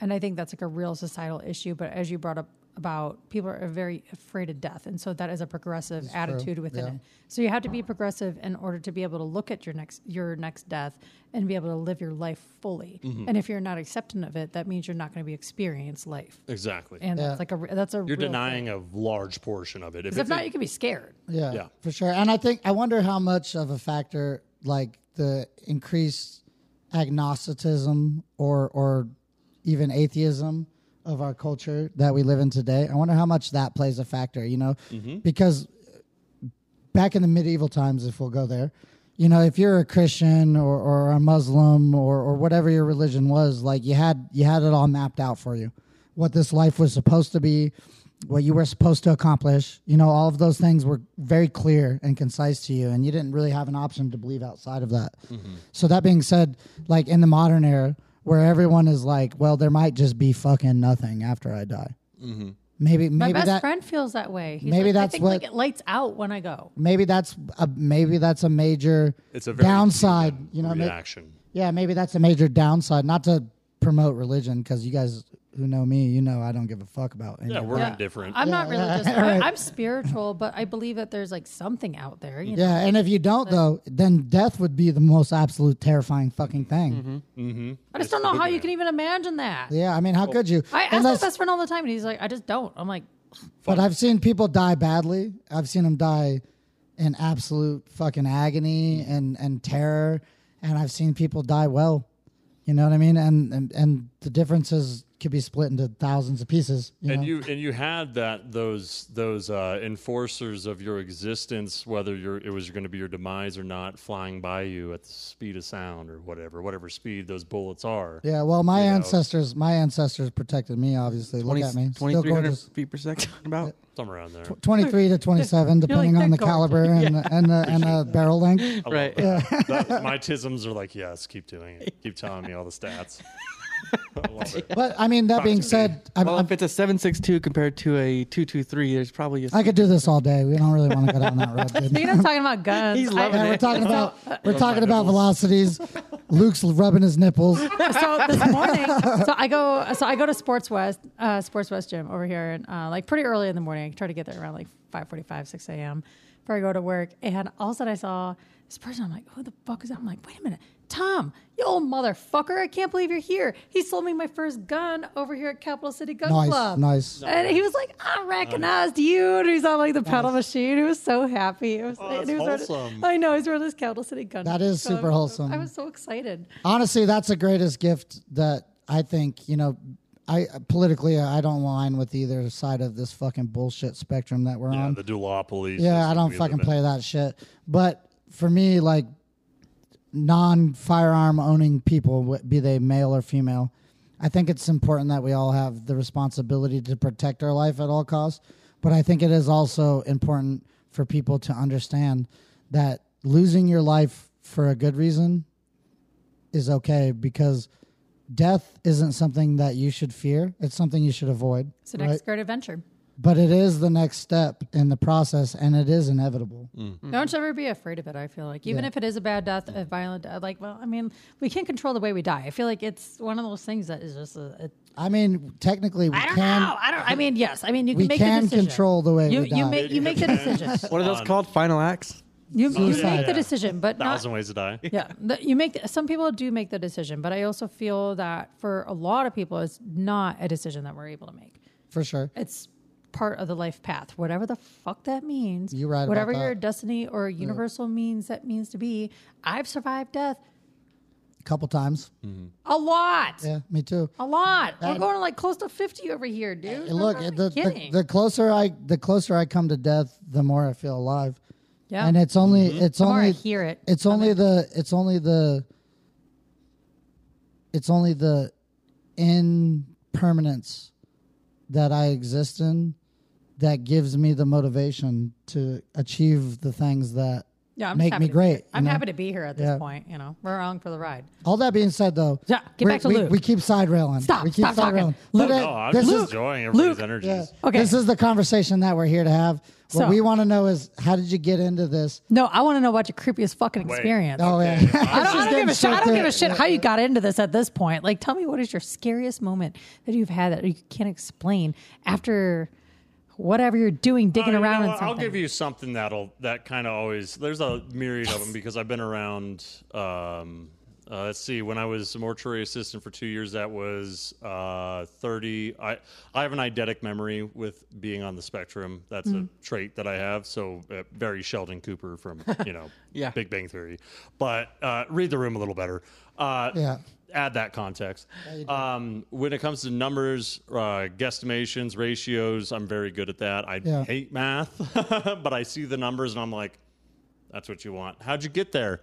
Speaker 3: And I think that's like a real societal issue, but as you brought up about people are very afraid of death and so that is a progressive attitude within
Speaker 1: yeah.
Speaker 3: it. So you have to be progressive in order to be able to look at your next your next death and be able to live your life fully.
Speaker 4: Mm-hmm.
Speaker 3: And if you're not acceptant of it, that means you're not going to be experienced life.
Speaker 4: Exactly.
Speaker 3: And that's like a re- that's a
Speaker 4: You're
Speaker 3: real
Speaker 4: denying a large portion of it. If
Speaker 3: Because if
Speaker 4: it's
Speaker 3: not,
Speaker 4: a-
Speaker 3: you can be scared.
Speaker 1: Yeah,
Speaker 4: Yeah.
Speaker 1: for sure. And I think I wonder how much of a factor like the increased agnosticism or or even atheism of our culture that we live in today. I wonder how much that plays a factor, you know? Because back in the medieval times, if we'll go there, you know, if you're a Christian or, or a Muslim or, or whatever your religion was, like you had you had it all mapped out for you. What this life was supposed to be, what you were supposed to accomplish, you know, all of those things were very clear and concise to you, and you didn't really have an option to believe outside of that. So that being said, like in the modern era, where everyone is like, well, there might just be fucking nothing after I die. Maybe
Speaker 3: My
Speaker 1: maybe
Speaker 3: best
Speaker 1: that
Speaker 3: friend feels that way. He's
Speaker 1: maybe
Speaker 3: like, I
Speaker 1: that's
Speaker 3: think
Speaker 1: what-
Speaker 3: like it lights out when I go.
Speaker 1: maybe that's a maybe that's a major
Speaker 4: it's a very
Speaker 1: downside.
Speaker 4: human
Speaker 1: You know, ma-
Speaker 4: reaction.
Speaker 1: yeah, maybe that's a major downside. Not to promote religion, because you guys who know me, you know I don't give a fuck about. Any
Speaker 4: Yeah,
Speaker 1: of
Speaker 4: we're
Speaker 1: that.
Speaker 4: indifferent.
Speaker 3: I'm not religious. I, I'm spiritual, but I believe that there's like something out there. You know?
Speaker 1: yeah, and if you don't though, then death would be the most absolute terrifying fucking thing.
Speaker 4: Mm-hmm.
Speaker 3: I just don't know how you can even imagine that.
Speaker 1: Yeah, I mean, how could you?
Speaker 3: I ask
Speaker 1: Unless-
Speaker 3: my best friend all the time, and he's like, I just don't. I'm like,
Speaker 1: but I've seen people die badly. I've seen them die in absolute fucking agony and and terror, and I've seen people die well. You know what I mean? And and, and the difference is could be split into thousands of pieces. You
Speaker 4: and
Speaker 1: know?
Speaker 4: you and you had that those those uh, enforcers of your existence, whether your it was going to be your demise or not, flying by you at the speed of sound or whatever, whatever speed those bullets are.
Speaker 1: yeah. Well, my
Speaker 4: you know.
Speaker 1: ancestors, my ancestors protected me. Obviously, look at me. Still
Speaker 2: 2,300
Speaker 1: gorgeous.
Speaker 2: feet per second. About
Speaker 4: somewhere around there.
Speaker 1: Twenty-three to twenty-seven, depending
Speaker 3: like,
Speaker 1: on the
Speaker 3: they're
Speaker 1: caliber and and the, and the barrel length.
Speaker 4: I love
Speaker 2: right.
Speaker 4: that. That- my tisms are like, yes, keep doing it. Keep telling me all the stats. I love it.
Speaker 1: But I mean, that being said, I'm,
Speaker 2: Well,
Speaker 1: I'm,
Speaker 2: if it's a 762 compared to a 223, there's probably a.
Speaker 1: I could do this all day. We don't really want to go down that road. dude.
Speaker 3: Speaking of talking about guns,
Speaker 2: He's
Speaker 3: I-
Speaker 2: loving
Speaker 1: Yeah,
Speaker 2: it.
Speaker 1: we're talking about we're talking
Speaker 4: my
Speaker 1: about velocities. Luke's rubbing his nipples.
Speaker 3: so this morning, so I go, so I go to Sports West, uh, Sports West gym over here, and uh, like pretty early in the morning, I try to get there around like 5:45, 6 a.m. before I go to work. And all of a sudden, I saw this person. I'm like, who the fuck is that? I'm like, wait a minute, Tom, you old motherfucker! I can't believe you're here. He sold me my first gun over here at Capital City Gun
Speaker 1: Nice,
Speaker 3: Club.
Speaker 1: nice.
Speaker 3: And he was like, I recognized you. And he's on like the pedal machine. He was so happy. It was,
Speaker 4: Oh, that's
Speaker 3: he was
Speaker 4: wholesome.
Speaker 3: I know. He's wearing this Capital City gun.
Speaker 1: That is
Speaker 3: Club.
Speaker 1: super wholesome.
Speaker 3: I was so excited.
Speaker 1: Honestly, that's the greatest gift that I think you know. I politically, I don't align with either side of this fucking bullshit spectrum that we're
Speaker 4: Yeah,
Speaker 1: on.
Speaker 4: the duopoly.
Speaker 1: Um, Yeah, I
Speaker 4: system
Speaker 1: don't
Speaker 4: we
Speaker 1: fucking
Speaker 4: live in.
Speaker 1: play that shit. But for me, like non firearm owning people, wh- be they male or female, I think it's important that we all have the responsibility to protect our life at all costs. But I think it is also important for people to understand that losing your life for a good reason is okay because death isn't something that you should fear. It's something you should avoid.
Speaker 3: So next great adventure.
Speaker 1: But it is the next step in the process and it is inevitable. Mm-hmm.
Speaker 3: Don't ever be afraid of it. I feel like even if it is a bad death, a violent death, like well, I mean, we can't control the way we die. I feel like it's one of those things that is just a. a
Speaker 1: I mean, technically, we
Speaker 3: I don't
Speaker 1: can
Speaker 3: know. I don't. I mean, yes. I mean, you can
Speaker 1: we
Speaker 3: make the
Speaker 1: can
Speaker 3: decision.
Speaker 1: control the way
Speaker 3: You
Speaker 1: we
Speaker 3: you
Speaker 1: die.
Speaker 3: make you make the decision.
Speaker 2: What are those
Speaker 4: on.
Speaker 2: called? Final acts?
Speaker 3: You, you
Speaker 1: Suicide.
Speaker 3: make
Speaker 4: Yeah.
Speaker 3: the decision, but not
Speaker 4: Thousand ways to die.
Speaker 3: yeah the- you make some people do make the decision but i also feel that for a lot of people it's not a decision that we're able to make
Speaker 1: for sure.
Speaker 3: it's part of the life path whatever the fuck that means
Speaker 1: You're right about
Speaker 3: whatever your
Speaker 1: that.
Speaker 3: destiny or universal means that means to be i've survived death
Speaker 1: A couple times.
Speaker 3: a lot
Speaker 1: Yeah, me too.
Speaker 3: a lot we're
Speaker 1: That-
Speaker 3: going to like close to 50 over here dude
Speaker 1: Hey, look,
Speaker 3: I'm not
Speaker 1: the, the,
Speaker 3: kidding.
Speaker 1: the closer I the closer I come to death, the more I feel alive.
Speaker 3: yeah
Speaker 1: And it's only it's
Speaker 3: the more
Speaker 1: only
Speaker 3: i hear it
Speaker 1: it's only the it's only the it's only the impermanence that I exist in that gives me the motivation to achieve the things that
Speaker 3: yeah, I'm just
Speaker 1: make
Speaker 3: happy
Speaker 1: me
Speaker 3: to be here.
Speaker 1: great. you
Speaker 3: i'm
Speaker 1: know?
Speaker 3: happy to be here at this
Speaker 1: Yeah.
Speaker 3: point you know we're along for the ride
Speaker 1: All that being said, though,
Speaker 3: Yeah, get
Speaker 1: we-
Speaker 3: back to
Speaker 1: we,
Speaker 3: Luke.
Speaker 1: We keep side railing.
Speaker 3: Stop,
Speaker 1: We keep
Speaker 3: stop talking.
Speaker 1: side-railing.
Speaker 3: Luke.
Speaker 1: But, uh,
Speaker 4: No, I'm
Speaker 1: this
Speaker 4: just
Speaker 1: is
Speaker 4: enjoying everybody's
Speaker 3: Luke.
Speaker 4: energies.
Speaker 1: yeah,
Speaker 3: Okay.
Speaker 1: This is the conversation that we're here to have. What
Speaker 3: So-
Speaker 1: we want to know is how did you get into this?
Speaker 3: no i want to know about your creepiest fucking experience
Speaker 1: Oh yeah,
Speaker 3: I don't, I don't give a shit. I don't give a shit how you got into this at this point. Like, tell me what is your scariest moment that you've had that you can't explain after whatever you're doing, digging
Speaker 4: Uh, you know
Speaker 3: around in
Speaker 4: what?
Speaker 3: something.
Speaker 4: I'll give you something that'll that kind of always. There's a myriad of them because I've been around. Um, uh, let's see. When I was a mortuary assistant for two years, that was uh, 30. I I have an eidetic memory with being on the spectrum. That's
Speaker 3: Mm-hmm.
Speaker 4: a trait that I have. So uh, very Sheldon Cooper from you know
Speaker 2: Yeah.
Speaker 4: Big Bang Theory. But uh, read the room a little better. Uh,
Speaker 1: Yeah.
Speaker 4: add that context. Um, when it comes to numbers, uh, guesstimations, ratios, I'm very good at that. I
Speaker 1: Yeah.
Speaker 4: hate math, but I see the numbers and I'm like, that's what you want. How'd you get there?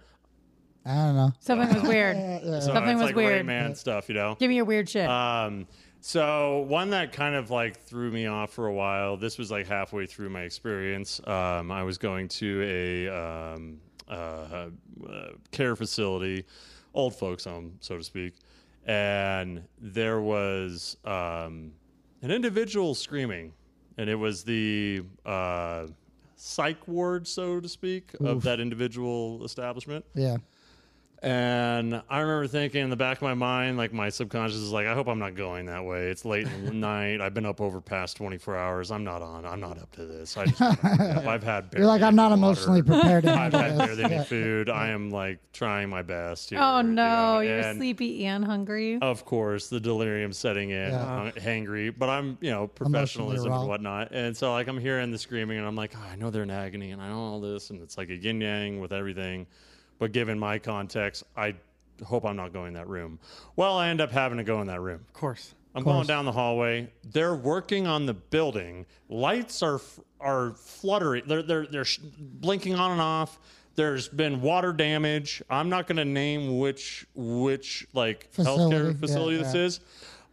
Speaker 1: I don't know.
Speaker 3: something was weird.
Speaker 4: So
Speaker 3: Something
Speaker 4: it's
Speaker 3: was
Speaker 4: like
Speaker 3: weird.
Speaker 4: Rain Man stuff, you know?
Speaker 3: Give me your weird shit.
Speaker 4: Um, so one that kind of like threw me off for a while. This was like halfway through my experience. Um, I was going to a um, uh, uh, care facility, old folks home, so to speak, and there was um, an individual screaming, and it was the uh, psych ward, so to speak, of that individual establishment.
Speaker 1: Yeah,
Speaker 4: And I remember thinking in the back of my mind, like my subconscious is like, I hope I'm not going that way. It's late in the night. I've been up over past 24 hours. I'm not on. I'm not up to this. I just, I've had.
Speaker 1: you're like
Speaker 4: barely
Speaker 1: I'm not
Speaker 4: any
Speaker 1: emotionally
Speaker 4: water.
Speaker 1: prepared. to
Speaker 4: I've
Speaker 1: handle
Speaker 4: had
Speaker 1: this.
Speaker 4: barely any
Speaker 1: Yeah.
Speaker 4: food. I am like trying my best. Here,
Speaker 3: oh
Speaker 4: you
Speaker 3: no,
Speaker 4: know,
Speaker 3: you're
Speaker 4: and-
Speaker 3: sleepy and hungry.
Speaker 4: of course, the delirium setting in,
Speaker 1: Mm-hmm. Yeah.
Speaker 4: hung- hangry. But I'm, you know, professionalism
Speaker 1: raw.
Speaker 4: and whatnot. And so, like, I'm hearing the screaming, and I'm like, "Ah, I know they're in agony, and I know all this, and it's like a yin yang with everything. But given my context, I hope I'm not going in that room. Well, I end up having to go in that room.
Speaker 2: Of course.
Speaker 4: I'm going down the hallway. They're working on the building. Lights are f- are fluttering. They're they're they're sh- blinking on and off. There's been water damage. I'm not going to name which which like
Speaker 1: Facility, yeah,
Speaker 4: healthcare facility this
Speaker 1: yeah.
Speaker 4: is,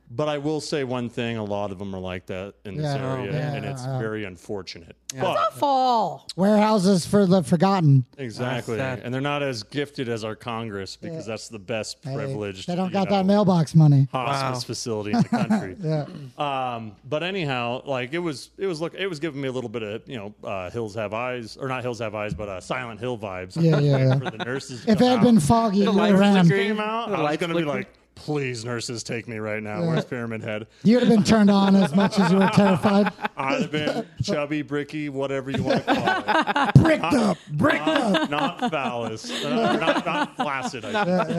Speaker 4: but I will say one thing: a lot of them are like that in this
Speaker 1: Yeah,
Speaker 4: area,
Speaker 1: yeah,
Speaker 4: and it's
Speaker 1: yeah.
Speaker 4: very unfortunate. But
Speaker 3: Fall.
Speaker 1: Warehouses for the forgotten.
Speaker 4: exactly,
Speaker 2: That's sad.
Speaker 4: and they're not as gifted as our Congress because that's the best
Speaker 1: Hey,
Speaker 4: privilege.
Speaker 1: They don't
Speaker 4: you
Speaker 1: got
Speaker 4: know,
Speaker 1: that mailbox money.
Speaker 4: hospice facility in the country. Um, but anyhow, like it was, it was look, it was giving me a little bit of you know, uh, Hills Have Eyes or not Hills Have Eyes, but uh, Silent Hill vibes.
Speaker 1: Yeah, yeah, yeah.
Speaker 4: For the nurses. to
Speaker 1: If it
Speaker 4: come
Speaker 1: had
Speaker 4: out.
Speaker 1: been foggy,
Speaker 2: The
Speaker 1: you would
Speaker 2: lights
Speaker 1: have ran.
Speaker 2: flickering.
Speaker 4: came out,
Speaker 2: The
Speaker 4: I was
Speaker 2: lights
Speaker 4: gonna be
Speaker 2: flickering.
Speaker 4: like, please, nurses, take me right now. Where's Pyramid Head?
Speaker 1: You would have been turned on as much as you were terrified.
Speaker 4: I'd have been chubby, bricky, whatever you want to call it.
Speaker 1: Bricked
Speaker 2: Uh,
Speaker 1: up. Bricked up.
Speaker 4: Not, not phallus, uh, not, not flaccid. I should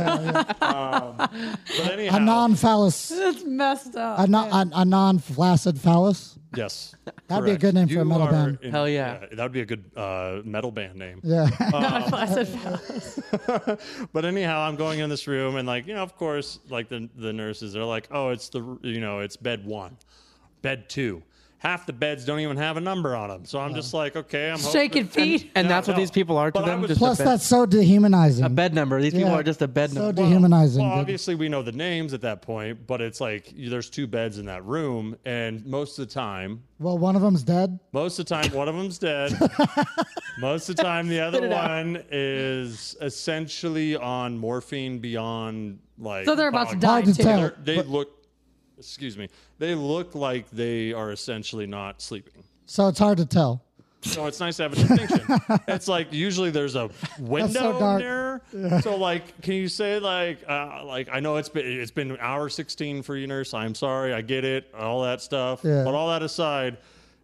Speaker 4: say. Um, but anyhow,
Speaker 1: A non phallus.
Speaker 3: It's messed up.
Speaker 1: A, non a, a non flaccid phallus.
Speaker 4: yes,
Speaker 1: That'd be a
Speaker 4: correct.
Speaker 1: good name for a
Speaker 4: You
Speaker 1: metal
Speaker 4: are
Speaker 1: band.
Speaker 4: in-
Speaker 2: Hell yeah.
Speaker 4: that would be a good uh, metal band name.
Speaker 1: Yeah.
Speaker 3: Flaccid fall.
Speaker 4: but anyhow, I'm going in this room, and like you know, of course, like the the nurses are like, oh, it's the you know, it's bed one, bed two. Half the beds don't even have a number on them, so I'm just like, okay, I'm hoping-
Speaker 3: Shaking feet.
Speaker 2: And
Speaker 4: No,
Speaker 2: that's what
Speaker 4: no.
Speaker 2: these people are to
Speaker 4: But I
Speaker 2: them.
Speaker 4: was-
Speaker 2: Just
Speaker 1: Plus,
Speaker 2: a bed,
Speaker 1: that's so dehumanizing.
Speaker 2: a bed number. These people
Speaker 1: Yeah.
Speaker 2: are just a bed
Speaker 1: So
Speaker 2: number.
Speaker 1: dehumanizing.
Speaker 4: Well,
Speaker 1: dude.
Speaker 4: obviously, we know the names at that point, but it's like you- there's two beds in that room, and most of the time,
Speaker 1: Well, one of them's dead.
Speaker 4: most of the time, one of them's dead. most of the time, the other
Speaker 3: it out.
Speaker 4: one is essentially on morphine beyond like.
Speaker 3: So they're about to
Speaker 4: poly-
Speaker 3: die
Speaker 1: Hard to
Speaker 3: too.
Speaker 1: tell.
Speaker 4: They're- they look, excuse me, they look like they are essentially not sleeping.
Speaker 1: So it's hard to tell.
Speaker 4: So it's nice to have a distinction. it's like usually there's a window
Speaker 1: dark.
Speaker 4: there. So like, can you say like, uh, like I know it's been it's been hour 16 for you, nurse. I'm sorry, I get it, all that stuff.
Speaker 1: Yeah.
Speaker 4: But all that aside,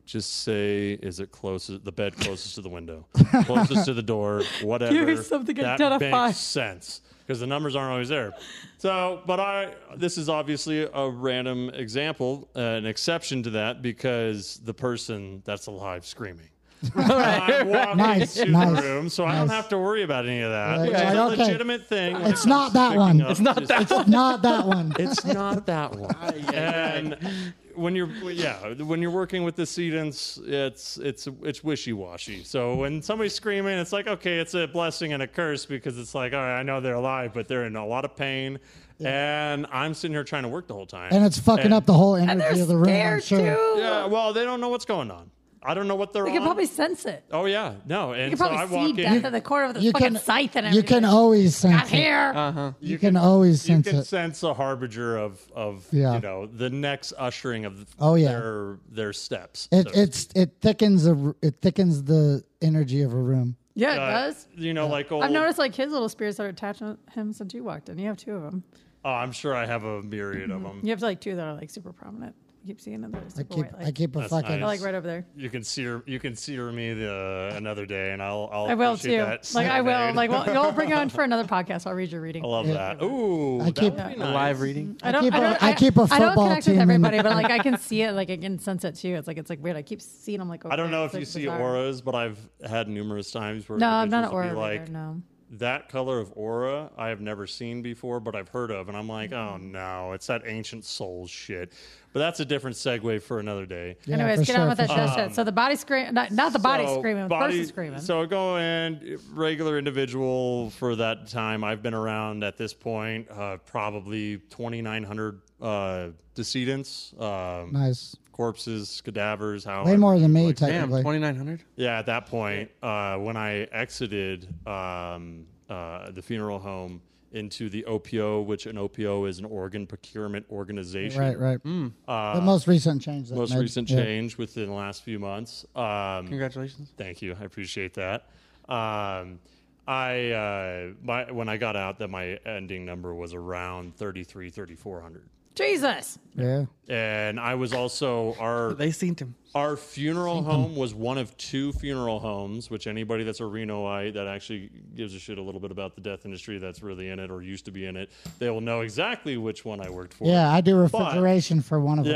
Speaker 4: just say, is it closest the bed closest to the window, closest to the door, whatever.
Speaker 3: something
Speaker 4: that
Speaker 3: identified.
Speaker 4: makes sense because the numbers aren't always there. So, but I this is obviously a random example, uh, an exception to that because the person that's alive screaming. I'm walking
Speaker 1: Nice,
Speaker 4: to
Speaker 1: nice,
Speaker 4: the room, so I don't have to worry about any of that.
Speaker 1: Right,
Speaker 4: It's
Speaker 1: right,
Speaker 4: a
Speaker 1: okay.
Speaker 4: legitimate thing.
Speaker 1: It's not that
Speaker 4: Picking
Speaker 1: one.
Speaker 4: up,
Speaker 1: It's
Speaker 4: not that
Speaker 1: Not that one.
Speaker 4: it's not that one. and when you're yeah, when you're working with the sedents, it's it's it's wishy-washy. So when somebody's screaming, it's like okay, it's a blessing and a curse because it's like all right, I know they're alive, but they're in a lot of pain, and I'm sitting here trying to work the whole time,
Speaker 1: And it's fucking up the whole energy of the room. I'm
Speaker 3: Scared
Speaker 1: sure.
Speaker 3: too.
Speaker 4: Yeah, well, they don't know what's going on. I don't know what they're
Speaker 3: You
Speaker 4: on.
Speaker 3: could probably sense it.
Speaker 4: oh yeah, no, and
Speaker 3: You could
Speaker 4: so I
Speaker 3: probably see
Speaker 4: walk
Speaker 3: death
Speaker 4: in.
Speaker 3: in the corner of the
Speaker 1: You
Speaker 3: fucking
Speaker 1: can,
Speaker 3: scythe and
Speaker 1: you
Speaker 3: everything.
Speaker 1: can always
Speaker 3: Not
Speaker 1: sense it.
Speaker 3: here.
Speaker 4: Uh-huh.
Speaker 1: You can always
Speaker 4: you
Speaker 1: sense
Speaker 4: can
Speaker 1: it.
Speaker 4: sense a harbinger of of
Speaker 1: Yeah.
Speaker 4: you know the next ushering of
Speaker 1: Oh, yeah.
Speaker 4: their their steps.
Speaker 1: It
Speaker 4: So-
Speaker 1: it's it thickens the it thickens the energy of a room.
Speaker 3: yeah, it
Speaker 4: uh,
Speaker 3: does.
Speaker 4: You know, like oh, old.
Speaker 3: I've noticed like his little spears are attached to him since you walked in. You have two of them.
Speaker 4: Oh, I'm sure I have a myriad of them.
Speaker 3: You have like two that are like super prominent. I keep seeing them. that are
Speaker 1: I
Speaker 3: Super
Speaker 1: keep
Speaker 3: white,
Speaker 1: I
Speaker 3: like,
Speaker 1: keep a
Speaker 4: That's
Speaker 1: fucking
Speaker 4: nice.
Speaker 3: like right over there.
Speaker 4: You can see her. You can see her me the another day, and I'll. I'll
Speaker 3: I will
Speaker 4: appreciate
Speaker 3: too.
Speaker 4: that
Speaker 3: Like I will.
Speaker 4: serenade.
Speaker 3: Like well, you'll bring it on for another podcast. I'll read your reading.
Speaker 4: I love that. Ooh,
Speaker 1: I keep-
Speaker 4: that would be
Speaker 2: A
Speaker 4: nice.
Speaker 2: live reading.
Speaker 3: I don't.
Speaker 1: keep
Speaker 3: I
Speaker 1: a-
Speaker 3: don't,
Speaker 1: I keep a
Speaker 3: I don't
Speaker 1: football
Speaker 3: connect
Speaker 1: team
Speaker 3: with
Speaker 1: in-
Speaker 3: everybody, but like I can see it. Like I can sense it too. It's like it's like weird. I keep seeing them like. Over
Speaker 4: I don't
Speaker 3: there.
Speaker 4: know if
Speaker 3: It's,
Speaker 4: you
Speaker 3: like,
Speaker 4: see
Speaker 3: bizarre.
Speaker 4: auras, but I've had numerous times where
Speaker 3: No, I'm not an aura.
Speaker 4: individuals will be
Speaker 3: reader,
Speaker 4: like
Speaker 3: no.
Speaker 4: that color of aura I have never seen before, but I've heard of, and I'm like, oh
Speaker 1: Mm-hmm.
Speaker 4: no, it's that ancient soul shit. But that's a different segue for another day.
Speaker 1: Yeah,
Speaker 3: Anyways,
Speaker 1: for
Speaker 3: get
Speaker 1: sure,
Speaker 3: on with
Speaker 1: for
Speaker 3: that shit. shit. So the body scream, not, not the body
Speaker 4: So,
Speaker 3: screaming, the
Speaker 4: body-
Speaker 3: person screaming.
Speaker 4: So go in, regular individual for that time. I've been around at this point, uh, probably 2,900 uh, decedents, um,
Speaker 1: nice.
Speaker 4: corpses, cadavers. However,
Speaker 1: Way more than me
Speaker 2: Damn,
Speaker 1: technically.
Speaker 2: 2,900?
Speaker 4: yeah, at that point, uh, when I exited um, uh, the funeral home into the OPO, which an OPO is an organ procurement organization,
Speaker 1: right, right. the
Speaker 4: Hmm.
Speaker 1: most recent change. That
Speaker 4: most
Speaker 1: made-
Speaker 4: recent
Speaker 1: yeah.
Speaker 4: change within the last few months. Um,
Speaker 2: Congratulations.
Speaker 4: Thank you. I appreciate that. Um, I uh, my when I got out that my ending number was around 33 3400.
Speaker 3: Jesus,
Speaker 1: Yeah.
Speaker 4: And I was also our
Speaker 2: They seen him.
Speaker 4: our funeral home was one of two funeral homes, which anybody that's a Renoite that actually gives a shit a little bit about the death industry that's really in it or used to be in it, they will know exactly which one I worked for.
Speaker 1: Yeah, I do refrigeration for one of them.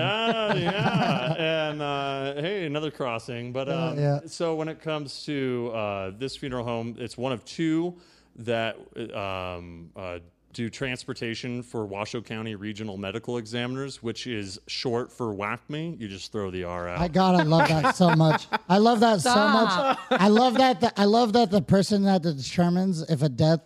Speaker 4: Yeah, yeah. and uh, hey, another crossing. But um,
Speaker 1: yeah.
Speaker 4: so when it comes to uh, this funeral home, it's one of two that um, uh, do transportation for Washoe County Regional Medical Examiners, which is short for WACME. You just throw the R out.
Speaker 1: I God, I love that so much. I love that so much. I love that. The, I love that the person that determines if a death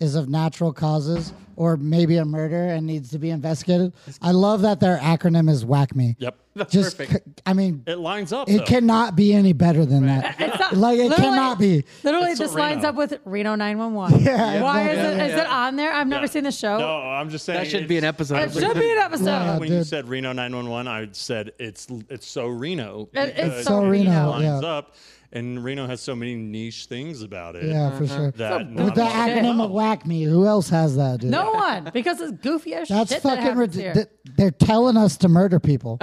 Speaker 1: is of natural causes or maybe a murder and needs to be investigated. I love that their acronym is WACME.
Speaker 4: yep.
Speaker 1: Just,
Speaker 2: perfect.
Speaker 1: c- I mean,
Speaker 4: It lines up.
Speaker 1: it
Speaker 4: though.
Speaker 1: cannot be any better than that.
Speaker 3: It's not-
Speaker 1: like it
Speaker 3: literally-
Speaker 1: cannot be.
Speaker 3: Literally,
Speaker 4: It's
Speaker 3: this
Speaker 4: Reno.
Speaker 3: lines up with Reno 911.
Speaker 1: Yeah,
Speaker 3: Why
Speaker 1: exactly.
Speaker 3: is it? Is it on there? I've never
Speaker 4: Yeah.
Speaker 3: seen the show.
Speaker 4: No, I'm just saying
Speaker 2: That should be an
Speaker 4: it's-
Speaker 2: episode.
Speaker 3: It should be an episode.
Speaker 1: Yeah,
Speaker 4: When you
Speaker 1: Ah, dude.
Speaker 4: said Reno 911, I said it's it's so Reno.
Speaker 3: It- it's
Speaker 4: because
Speaker 3: so
Speaker 4: it
Speaker 3: Reno,
Speaker 4: Lines
Speaker 1: yeah.
Speaker 4: up, and Reno has so many niche things about it.
Speaker 1: Yeah, for sure.
Speaker 3: Uh-huh.
Speaker 4: That not
Speaker 1: With the
Speaker 4: a lot
Speaker 1: acronym
Speaker 4: of people
Speaker 1: of
Speaker 4: know.
Speaker 1: WACME, who else has that, dude?
Speaker 3: No one, because it's goofy as
Speaker 1: That's
Speaker 3: shit. that
Speaker 1: fucking
Speaker 3: happens here.
Speaker 1: ridiculous. They're telling us to murder people.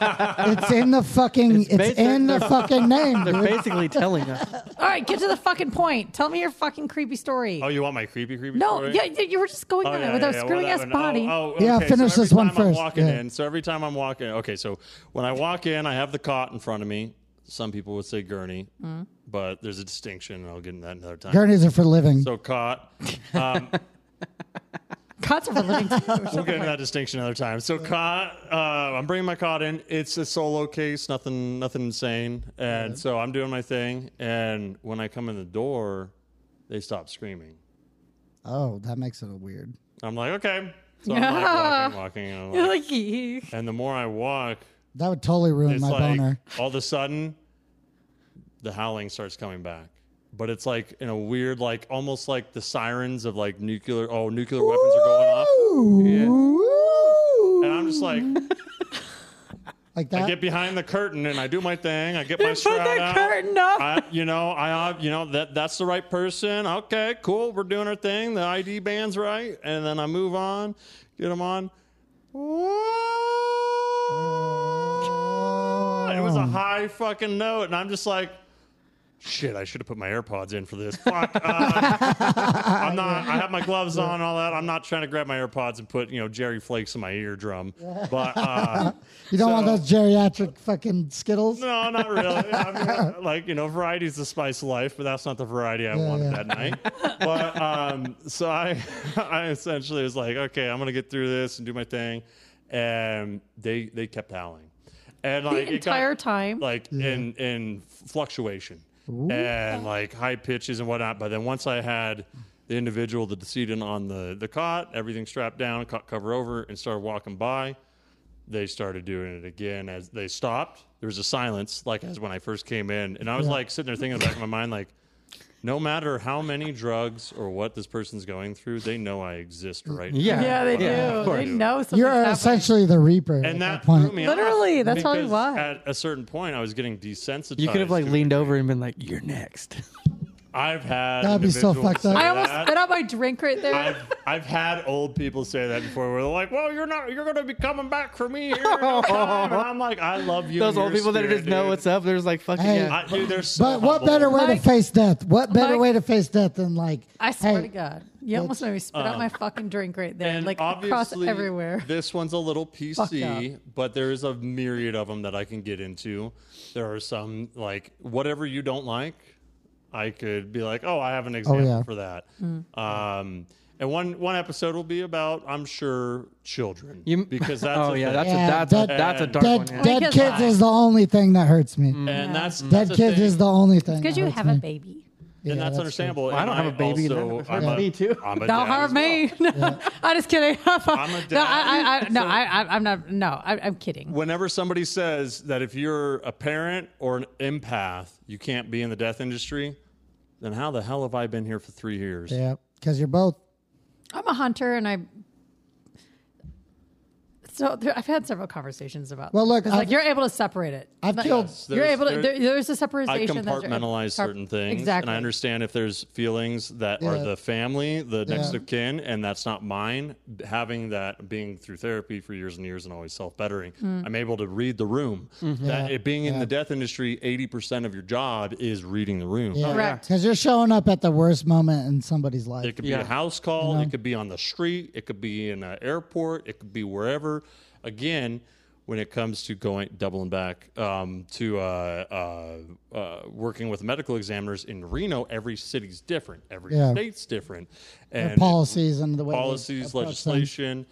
Speaker 1: it's in the fucking. It's,
Speaker 2: basic-
Speaker 1: in the fucking name,
Speaker 2: They're
Speaker 1: dude.
Speaker 2: basically telling us.
Speaker 3: All right, get to the fucking point. Tell me your fucking creepy story.
Speaker 4: Oh, you want my creepy, creepy
Speaker 3: no,
Speaker 4: story?
Speaker 3: yeah, you you were just going
Speaker 4: Oh,
Speaker 3: on
Speaker 4: yeah,
Speaker 3: it with our
Speaker 4: yeah,
Speaker 3: screwing ass
Speaker 4: whatever.
Speaker 3: body.
Speaker 4: Oh, oh,
Speaker 1: Yeah,
Speaker 4: okay,
Speaker 1: finish
Speaker 4: so every
Speaker 1: this one
Speaker 4: time I'm
Speaker 1: first,
Speaker 4: walking
Speaker 1: yeah.
Speaker 4: in. So every time I'm walking, okay. So when I walk in, I have the cot in front of me. Some people would say gurney,
Speaker 3: Mm.
Speaker 4: but there's a distinction, and I'll get into that another time.
Speaker 1: Gurneys are for living.
Speaker 4: So cot. Um,
Speaker 3: Cuts are for living too.
Speaker 4: we'll get into that distinction another time. So cot, uh, I'm bringing my cot in. It's a solo case, nothing, nothing insane. And so I'm doing my thing. And when I come in the door, they stop screaming.
Speaker 1: oh, that makes it weird.
Speaker 4: I'm like, okay. So I'm like walking, walking, and, I'm like-
Speaker 3: Like, he-
Speaker 4: and the more I walk,
Speaker 1: That would totally ruin
Speaker 4: it's
Speaker 1: my
Speaker 4: like
Speaker 1: boner.
Speaker 4: all of a sudden, the howling starts coming back. But it's like in a weird, like almost like the sirens of like nuclear. Oh, nuclear weapons are going off.
Speaker 1: Ooh.
Speaker 4: And I'm just like,
Speaker 1: like
Speaker 4: I
Speaker 1: that.
Speaker 4: get behind the curtain and I do my thing. I get my
Speaker 3: put
Speaker 4: shroud
Speaker 3: the
Speaker 4: out.
Speaker 3: curtain up.
Speaker 4: I, you know, I, uh, you know that that's the right person. Okay, cool. We're doing our thing. The ID band's right, and then I move on, get them on. It was a high fucking note, and I'm just like, shit. I should have put my AirPods in for this. Fuck. Uh, I'm not. I have my gloves on, and all that. I'm not trying to grab my AirPods and put you know Jerry Flakes in my eardrum, but. Uh,
Speaker 1: you don't want
Speaker 4: so-
Speaker 1: those geriatric fucking Skittles.
Speaker 4: no, not really. I mean, like you know, variety's the spice of life, but that's not the variety I
Speaker 1: Yeah,
Speaker 4: wanted
Speaker 1: yeah.
Speaker 4: that night. But um, so I, I essentially was like, okay, I'm gonna get through this and do my thing, and they they kept howling, and like it got-
Speaker 3: entire time?
Speaker 4: like in in fluctuation and like high pitches and whatnot. But then once I had the individual, the decedent on the the cot, everything strapped down, cot cover over, and started walking by they started doing it again as they stopped. There was a silence, like as when I first came in. And I was like sitting there thinking in the back of my mind, like, no matter how many drugs or what this person's going through, they know I exist right now.
Speaker 2: Yeah.
Speaker 3: yeah, they do.
Speaker 2: Yeah, of
Speaker 3: they know something.
Speaker 1: You're essentially the Reaper. at
Speaker 4: And that
Speaker 1: point.
Speaker 4: threw me off
Speaker 3: Literally, that's probably
Speaker 4: because
Speaker 3: why.
Speaker 4: At a certain point, I was getting desensitized.
Speaker 2: You could have like
Speaker 4: to it.
Speaker 2: leaned over and been like, "You're next."
Speaker 4: I've had.
Speaker 1: That'd be so
Speaker 4: individuals
Speaker 1: fucked up.
Speaker 4: say
Speaker 3: I almost
Speaker 4: that.
Speaker 3: spit out my drink right there.
Speaker 4: I've, I've had old people say that before where they're like, well, you're not, you're going to be coming back for me here. in no time." And I'm like, I love you.
Speaker 2: Those
Speaker 4: and your
Speaker 2: old people that
Speaker 4: spirit,
Speaker 2: just know
Speaker 4: dude."
Speaker 2: what's up. They're just like, "Fucking
Speaker 1: Hey,
Speaker 2: yeah."
Speaker 4: I, dude, they're so
Speaker 1: But what
Speaker 4: humble.
Speaker 1: better way
Speaker 3: Mike-
Speaker 1: to face death? What better
Speaker 3: Mike-
Speaker 1: way to face death than like?
Speaker 3: I swear
Speaker 1: hey,
Speaker 3: to God, you almost made me spit out my fucking drink right there,
Speaker 4: Oh. And
Speaker 3: like across
Speaker 4: obviously,
Speaker 3: everywhere.
Speaker 4: This one's a little
Speaker 3: Fucked
Speaker 4: PC, but there is a myriad of them that I can get into. There are some like whatever you don't like, I could be like, oh, I have an example
Speaker 1: yeah.
Speaker 4: for that. Um, and one one episode will be about, I'm sure, children
Speaker 2: You-
Speaker 4: because that's
Speaker 2: oh
Speaker 4: a
Speaker 2: yeah,
Speaker 4: thing.
Speaker 2: that's
Speaker 1: Yeah,
Speaker 2: a that's,
Speaker 1: that-
Speaker 2: a that's a dark
Speaker 1: Dead,
Speaker 2: one. Yeah.
Speaker 1: dead
Speaker 3: Because
Speaker 1: kids
Speaker 3: I-
Speaker 1: is the only thing that hurts me.
Speaker 4: and that's
Speaker 1: Dead
Speaker 4: that's a
Speaker 1: kids
Speaker 4: thing.
Speaker 1: is the only thing.
Speaker 3: Because
Speaker 1: that
Speaker 3: you
Speaker 1: hurts
Speaker 3: have
Speaker 1: me.
Speaker 3: a baby.
Speaker 1: Yeah,
Speaker 4: and that's,
Speaker 1: that's true.
Speaker 4: understandable.
Speaker 2: Well, I don't
Speaker 4: And
Speaker 2: have a baby, that
Speaker 4: Also,
Speaker 2: hurts
Speaker 4: I'm a,
Speaker 2: me, too.
Speaker 4: I'm a
Speaker 3: Don't
Speaker 4: dad
Speaker 3: hurt
Speaker 4: as well.
Speaker 3: me. I'm just kidding.
Speaker 4: a
Speaker 3: No,
Speaker 4: dad.
Speaker 3: I, I, I, no, I, I, I'm not. No, I, I'm kidding.
Speaker 4: whenever somebody says that if you're a parent or an empath, you can't be in the death industry, then how the hell have I been here for three years?
Speaker 1: Yeah, because you're both.
Speaker 3: I'm a hunter, and I. So there, I've had several conversations about.
Speaker 1: Well, look,
Speaker 3: it's like
Speaker 1: I've-
Speaker 3: you're able to separate it.
Speaker 1: I've
Speaker 3: Like,
Speaker 1: killed-
Speaker 4: Yes,
Speaker 3: you're
Speaker 4: there's-
Speaker 3: able to.
Speaker 4: there-
Speaker 3: There, there's a
Speaker 4: I
Speaker 3: separation. that you're-
Speaker 4: compartmentalize
Speaker 3: par-
Speaker 4: certain things, and
Speaker 3: Exactly.
Speaker 4: I understand if there's feelings that are
Speaker 1: Yeah.
Speaker 4: the family, the next
Speaker 1: Yeah.
Speaker 4: of kin, and that's not mine. Having that, being through therapy for years and years, and always self bettering,
Speaker 3: Hmm.
Speaker 4: I'm able to read the room.
Speaker 1: Mm-hmm.
Speaker 4: That it, being in the death industry, eighty percent of your job is reading the room.
Speaker 1: Yeah.
Speaker 3: Correct.
Speaker 1: Because you're showing up at the worst moment in somebody's
Speaker 4: It
Speaker 1: life.
Speaker 4: could be
Speaker 2: Yeah.
Speaker 4: a house call. It could be on the street. It could be in an airport. It could be wherever. Again, when it comes to going doubling back um, to uh, uh, uh, working with medical examiners in Reno. Every city's different. Every
Speaker 1: Yeah.
Speaker 4: state's different.
Speaker 1: Their
Speaker 4: And
Speaker 1: policies and the way they
Speaker 4: policies,
Speaker 1: approach them.
Speaker 4: legislation.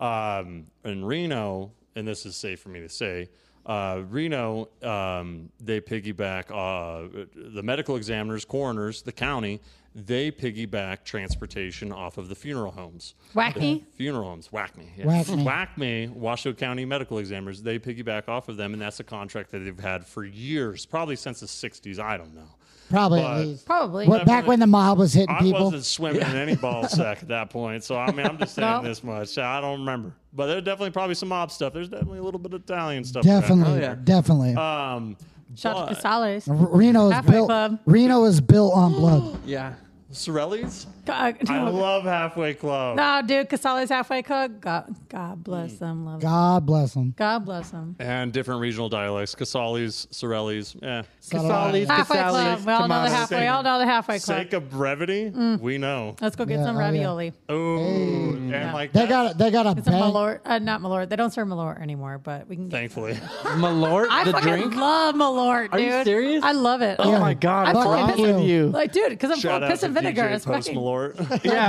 Speaker 4: Um, in Reno, and this is safe for me to say, uh, Reno, um, they piggyback uh, the medical examiners, coroners, the county. They piggyback transportation off of the funeral homes.
Speaker 3: Whack
Speaker 4: The
Speaker 3: me?
Speaker 4: Funeral homes. Whack me. yeah.
Speaker 1: Whack me.
Speaker 4: Whack me. Washoe County medical examiners. They piggyback off of them, and that's a contract that they've had for years, probably since the 60s. I don't know.
Speaker 1: Probably
Speaker 4: But-
Speaker 1: at least.
Speaker 3: Probably.
Speaker 1: What, back when the mob was hitting
Speaker 4: I
Speaker 1: people.
Speaker 4: wasn't swimming in any ball sack at that point, so I mean, I'm just saying
Speaker 3: No.
Speaker 4: this much. I don't remember, but there's definitely probably some mob stuff. There's definitely a little bit of Italian stuff. around.
Speaker 1: Definitely,
Speaker 2: Oh, yeah.
Speaker 1: definitely.
Speaker 4: Um,
Speaker 3: Shout out to
Speaker 4: but-
Speaker 3: Casales.
Speaker 1: R- Reno is
Speaker 3: Halfway
Speaker 1: built.
Speaker 3: Club.
Speaker 1: Reno is built on blood.
Speaker 2: Yeah.
Speaker 4: Sorelli's.
Speaker 3: Uh,
Speaker 4: I
Speaker 3: no,
Speaker 4: love Halfway Club.
Speaker 3: no, dude, Casales halfway cook. God, God
Speaker 4: Mm.
Speaker 3: bless them. Love God.
Speaker 1: God bless them.
Speaker 3: bless them.
Speaker 4: And different regional dialects: Casale's, Sorelli's. eh. Yeah.
Speaker 2: Casale's,
Speaker 3: Halfway club.
Speaker 2: Casale's,
Speaker 3: We all know the
Speaker 2: Tomatoes.
Speaker 3: halfway. We all know the halfway club.
Speaker 4: Sake of brevity,
Speaker 3: Mm.
Speaker 4: we know.
Speaker 3: Let's go get
Speaker 1: Yeah,
Speaker 3: some
Speaker 1: oh, yeah.
Speaker 3: ravioli.
Speaker 4: Oh, and like
Speaker 1: They
Speaker 4: that,
Speaker 1: got a, they got a
Speaker 3: It's a
Speaker 1: bang.
Speaker 3: malort, uh, not malort. They don't serve malort anymore, but we can. Get
Speaker 4: thankfully.
Speaker 2: Malort,
Speaker 3: I
Speaker 2: the
Speaker 3: fucking
Speaker 2: drink.
Speaker 3: love malort, dude.
Speaker 2: Are you serious?
Speaker 3: I love it.
Speaker 2: Oh
Speaker 1: Yeah.
Speaker 2: my god,
Speaker 1: Fuck
Speaker 2: what's wrong
Speaker 1: you.
Speaker 2: with you?
Speaker 3: Like, dude, because I'm full
Speaker 4: Shout
Speaker 3: of
Speaker 4: out
Speaker 3: piss
Speaker 4: to
Speaker 3: and vinegar.
Speaker 4: DJ
Speaker 3: It's
Speaker 4: Post
Speaker 3: fucking.
Speaker 4: Malort.
Speaker 2: Yeah,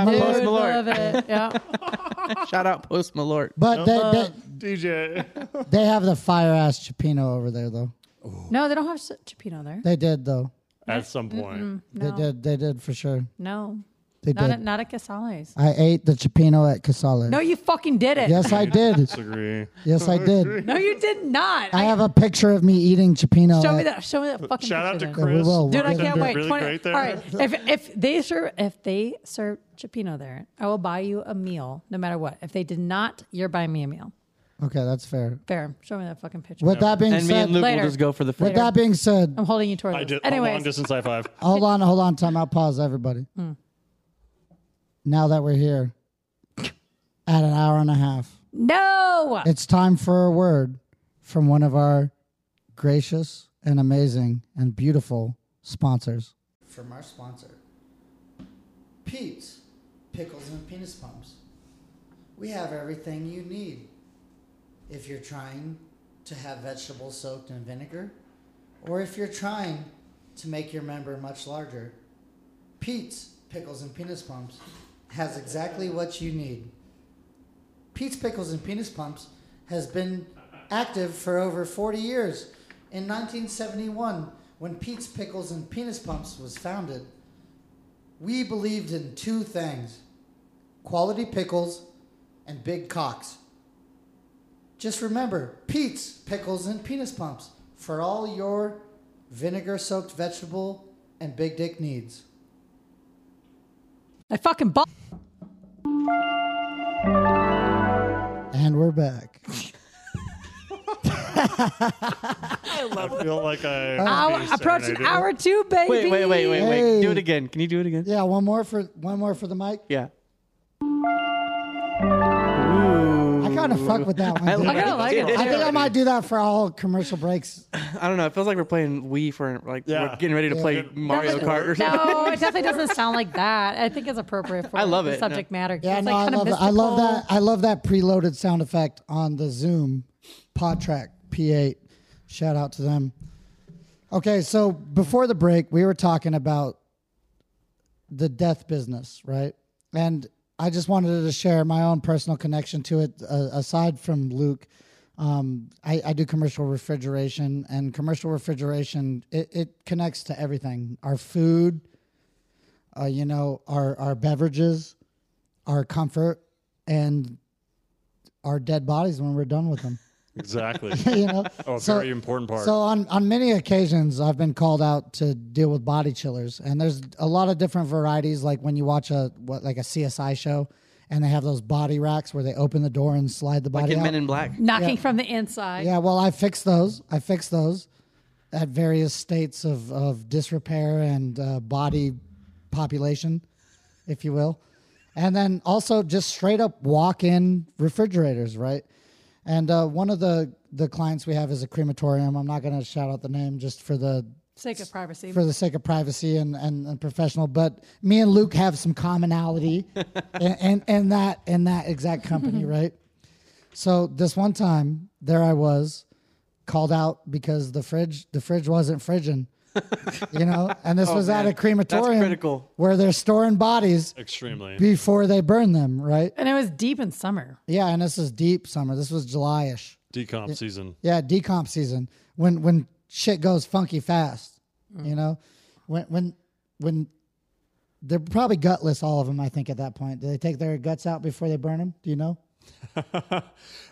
Speaker 1: Malort.
Speaker 2: Post
Speaker 3: Dude, love
Speaker 2: Malort.
Speaker 3: it. Yeah.
Speaker 2: Shout out Post Malort.
Speaker 1: But they,
Speaker 4: DJ.
Speaker 1: they, they have the fire ass Chipino over there though.
Speaker 3: No, they don't have s- Chipino there.
Speaker 1: They did though.
Speaker 4: At some point.
Speaker 1: They
Speaker 3: No.
Speaker 1: did. They did for sure.
Speaker 3: No.
Speaker 1: They
Speaker 3: Not at,
Speaker 1: did.
Speaker 3: not at Casales.
Speaker 1: I ate the Chipino at Casale.
Speaker 3: No, you fucking did it.
Speaker 1: yes, I did.
Speaker 4: Disagree.
Speaker 1: Yes, I did.
Speaker 3: No, you did not.
Speaker 1: I have a picture of me eating Chipino.
Speaker 3: show me
Speaker 1: at-
Speaker 3: that. Show me that fucking
Speaker 4: Shout out to
Speaker 3: picture then.
Speaker 1: we
Speaker 4: Chris.
Speaker 1: will.
Speaker 3: Dude, I
Speaker 1: Really
Speaker 3: can't
Speaker 1: good.
Speaker 3: wait.
Speaker 4: Really
Speaker 3: 20
Speaker 4: great there.
Speaker 3: All right, if if they serve if they serve Chipino there, I will buy you a meal no matter what. If they did not, you're buying me a meal.
Speaker 1: Okay, that's fair.
Speaker 3: Fair. Show me that fucking picture.
Speaker 1: With that being
Speaker 2: And me
Speaker 1: said,
Speaker 2: and Luke
Speaker 3: Later.
Speaker 2: will just go for the
Speaker 1: with
Speaker 2: food.
Speaker 1: that being said,
Speaker 3: I'm holding you toward
Speaker 4: I
Speaker 3: this.
Speaker 4: did a long
Speaker 3: Anyways,
Speaker 4: distance high five.
Speaker 1: hold on, hold on, time out. Pause, everybody.
Speaker 3: Hmm.
Speaker 1: Now that we're here, at an hour and a half,
Speaker 3: no.
Speaker 1: it's time for a word from one of our gracious and amazing and beautiful sponsors. From our sponsor, Pete's Pickles and Penis Pumps. We have everything you need. If you're trying to have vegetables soaked in vinegar, or if you're trying to make your member much larger, Pete's Pickles and Penis Pumps has exactly what you need. Pete's Pickles and Penis Pumps has been active for over 40 years. In 1971, when Pete's Pickles and Penis Pumps was founded, we believed in two things quality pickles and big cocks. Just remember Pete's Pickles and Penis Pumps for all your vinegar soaked vegetable and big dick needs.
Speaker 3: I fucking bought.
Speaker 1: And we're back.
Speaker 4: I feel like I
Speaker 3: Hour,
Speaker 4: being
Speaker 3: approaching
Speaker 4: serenaded.
Speaker 3: hour two, baby.
Speaker 2: Wait, wait, wait, wait,
Speaker 1: Hey.
Speaker 2: wait. Do it again. Can you do it again?
Speaker 1: Yeah, one more for one more for the mic.
Speaker 2: Yeah.
Speaker 1: I kind of fuck with that one. dude.
Speaker 3: I kinda like it.
Speaker 1: I think I might do that for all commercial breaks.
Speaker 2: I don't know. It feels like we're playing Wii for like
Speaker 4: Yeah.
Speaker 2: we're getting ready to play Mario
Speaker 3: Doesn't-
Speaker 2: Kart or something.
Speaker 3: No, it definitely doesn't sound like that. I think it's appropriate for
Speaker 2: I love
Speaker 3: the
Speaker 2: it,
Speaker 3: subject
Speaker 2: no.
Speaker 3: matter. 'cause
Speaker 1: Yeah,
Speaker 3: it's
Speaker 1: no,
Speaker 3: like
Speaker 1: I
Speaker 3: kinda
Speaker 1: love that. I love
Speaker 3: mystical.
Speaker 1: that. I love that preloaded sound effect on the Zoom Pod Track P8. Shout out to them. Okay, so before the break, we were talking about the death business, right? And I just wanted to share my own personal connection to it. Uh, aside from Luke, um, I, I do commercial refrigeration, and commercial refrigeration it, it connects to everything: our food, uh, you know, our our beverages, our comfort, and our dead bodies when we're done with them.
Speaker 4: Exactly.
Speaker 1: you know,
Speaker 4: Oh,
Speaker 1: So-
Speaker 4: very important part.
Speaker 1: so on on many occasions, I've been called out to deal with body chillers, and there's a lot of different varieties. Like when you watch a what like a CSI show, and they have those body racks where they open the door and slide the
Speaker 2: Like
Speaker 1: body
Speaker 2: in
Speaker 1: out.
Speaker 2: Men in Black.
Speaker 3: knocking from the inside.
Speaker 1: yeah, well, I fixed those. I fixed those at various states of of disrepair and uh, body population, if you will, and then also just straight up walk in refrigerators, right? And uh, one of the the clients we have is a crematorium. I'm not going to shout out the name just for the
Speaker 3: Sake of privacy.
Speaker 1: for the sake of privacy and, and, and professional. But me and Luke have some commonality, and, and and that and that exact company, right? So this one time, there I was, called out because the fridge the fridge wasn't fridging. You know, and this
Speaker 2: Oh,
Speaker 1: was
Speaker 2: man.
Speaker 1: at a
Speaker 2: That's
Speaker 1: crematorium
Speaker 2: critical.
Speaker 1: where they're storing bodies
Speaker 4: Extremely.
Speaker 1: before they burn them, right?
Speaker 3: And it was deep in summer.
Speaker 1: Yeah, and this is deep summer. This was July-ish.
Speaker 4: Decomp season.
Speaker 1: Yeah, decomp season when when shit goes funky fast. You know, when when when they're probably gutless. All of them, I think, at that point. Do they take their guts out before they burn them? Do you know?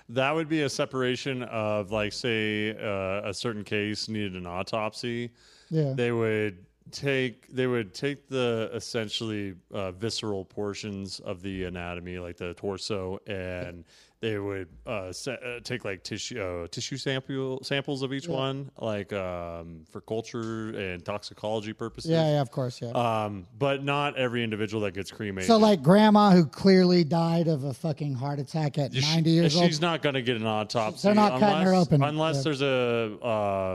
Speaker 4: That would be a separation of, like, say, uh, a certain case needed an autopsy.
Speaker 1: Yeah.
Speaker 4: They would take they would take the essentially uh, visceral portions of the anatomy, like the torso, and they would uh, sa- uh, take like tissue uh, tissue sample samples of each one, like um, for culture and toxicology purposes.
Speaker 1: yeah, yeah, of course, yeah.
Speaker 4: Um, but not every individual that gets cremated.
Speaker 1: so like grandma who clearly died of a fucking heart attack at
Speaker 4: If she-
Speaker 1: 90 years
Speaker 4: if
Speaker 1: old.
Speaker 4: She's not going to get an autopsy.
Speaker 1: They're not
Speaker 4: unless,
Speaker 1: cutting her open.
Speaker 4: unless
Speaker 1: Yeah.
Speaker 4: there's a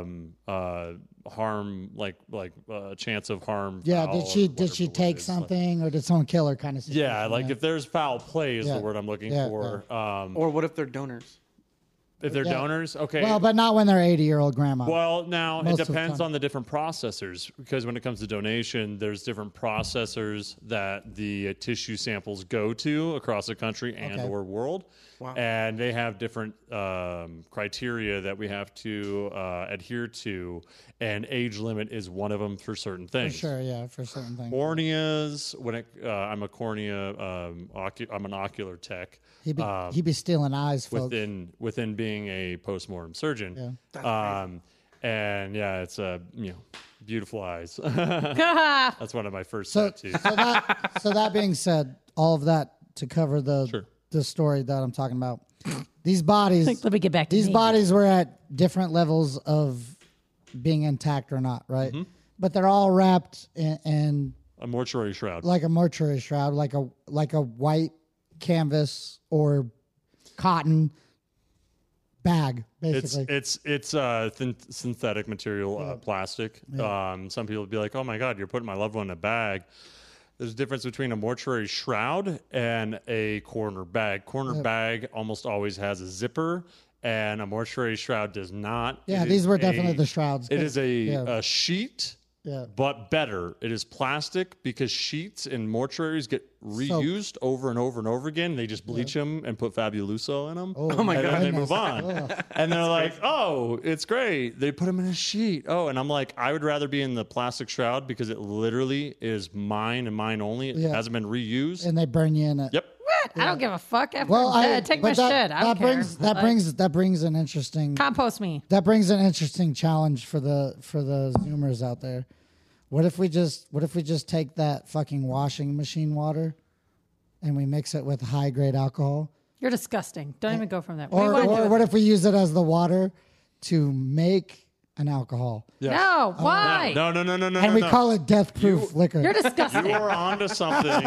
Speaker 4: um, uh, harm, like like uh, chance of harm.
Speaker 1: yeah,
Speaker 4: foul
Speaker 1: did
Speaker 4: or
Speaker 1: she did
Speaker 4: Oh, whatever
Speaker 1: she
Speaker 4: the word
Speaker 1: take
Speaker 4: is.
Speaker 1: something or did someone kill her? Kind of. Situation,
Speaker 4: yeah, like if there's foul play is
Speaker 1: Yeah.
Speaker 4: the word I'm looking
Speaker 1: Yeah,
Speaker 4: for. Um,
Speaker 2: Or what if they're donors?
Speaker 4: if they're
Speaker 1: Yeah.
Speaker 4: donors, okay.
Speaker 1: well, but not when they're 80 year old grandma.
Speaker 4: Well, now
Speaker 1: Most
Speaker 4: it
Speaker 1: of the
Speaker 4: depends
Speaker 1: time.
Speaker 4: on the different processors because when it comes to donation, there's different processors that the uh, tissue samples go to across the country and
Speaker 1: Okay.
Speaker 4: or world, and they have different um, criteria that we have to uh, adhere to, and age limit is one of them for certain things.
Speaker 1: sure, yeah, for certain things.
Speaker 4: Corneas. When it, uh, I'm a cornea, um, ocu- I'm an ocular tech.
Speaker 1: he'd be
Speaker 4: Um,
Speaker 1: he'd be stealing eyes, folks.
Speaker 4: within within being a postmortem surgeon. Um, and yeah, it's uh, you know beautiful eyes. That's one of my first
Speaker 1: So-
Speaker 4: tattoos.
Speaker 1: so that so that being said, all of that to cover the
Speaker 4: Sure.
Speaker 1: the story that I'm talking about. These bodies
Speaker 3: Let me get back to
Speaker 1: these
Speaker 3: me.
Speaker 1: bodies were at different levels of being intact or not, right?
Speaker 4: Mm-hmm.
Speaker 1: But they're all wrapped in, in
Speaker 4: a mortuary shroud.
Speaker 1: like a mortuary shroud, like a like a white canvas or cotton bag,
Speaker 4: it's
Speaker 1: basically.
Speaker 4: it's it's uh, thin- synthetic material, uh, plastic. Um, some people would be like, "Oh my God, you're putting my loved one in a bag." There's a difference between a mortuary shroud and a corner bag. Corner bag almost always has a zipper, and a mortuary shroud does not.
Speaker 1: yeah,
Speaker 4: It
Speaker 1: these
Speaker 4: is
Speaker 1: were definitely
Speaker 4: a-
Speaker 1: the shrouds.
Speaker 4: It is a,
Speaker 1: yeah.
Speaker 4: a sheet,
Speaker 1: Yeah.
Speaker 4: but better. It is plastic because sheets in mortuaries get reused over and over and over again. They just bleach them and put Fabuloso in them.
Speaker 1: Oh
Speaker 2: my
Speaker 4: and
Speaker 2: God.
Speaker 4: then they move on. and they're like, oh, it's great. They put them in a sheet. Oh, and I'm like, I would rather be in the plastic shroud because it literally is mine and mine only. It
Speaker 1: Yeah.
Speaker 4: hasn't been reused.
Speaker 1: and they burn you in it.
Speaker 4: yep.
Speaker 3: I don't give a fuck. After
Speaker 1: Well,
Speaker 3: I'm
Speaker 1: I
Speaker 3: dead, take
Speaker 1: but that,
Speaker 3: my shit. I don't
Speaker 1: that
Speaker 3: care.
Speaker 1: brings that
Speaker 3: Like,
Speaker 1: brings that brings an interesting
Speaker 3: compost me.
Speaker 1: that brings an interesting challenge for the for the zoomers out there. What if we just what if we just take that fucking washing machine water and we mix it with high grade alcohol?
Speaker 3: You're disgusting. Don't even go from that.
Speaker 1: Or
Speaker 3: Rewind
Speaker 1: or
Speaker 3: it.
Speaker 1: what if we use it as the water to make an alcohol?
Speaker 3: no,
Speaker 1: Oh,
Speaker 3: why?
Speaker 4: No, no, no, no, no.
Speaker 1: And
Speaker 4: no,
Speaker 1: we
Speaker 4: no.
Speaker 1: call it death proof liquor.
Speaker 3: You're disgusting.
Speaker 4: You are onto something.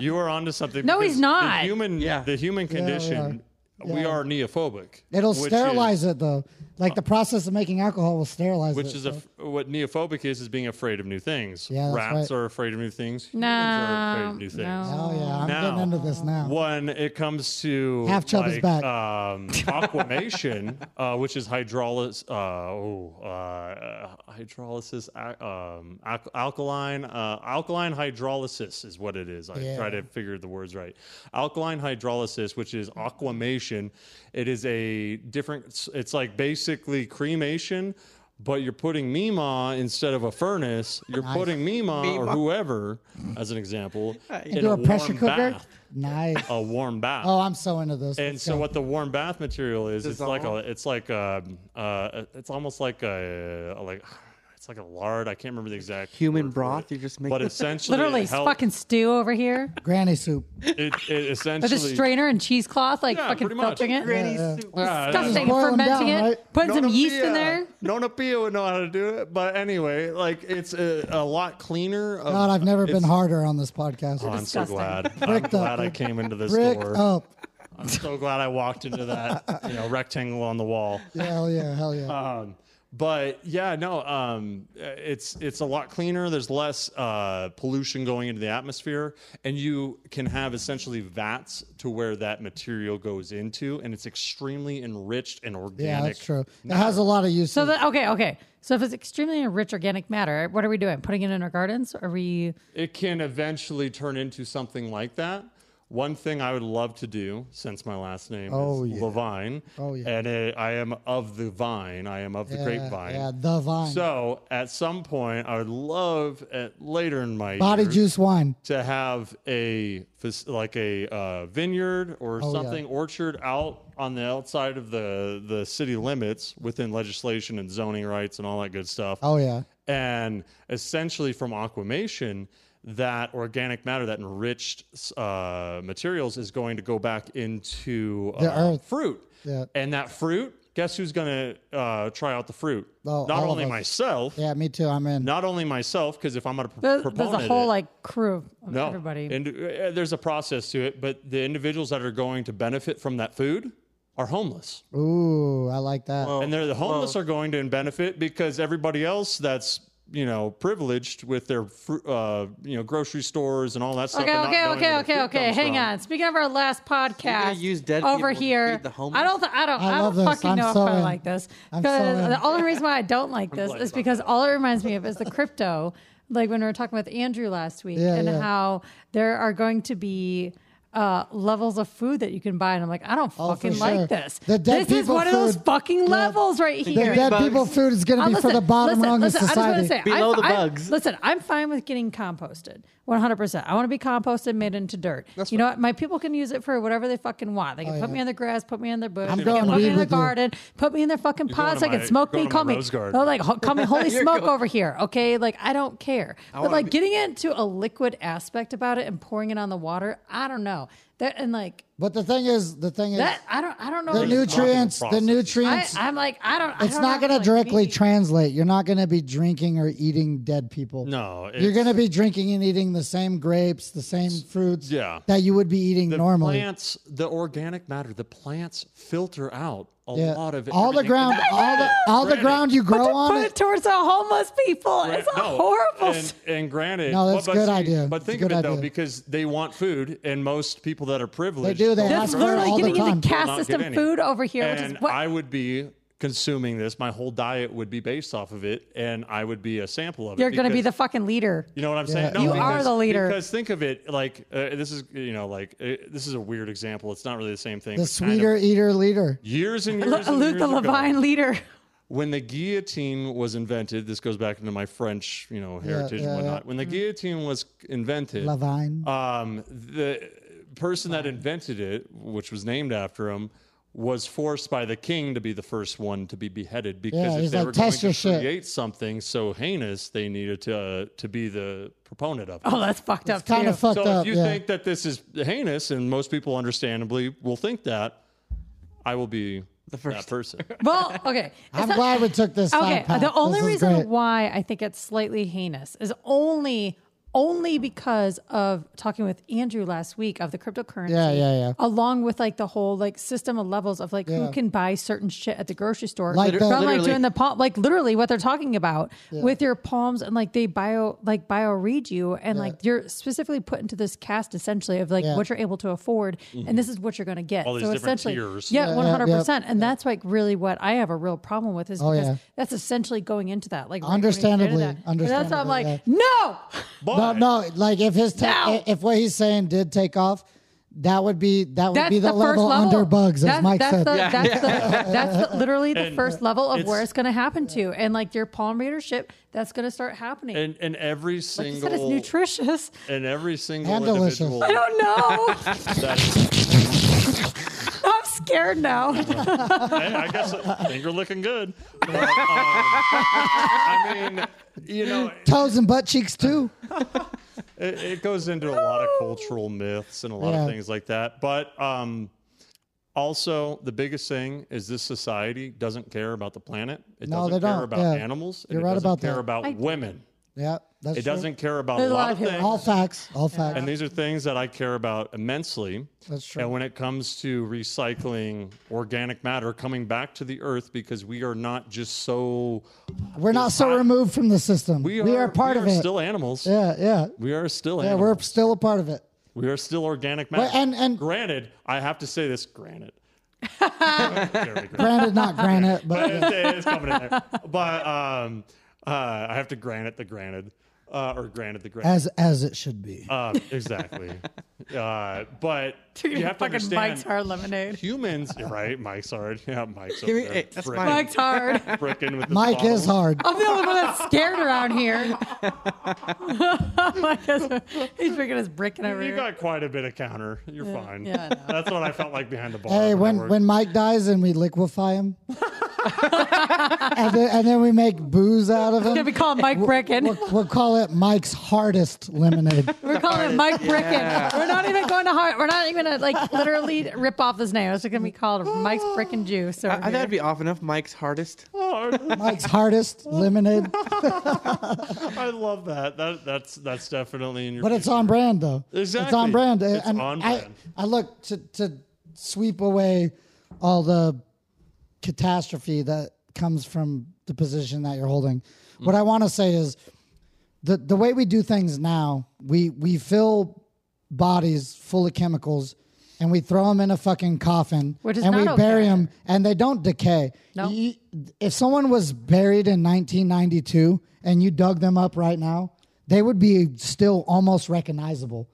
Speaker 4: You are onto something.
Speaker 3: No,
Speaker 4: because
Speaker 3: he's not.
Speaker 4: The human,
Speaker 2: Yeah.
Speaker 4: the human condition. we are, neophobic.
Speaker 1: It'll
Speaker 4: which
Speaker 1: sterilize
Speaker 4: is, Oh.
Speaker 1: it though. Like the process of making alcohol will sterilize it.
Speaker 4: Which is a, f- what neophobic is is being afraid of new things.
Speaker 1: Yeah, that's
Speaker 4: Rats
Speaker 1: right.
Speaker 4: are afraid of new things.
Speaker 3: No,
Speaker 4: Humans are afraid of new things.
Speaker 3: no.
Speaker 1: Oh yeah, I'm
Speaker 4: Now-
Speaker 1: getting into this now.
Speaker 4: When it comes to
Speaker 1: Half chub is
Speaker 4: like,
Speaker 1: back.
Speaker 4: Um, aquamation, uh, which is hydrolysis, uh, oh, uh, hydrolysis, a- um, al- alkaline, uh, alkaline hydrolysis is what it is. I
Speaker 1: Yeah.
Speaker 4: try to figure the words right. Alkaline hydrolysis, which is aquamation, it is a different. It's, it's like basically cremation. But you're putting Mima instead of a furnace. You're putting Mima, or whoever, as an example, in
Speaker 1: Do a, pressure
Speaker 4: warm
Speaker 1: cooker?
Speaker 4: bath
Speaker 1: Nice.
Speaker 4: a warm bath.
Speaker 1: Oh, I'm so into this.
Speaker 4: and
Speaker 1: Let's
Speaker 4: so
Speaker 1: go.
Speaker 4: what the warm bath material is, it's like a,
Speaker 2: Dissolve.
Speaker 4: it's like a, uh, it's almost like a, a like, it's like a lard. I can't remember the exact
Speaker 2: Human
Speaker 4: word for
Speaker 2: broth?
Speaker 4: it.
Speaker 2: You're just making-
Speaker 4: but essentially
Speaker 3: Literally,
Speaker 4: it, help-
Speaker 3: fucking stew over here
Speaker 1: Granny soup.
Speaker 4: it, it
Speaker 3: with a
Speaker 4: essentially
Speaker 3: strainer and cheesecloth, like
Speaker 4: Yeah,
Speaker 3: fucking
Speaker 4: pretty much.
Speaker 3: filtering it.
Speaker 2: Granny
Speaker 1: yeah.
Speaker 2: soup.
Speaker 4: Ah, Yeah,
Speaker 3: Disgusting,
Speaker 1: Just boil 'em
Speaker 3: fermenting
Speaker 1: down,
Speaker 3: it,
Speaker 1: right?
Speaker 3: putting some
Speaker 4: Nona
Speaker 3: yeast in
Speaker 4: Pia.
Speaker 3: there.
Speaker 4: Nona Pia would know how to do it, but anyway, like it's a, a lot cleaner. Of,
Speaker 1: God, I've never been
Speaker 4: it's-
Speaker 1: harder on this podcast.
Speaker 4: Oh, I'm so
Speaker 3: Disgusting.
Speaker 4: glad. I'm
Speaker 1: up,
Speaker 4: glad I came into this
Speaker 1: Brick
Speaker 4: door.
Speaker 1: up.
Speaker 4: I'm so glad I walked into that you know rectangle on the wall.
Speaker 1: Yeah, hell yeah, hell yeah.
Speaker 4: Um, but yeah, no, um, it's it's a lot cleaner. There's less uh, pollution going into the atmosphere, and you can have essentially vats to where that material goes into, and it's extremely enriched and organic.
Speaker 1: Yeah, that's true. It has a lot of uses.
Speaker 3: So the, okay, okay. So if it's extremely rich organic matter, what are we doing? Putting it in our gardens? Are we?
Speaker 4: It can eventually turn into something like that. One thing I would love to do, since my last name
Speaker 1: Oh,
Speaker 4: is
Speaker 1: yeah.
Speaker 4: Levine,
Speaker 1: Oh, yeah.
Speaker 4: and it, I am of the vine, I am of the
Speaker 1: yeah,
Speaker 4: grapevine.
Speaker 1: Yeah, the vine.
Speaker 4: So at some point, I would love at later in my
Speaker 1: Body
Speaker 4: years
Speaker 1: juice wine.
Speaker 4: to have a fac- like a uh, vineyard or
Speaker 1: Oh, yeah.
Speaker 4: something orchard out on the outside of the the city limits within legislation and zoning rights and all that good stuff.
Speaker 1: Oh yeah.
Speaker 4: And essentially, from aquamation, that organic matter, that enriched uh, materials, is going to go back into uh,
Speaker 1: The earth.
Speaker 4: fruit.
Speaker 1: Yeah.
Speaker 4: And that fruit, guess who's going to uh, try out the fruit?
Speaker 1: Oh,
Speaker 4: not
Speaker 1: all of
Speaker 4: only
Speaker 1: us.
Speaker 4: myself,
Speaker 1: Yeah, me too. I'm in.
Speaker 4: not only myself, because if I'm going to
Speaker 3: There's,
Speaker 4: proponent,
Speaker 3: there's a whole
Speaker 4: it-
Speaker 3: like crew of
Speaker 4: no,
Speaker 3: everybody.
Speaker 4: And uh, there's a process to it, but the individuals that are going to benefit from that food are homeless.
Speaker 1: Ooh, I like that.
Speaker 4: And they're, the homeless are going to benefit because everybody else that's you know privileged with their fru- uh, you know grocery stores and all that stuff.
Speaker 3: Okay,
Speaker 4: and not
Speaker 3: okay,
Speaker 4: knowing
Speaker 3: okay,
Speaker 4: where the
Speaker 3: okay,
Speaker 4: food
Speaker 3: okay.
Speaker 4: comes
Speaker 3: Hang
Speaker 4: from.
Speaker 3: on. Speaking of our last podcast,
Speaker 2: use dead
Speaker 3: over
Speaker 2: people to
Speaker 3: here.
Speaker 2: feed the homeless?
Speaker 3: I don't, th- I don't,
Speaker 1: I
Speaker 3: I,
Speaker 1: love
Speaker 3: don't
Speaker 1: this.
Speaker 3: fucking
Speaker 1: I'm
Speaker 3: know
Speaker 1: so
Speaker 3: if I
Speaker 1: in.
Speaker 3: like this
Speaker 1: I'm so
Speaker 3: because
Speaker 1: in.
Speaker 3: the only reason why I don't like this
Speaker 4: glad
Speaker 3: is
Speaker 4: about
Speaker 3: because all it reminds me of is the crypto. like when we were talking with Andrew last week
Speaker 1: Yeah,
Speaker 3: and
Speaker 1: yeah.
Speaker 3: how there are going to be. Uh, levels of food that you can buy, and I'm like, I don't
Speaker 1: Oh, for
Speaker 3: fucking
Speaker 1: sure.
Speaker 3: like this.
Speaker 1: The dead
Speaker 3: this is
Speaker 1: people
Speaker 3: one of those
Speaker 1: food.
Speaker 3: fucking
Speaker 1: Yeah.
Speaker 3: levels right
Speaker 1: the
Speaker 3: here.
Speaker 1: dead
Speaker 2: bugs.
Speaker 1: people food is going to
Speaker 3: Uh,
Speaker 1: be for the bottom
Speaker 3: listen,
Speaker 1: rung of
Speaker 3: listen, I
Speaker 1: society.
Speaker 3: just want to say,
Speaker 2: Below
Speaker 3: I'm,
Speaker 2: the
Speaker 3: I'm-
Speaker 2: bugs.
Speaker 3: listen, I'm fine with getting composted, 100%. I want to be composted, made into dirt. you know what? My people can use it for whatever they fucking want. They can
Speaker 1: Oh,
Speaker 3: put
Speaker 1: yeah.
Speaker 3: me in the grass, put me in their bush,
Speaker 1: I'm
Speaker 3: they
Speaker 1: going
Speaker 3: can put
Speaker 1: weed
Speaker 3: me in the
Speaker 1: with you.
Speaker 3: garden, put me in their fucking
Speaker 4: going
Speaker 3: pods.
Speaker 4: to
Speaker 3: They can
Speaker 4: my-
Speaker 3: smoke
Speaker 4: you're
Speaker 3: me,
Speaker 4: going to
Speaker 3: call
Speaker 4: my
Speaker 3: me.
Speaker 4: rose garden.
Speaker 3: No, like, ho- call me holy
Speaker 2: You're
Speaker 3: smoke
Speaker 2: going-
Speaker 3: over here, okay? Like, I don't care. but,
Speaker 2: wanna
Speaker 3: like,
Speaker 2: be-
Speaker 3: getting into a liquid aspect about it and pouring it on the water, I don't know. That, and, like,
Speaker 1: but the thing is, the thing is,
Speaker 3: that, I don't, I don't know.
Speaker 1: the
Speaker 3: if-
Speaker 1: nutrients, the
Speaker 4: process.
Speaker 3: I,
Speaker 1: nutrients.
Speaker 3: I'm like, I don't, I
Speaker 1: it's
Speaker 3: don't
Speaker 1: not
Speaker 3: know,
Speaker 1: going to
Speaker 3: like,
Speaker 1: directly
Speaker 3: maybe-
Speaker 1: translate. You're not going to be drinking or eating dead people.
Speaker 4: No, it's,
Speaker 1: You're going to be drinking and eating the same grapes, the same fruits
Speaker 4: Yeah.
Speaker 1: that you would be eating
Speaker 4: the
Speaker 1: normally.
Speaker 4: plants, the organic matter, the plants filter out a
Speaker 1: Yeah.
Speaker 4: lot of
Speaker 1: all the
Speaker 4: everything.
Speaker 1: ground, all the all the
Speaker 4: Granted.
Speaker 1: ground you grow
Speaker 3: to
Speaker 1: on
Speaker 3: put
Speaker 1: it.
Speaker 3: it towards the homeless people.
Speaker 4: Gra-
Speaker 3: It's a
Speaker 4: no,
Speaker 3: horrible.
Speaker 4: And, and granted,
Speaker 1: No, that's
Speaker 4: but,
Speaker 1: good
Speaker 4: but
Speaker 1: idea.
Speaker 4: But
Speaker 1: It's a
Speaker 4: think
Speaker 1: good
Speaker 4: of it though,
Speaker 1: idea.
Speaker 4: because they want food, and most people that are privileged
Speaker 1: do, they
Speaker 4: don't
Speaker 1: ask
Speaker 3: that's
Speaker 1: for it
Speaker 3: literally
Speaker 1: all the
Speaker 3: getting
Speaker 1: time.
Speaker 3: into caste
Speaker 4: not get
Speaker 3: system
Speaker 4: any.
Speaker 3: food over here,
Speaker 4: and
Speaker 3: which is what
Speaker 4: I would be consuming this. My whole diet would be based off of it, and I would be a sample of it.
Speaker 3: you're going to be
Speaker 4: because-
Speaker 3: the fucking leader.
Speaker 4: You know what I'm saying?
Speaker 1: You
Speaker 3: are the leader.
Speaker 4: Because think of it like uh, this is you know like uh, this is a weird example. It's not really the same thing.
Speaker 1: The
Speaker 4: but kind of-
Speaker 1: sweeter eater leader.
Speaker 4: years and
Speaker 3: Lu-
Speaker 4: years, and
Speaker 3: Luke
Speaker 4: years
Speaker 3: the
Speaker 4: ago,
Speaker 3: Levine leader.
Speaker 4: when the guillotine was invented, this goes back into my French, you know, heritage
Speaker 1: yeah,
Speaker 4: and whatnot.
Speaker 1: yeah. Mm.
Speaker 4: When the guillotine was invented,
Speaker 1: Levine.
Speaker 4: um, the person that invented it, which was named after him, was forced by the king to be the first one to be beheaded because
Speaker 1: Yeah,
Speaker 4: if
Speaker 1: he's
Speaker 4: they
Speaker 1: like,
Speaker 4: were going
Speaker 1: "Test
Speaker 4: to
Speaker 1: your shit."
Speaker 4: create something so heinous, they needed to uh, to be the proponent of it.
Speaker 3: Oh, that's fucked up.
Speaker 1: Kind
Speaker 3: too.
Speaker 1: of fucked
Speaker 4: so
Speaker 1: up.
Speaker 4: if you
Speaker 1: yeah.
Speaker 4: think that this is heinous, and most people understandably will think that, I will be the first that person.
Speaker 3: Well, okay.
Speaker 1: I'm
Speaker 3: It's not-
Speaker 1: glad we took this.
Speaker 3: Okay,
Speaker 1: side path.
Speaker 3: the only
Speaker 1: This is
Speaker 3: reason
Speaker 1: great.
Speaker 3: why I think it's slightly heinous is only only because of talking with Andrew last week of the cryptocurrency.
Speaker 1: Yeah, yeah, yeah.
Speaker 3: Along with like the whole like system of levels of like
Speaker 1: Yeah.
Speaker 3: who can buy certain shit at the grocery store.
Speaker 1: Like
Speaker 3: from
Speaker 1: the-
Speaker 3: like
Speaker 2: Literally.
Speaker 3: doing the palm like literally what they're talking about with your palms and like they bio like bio read you and like you're specifically put into this cast essentially of like
Speaker 1: Yeah.
Speaker 3: what you're able to afford and this is what you're gonna get.
Speaker 4: Mm-hmm. All these
Speaker 3: so
Speaker 4: different
Speaker 3: essentially
Speaker 4: tiers.
Speaker 1: Yeah,
Speaker 3: Yeah,
Speaker 1: yeah,
Speaker 3: one hundred
Speaker 1: yeah.
Speaker 3: percent percent. and that's like really what I have a real problem with is
Speaker 1: Oh,
Speaker 3: because
Speaker 1: yeah.
Speaker 3: that's essentially going into that, like right when you get into
Speaker 1: Understandably,
Speaker 3: that. And that's why I'm like,
Speaker 1: understandably,
Speaker 3: no,
Speaker 1: No,
Speaker 4: But
Speaker 1: no. Like if his ta-
Speaker 3: No.
Speaker 1: if what he's saying did take off, that would be that would
Speaker 3: that's
Speaker 1: be the,
Speaker 3: first
Speaker 1: level,
Speaker 3: level
Speaker 1: under bugs, as
Speaker 3: That's-
Speaker 1: Mike
Speaker 3: that's
Speaker 1: said.
Speaker 3: The, that's, The, that's the- literally the
Speaker 4: And
Speaker 3: first level of where
Speaker 4: it's-
Speaker 3: it's going to happen to, and like your palm readership, that's going to start happening.
Speaker 4: and and every
Speaker 3: like you said, it's
Speaker 4: single
Speaker 3: nutritious.
Speaker 4: and every single
Speaker 1: And delicious.
Speaker 4: individual
Speaker 3: I don't know.
Speaker 4: that is,
Speaker 3: I'm scared now.
Speaker 4: Hey, I guess I think you're looking good. But, um, I mean, you know,
Speaker 1: Toes and butt cheeks too.
Speaker 4: it, it goes into a lot of cultural myths and a lot
Speaker 1: Yeah.
Speaker 4: of things like that. But um, also, the biggest thing is this society doesn't care about the planet. It
Speaker 1: No,
Speaker 4: doesn't
Speaker 1: they
Speaker 4: care
Speaker 1: don't.
Speaker 4: about
Speaker 1: Yeah.
Speaker 4: animals. and
Speaker 1: You're
Speaker 4: it
Speaker 1: right
Speaker 4: doesn't
Speaker 1: about
Speaker 4: care
Speaker 1: that.
Speaker 4: about
Speaker 3: I-
Speaker 4: women.
Speaker 1: Yeah, that's
Speaker 4: It
Speaker 1: true.
Speaker 4: doesn't care about
Speaker 3: There's
Speaker 4: a lot of
Speaker 3: here.
Speaker 4: things.
Speaker 1: All facts. All facts.
Speaker 4: And these are things that I care about immensely.
Speaker 1: That's true.
Speaker 4: And when it comes to recycling organic matter coming back to the earth, because we are not just so
Speaker 1: We're not so removed from the system.
Speaker 4: we
Speaker 1: We
Speaker 4: are,
Speaker 1: are, part
Speaker 4: we
Speaker 1: of
Speaker 4: are
Speaker 1: it.
Speaker 4: Still animals.
Speaker 1: yeah, yeah.
Speaker 4: We are still
Speaker 1: Yeah,
Speaker 4: animals.
Speaker 1: we're still a part of it.
Speaker 4: We are still organic matter.
Speaker 1: Well, and- and-
Speaker 4: granted, I have to say this. Granted, Very granted.
Speaker 1: Granted, not granted, but yeah.
Speaker 4: it's coming in there. But um, uh, I have to granted the granted, uh, or granted the granted.
Speaker 1: as as it should be.
Speaker 4: Um, exactly. uh, but
Speaker 3: You're
Speaker 4: you
Speaker 3: gonna fucking
Speaker 4: have to
Speaker 3: Mike's
Speaker 4: understand
Speaker 3: hard lemonade.
Speaker 4: humans, right? Mike's hard. Yeah, Mike's over
Speaker 2: Give me-
Speaker 4: there.
Speaker 2: hey, that's
Speaker 4: frickin-
Speaker 2: mine.
Speaker 3: Mike's hard.
Speaker 4: frickin' with his
Speaker 1: Mike is
Speaker 4: bottle.
Speaker 1: hard.
Speaker 3: I'm the only one that's scared around here. Mike is- he's picking his brick and
Speaker 4: You
Speaker 3: everything.
Speaker 4: got quite a bit of counter. You're fine.
Speaker 3: yeah, I know.
Speaker 4: That's what I felt like behind the bar.
Speaker 1: Hey,
Speaker 4: when I
Speaker 1: when
Speaker 4: worked.
Speaker 1: when Mike dies and we liquefy him, and, then, and then we make booze out of
Speaker 3: Gonna be
Speaker 1: him.
Speaker 3: called Mike Bricken.
Speaker 1: We'll, we'll call it Mike's hardest lemonade.
Speaker 3: We're calling it Mike Bricken. We're not even going to hard. We're not even gonna like literally rip off his name. It's gonna be called Mike's Bricken Juice.
Speaker 2: I, I
Speaker 3: over
Speaker 2: thought
Speaker 3: here.
Speaker 2: that'd be off enough. Mike's hardest.
Speaker 4: Oh,
Speaker 1: Mike's hardest lemonade,
Speaker 4: I love that. That that's that's definitely in your.
Speaker 1: but it's
Speaker 4: future.
Speaker 1: on brand though. It's
Speaker 4: Exactly.
Speaker 1: on brand.
Speaker 4: It's
Speaker 1: and
Speaker 4: on
Speaker 1: I,
Speaker 4: brand.
Speaker 1: I look to to sweep away all the catastrophe that comes from the position that you're holding.
Speaker 4: Mm.
Speaker 1: What I want to say is the the way we do things now, we we fill bodies full of chemicals and we throw them in a fucking coffin
Speaker 3: Which is
Speaker 1: and we
Speaker 3: not
Speaker 1: bury
Speaker 3: okay.
Speaker 1: them and they don't decay.
Speaker 3: No.
Speaker 1: You- if someone was buried in 1992 and you dug them up right now, they would be still almost recognizable.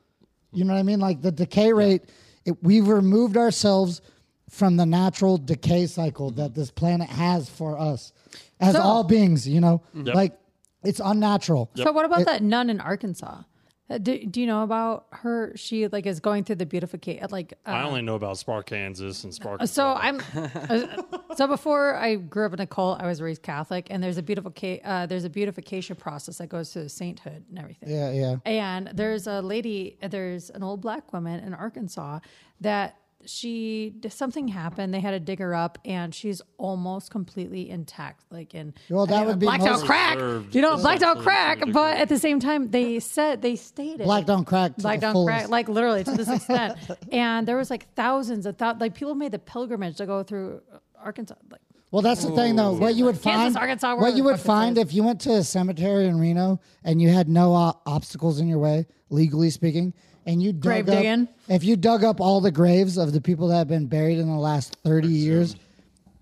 Speaker 1: You know what I mean? Like the decay rate, it, we've removed ourselves from the natural decay cycle that this planet has for us as
Speaker 3: So-
Speaker 1: all beings, you know?
Speaker 4: Yep.
Speaker 1: Like it's unnatural.
Speaker 3: So what about that nun in Arkansas? Uh, Do, do you know about her? She like is going through the beautification. Like
Speaker 4: I
Speaker 3: uh,
Speaker 4: only know about Spark Kansas and Spark.
Speaker 3: so, I'm uh, so before I grew up in a cult, I was raised Catholic, and there's a beautiful uh, there's a beautification process that goes through sainthood and everything.
Speaker 1: Yeah, yeah.
Speaker 3: And there's a lady, there's an old black woman in Arkansas that she something happened. They had to dig her up, and she's almost completely intact, like in
Speaker 1: Well, that
Speaker 3: I mean,
Speaker 1: would be
Speaker 3: blacked out
Speaker 1: most-
Speaker 3: crack.
Speaker 4: Preserved.
Speaker 3: You know,
Speaker 4: Yeah.
Speaker 3: blacked out
Speaker 4: Preserved to a
Speaker 3: crack.
Speaker 4: degree.
Speaker 3: But at the same time, they said they stated
Speaker 1: Black don't crack. To
Speaker 3: black
Speaker 1: the
Speaker 3: on
Speaker 1: fullest.
Speaker 3: crack, like literally to this extent. and there was like thousands of thousands, like people made the pilgrimage to go through Arkansas. Like,
Speaker 1: Well, that's the thing, though. What you would
Speaker 3: Kansas,
Speaker 1: find,
Speaker 3: Arkansas, wherever
Speaker 1: what
Speaker 3: the
Speaker 1: you would
Speaker 3: fuck it
Speaker 1: find
Speaker 3: is.
Speaker 1: if you went to a cemetery in Reno and you had no uh, obstacles in your way, legally speaking, and you dug
Speaker 3: Grave
Speaker 1: up,
Speaker 3: digging.
Speaker 1: if you dug up all the graves of the people that have been buried in the last thirty years,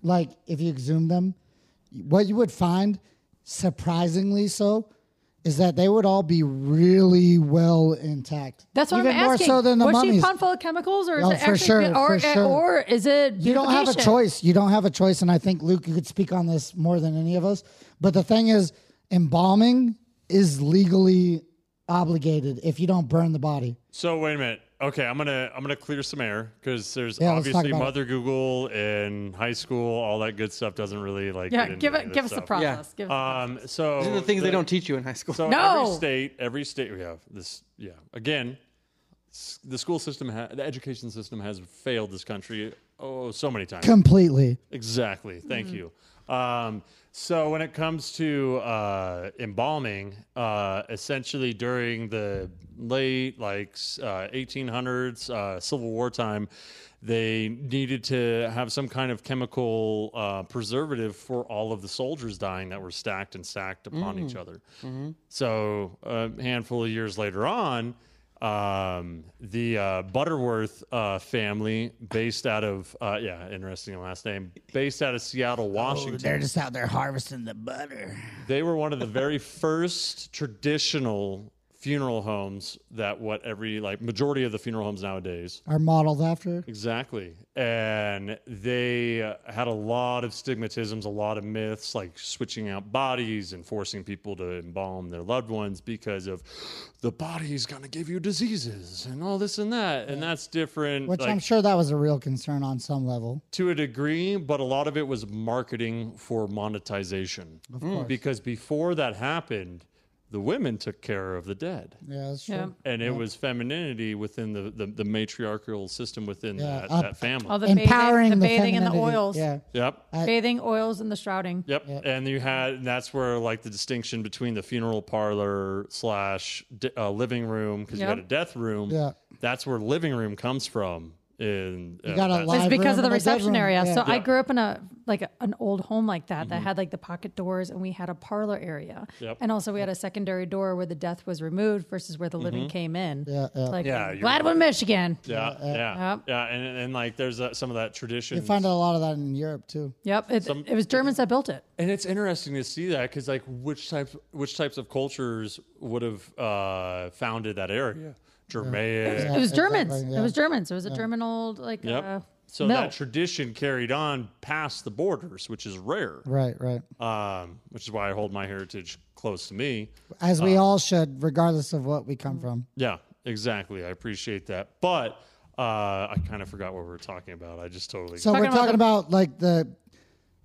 Speaker 1: like if you exhumed them, what you would find, surprisingly so, is that they would all be really well intact.
Speaker 3: that's what
Speaker 1: Even
Speaker 3: I'm
Speaker 1: more
Speaker 3: asking.
Speaker 1: so than the
Speaker 3: was she
Speaker 1: mummies.
Speaker 3: pumped full of chemicals, or is
Speaker 1: Oh,
Speaker 3: it
Speaker 1: for
Speaker 3: actually,
Speaker 1: sure,
Speaker 3: or,
Speaker 1: for sure.
Speaker 3: or is it?
Speaker 1: you don't have a
Speaker 3: beautification?
Speaker 1: choice. You don't have a choice, and I think Luke, you could speak on this more than any of us. But the thing is, embalming is legally obligated if you don't burn the body.
Speaker 4: So wait a minute. Okay, I'm gonna I'm gonna clear some air because there's
Speaker 1: Yeah, let's talk
Speaker 4: obviously
Speaker 1: about it.
Speaker 4: Mother Google and high school, all that good stuff doesn't really like.
Speaker 3: Yeah,
Speaker 4: get into
Speaker 3: give
Speaker 4: any
Speaker 3: it.
Speaker 4: of
Speaker 3: Give
Speaker 4: this
Speaker 3: us the
Speaker 4: stuff.
Speaker 3: process. Give us
Speaker 4: Um, so
Speaker 2: These are the things they don't teach you in high school.
Speaker 4: So
Speaker 3: No.
Speaker 4: every state, every state we have this. Yeah, again, s- the school system, ha- the education system has failed this country oh so many times.
Speaker 1: Completely.
Speaker 4: Exactly. Thank you. Um, so when it comes to uh, embalming, uh, essentially during the late like s- uh, 1800s uh, Civil War time, they needed to have some kind of chemical uh, preservative for all of the soldiers dying that were stacked and stacked upon each other. So a handful of years later on, um, the uh, Butterworth uh, family, based out of uh, yeah, interesting last name, based out of Seattle, Washington.
Speaker 1: Oh, just out there harvesting the butter.
Speaker 4: they were one of the very first traditional funeral homes that what every like majority of the funeral homes nowadays
Speaker 1: Are modeled after.
Speaker 4: Exactly. And they uh, had a lot of stigmatisms, a lot of myths, like switching out bodies and forcing people to embalm their loved ones because of the body is going to give you diseases and all this and that. And that's different.
Speaker 1: Which
Speaker 4: like,
Speaker 1: I'm sure that was a real concern on some level.
Speaker 4: to a degree, but a lot of it Hmm. was marketing for monetization. Because before that happened, the women took care of the dead.
Speaker 1: Yeah, that's true.
Speaker 3: Yeah.
Speaker 4: And it was femininity within the, the, the matriarchal system within
Speaker 1: Yeah,
Speaker 4: that,
Speaker 1: uh,
Speaker 4: that family.
Speaker 3: All the
Speaker 1: Empowering
Speaker 3: bathing,
Speaker 1: the,
Speaker 3: the bathing and the
Speaker 1: femininity.
Speaker 3: oils.
Speaker 1: Yeah.
Speaker 4: yep.
Speaker 3: Bathing, oils, and the shrouding.
Speaker 4: Yep. And you had, and that's where like the distinction between the funeral parlor slash di- uh, living room, because
Speaker 3: Yep.
Speaker 4: you had a death room.
Speaker 1: Yeah.
Speaker 4: That's where living room comes from. In uh,
Speaker 1: got a
Speaker 4: that-
Speaker 1: lot-
Speaker 3: It's
Speaker 1: Live
Speaker 3: because
Speaker 1: room
Speaker 3: of the
Speaker 1: and a
Speaker 3: reception
Speaker 1: bedroom.
Speaker 3: area.
Speaker 1: Yeah.
Speaker 3: So I grew up in a like a, an old home like that that had like the pocket doors, and we had a parlor area,
Speaker 4: Mm-hmm. Yep.
Speaker 3: and also we had a secondary door where the death was removed versus where the living came in.
Speaker 1: Yeah, yeah.
Speaker 3: Like
Speaker 4: Mm-hmm. Yeah, you're-
Speaker 3: Gladwin, Michigan.
Speaker 4: Yeah, yeah,
Speaker 3: Yep.
Speaker 4: yeah, and and, and like there's uh, some of that tradition.
Speaker 1: You find a lot of that in Europe too.
Speaker 3: Yep, it, it was Germans that built it.
Speaker 4: and it's interesting to see that because like which types which types of cultures would have uh, founded that area, Germaic.
Speaker 3: it was Germans.
Speaker 1: exactly, yeah.
Speaker 3: It was Germans. It was a German old like.
Speaker 4: Yep.
Speaker 3: Uh,
Speaker 4: so
Speaker 3: mill.
Speaker 4: that tradition carried on past the borders, which is rare,
Speaker 1: Right, right.
Speaker 4: um, which is why I hold my heritage close to me.
Speaker 1: As we all should, regardless of what we
Speaker 3: Mm.
Speaker 1: come from.
Speaker 4: Yeah, exactly. I appreciate that, but uh, I kind of forgot what we were talking about. I just totally.
Speaker 1: So
Speaker 3: Talking
Speaker 1: we're
Speaker 3: about
Speaker 1: talking
Speaker 3: the-
Speaker 1: about, like the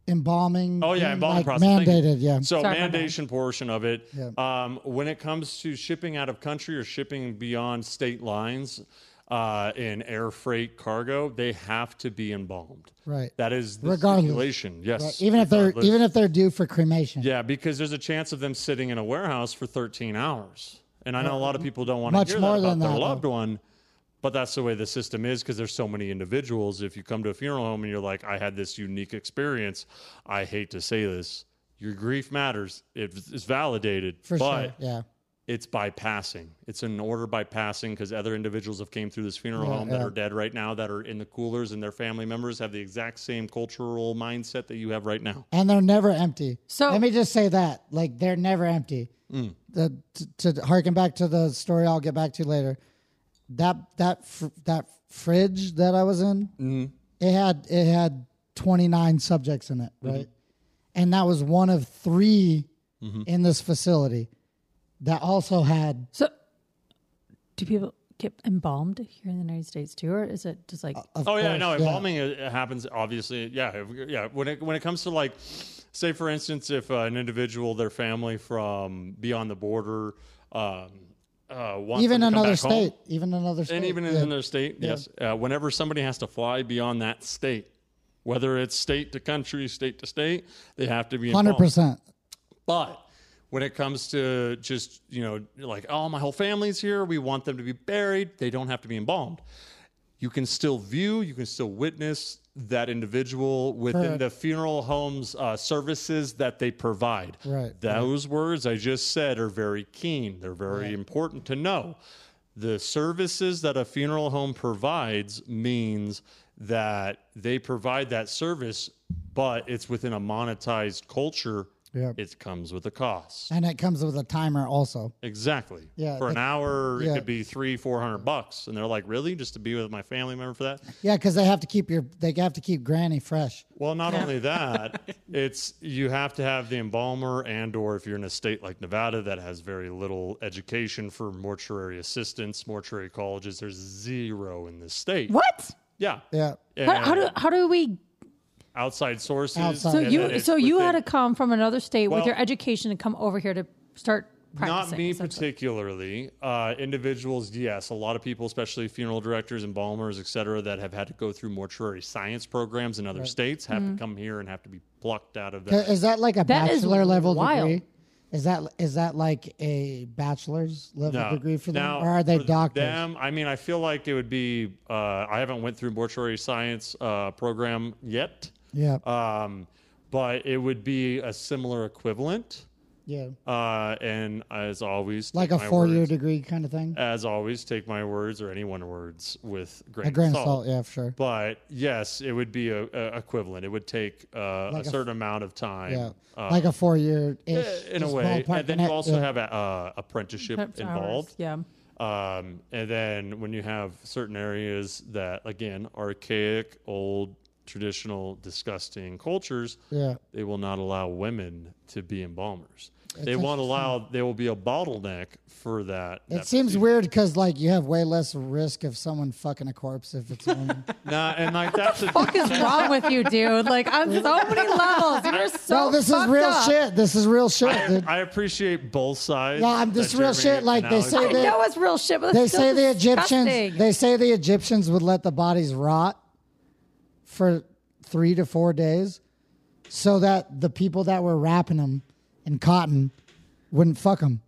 Speaker 1: embalming.
Speaker 4: Oh yeah,
Speaker 1: being,
Speaker 4: embalming
Speaker 1: like,
Speaker 4: process Thank you.
Speaker 1: mandated. Yeah.
Speaker 3: Sorry,
Speaker 4: So
Speaker 3: my bad.
Speaker 4: mandation portion of it.
Speaker 1: Yeah.
Speaker 4: Um, when it comes to shipping out of country or shipping beyond state lines uh, in air freight cargo, they have to be embalmed.
Speaker 1: Right.
Speaker 4: That is the
Speaker 1: Regardless.
Speaker 4: stipulation. Yes.
Speaker 1: Right, even if they're
Speaker 4: regardless.
Speaker 1: even if they're due for cremation.
Speaker 4: yeah, because there's a chance of them sitting in a warehouse for 13 hours, and I know a lot of people don't want
Speaker 1: Much
Speaker 4: to hear
Speaker 1: more
Speaker 4: that about
Speaker 1: than
Speaker 4: their
Speaker 1: that, though.
Speaker 4: loved one. But that's the way the system is because there's so many individuals. If you come to a funeral home and you're like, I had this unique experience, I hate to say this, your grief matters. It is validated,
Speaker 1: For
Speaker 4: but
Speaker 1: sure. Yeah.
Speaker 4: it's bypassing. It's an order bypassing because other individuals have came through this funeral
Speaker 1: Yeah,
Speaker 4: home that
Speaker 1: yeah.
Speaker 4: are dead right now that are in the coolers and their family members have the exact same cultural mindset that you have right now.
Speaker 1: And they're never empty.
Speaker 3: So-
Speaker 1: let me just say that, like they're never empty. The, to, to harken back to the story, I'll get back to later. That that fr- that fridge that I was in, it had it had twenty nine subjects in it, right? And that was one of 3 in this facility that also had
Speaker 3: So, do people get embalmed here in the United States too, or is it just like
Speaker 1: Of
Speaker 4: Oh yeah,
Speaker 1: course,
Speaker 4: no, embalming uh happens obviously. Yeah, if- yeah. When it when it comes to like, say for instance, if uh, an individual, their family from beyond the border, um, uh, wants
Speaker 1: even
Speaker 4: them to come
Speaker 1: another
Speaker 4: back home,
Speaker 1: state, even another state,
Speaker 4: and even in
Speaker 1: yeah.
Speaker 4: another state, yes. Uh, whenever somebody has to fly beyond that state, whether it's state to country, state to state, they have to be
Speaker 1: hundred
Speaker 4: embalmed.
Speaker 1: percent.
Speaker 4: But when it comes to just, you know, like, oh, my whole family's here, we want them to be buried, they don't have to be embalmed. You can still view, you can still witness that individual within
Speaker 1: Correct.
Speaker 4: the funeral home's uh, services that they provide.
Speaker 1: Right.
Speaker 4: Those words I just said are very keen, they're very important to know. The services that a funeral home provides means that they provide that service, but it's within a monetized culture
Speaker 1: Yeah.
Speaker 4: it comes with a cost.
Speaker 1: And it comes with a timer also.
Speaker 4: Exactly.
Speaker 1: Yeah,
Speaker 4: For an
Speaker 1: that-
Speaker 4: hour,
Speaker 1: yeah.
Speaker 4: it could be three, four hundred bucks, and they're like, "Really? Just to be with my family member for that?"
Speaker 1: Yeah, because they have to keep your they have to keep granny fresh.
Speaker 4: Well, not only that, it's you have to have the embalmer, and/or if you're in a state like Nevada that has very little education for mortuary assistance, mortuary colleges, there's zero in this state.
Speaker 3: what?
Speaker 4: Yeah.
Speaker 1: Yeah.
Speaker 3: How, how do how do we?
Speaker 4: outside sources?
Speaker 1: Outside.
Speaker 3: So
Speaker 4: and then
Speaker 3: you
Speaker 4: it's
Speaker 3: so you
Speaker 4: within-
Speaker 3: had to come from another state with
Speaker 4: Well-
Speaker 3: your education and come over here to start practicing.
Speaker 4: Not me
Speaker 3: essentially.
Speaker 4: particularly. Uh, individuals, yes. A lot of people, especially funeral directors, embalmers, et cetera, that have had to go through mortuary science programs in other states have to come here and have to be plucked out of that.
Speaker 1: Mm-hmm. Is that like a
Speaker 3: That is
Speaker 1: bachelor level
Speaker 3: wild.
Speaker 1: degree? Is that is that like a bachelor's level
Speaker 4: No.
Speaker 1: degree for them,
Speaker 4: Now,
Speaker 1: or are they
Speaker 4: for
Speaker 1: doctors?
Speaker 4: Them, I mean, I feel like it would be. Uh, I haven't went through mortuary science uh, program yet,
Speaker 1: yeah,
Speaker 4: um, but it would be a similar equivalent.
Speaker 1: yeah,
Speaker 4: Uh, and as always,
Speaker 1: like a
Speaker 4: take my
Speaker 1: four-year
Speaker 4: words-
Speaker 1: degree kind of thing.
Speaker 4: As always, take my words or anyone's words with grain,
Speaker 1: a grain of salt, yeah, for sure.
Speaker 4: But yes, it would be a, a equivalent. It would take uh,
Speaker 1: Like
Speaker 4: a
Speaker 1: a-
Speaker 4: certain amount of time.
Speaker 1: yeah,
Speaker 4: uh, eh,
Speaker 1: like a four-year
Speaker 4: in a way, and then
Speaker 1: e-,
Speaker 4: you also have a, uh, apprenticeship
Speaker 3: Perhaps hours,
Speaker 4: involved.
Speaker 3: Yeah.
Speaker 4: Um, and then when you have certain areas that, again, archaic, old, traditional, disgusting cultures,
Speaker 1: yeah,
Speaker 4: they will not allow women to be embalmers. they won't allow. There will be a bottleneck for that.
Speaker 1: It seems weird because like you have way less risk of someone fucking a corpse if it's on.
Speaker 4: Nah, and like that's a,
Speaker 3: What is wrong with you, dude? Like on so many levels, you're so.
Speaker 1: no, this is
Speaker 3: fucked
Speaker 1: real
Speaker 3: up.
Speaker 1: shit. This is real shit.
Speaker 4: I,
Speaker 1: dude.
Speaker 4: I appreciate both sides.
Speaker 1: No, I'm just
Speaker 4: that
Speaker 1: real
Speaker 4: Jeremy
Speaker 1: shit, like, they
Speaker 4: acknowledged.
Speaker 1: say
Speaker 3: I
Speaker 1: that-
Speaker 3: know it's real shit, but
Speaker 1: they
Speaker 3: it's
Speaker 1: say
Speaker 3: still
Speaker 1: the Egyptians.
Speaker 3: disgusting.
Speaker 1: They say the Egyptians would let the bodies rot for three to four days, so that the people that were wrapping them in cotton wouldn't fuck them.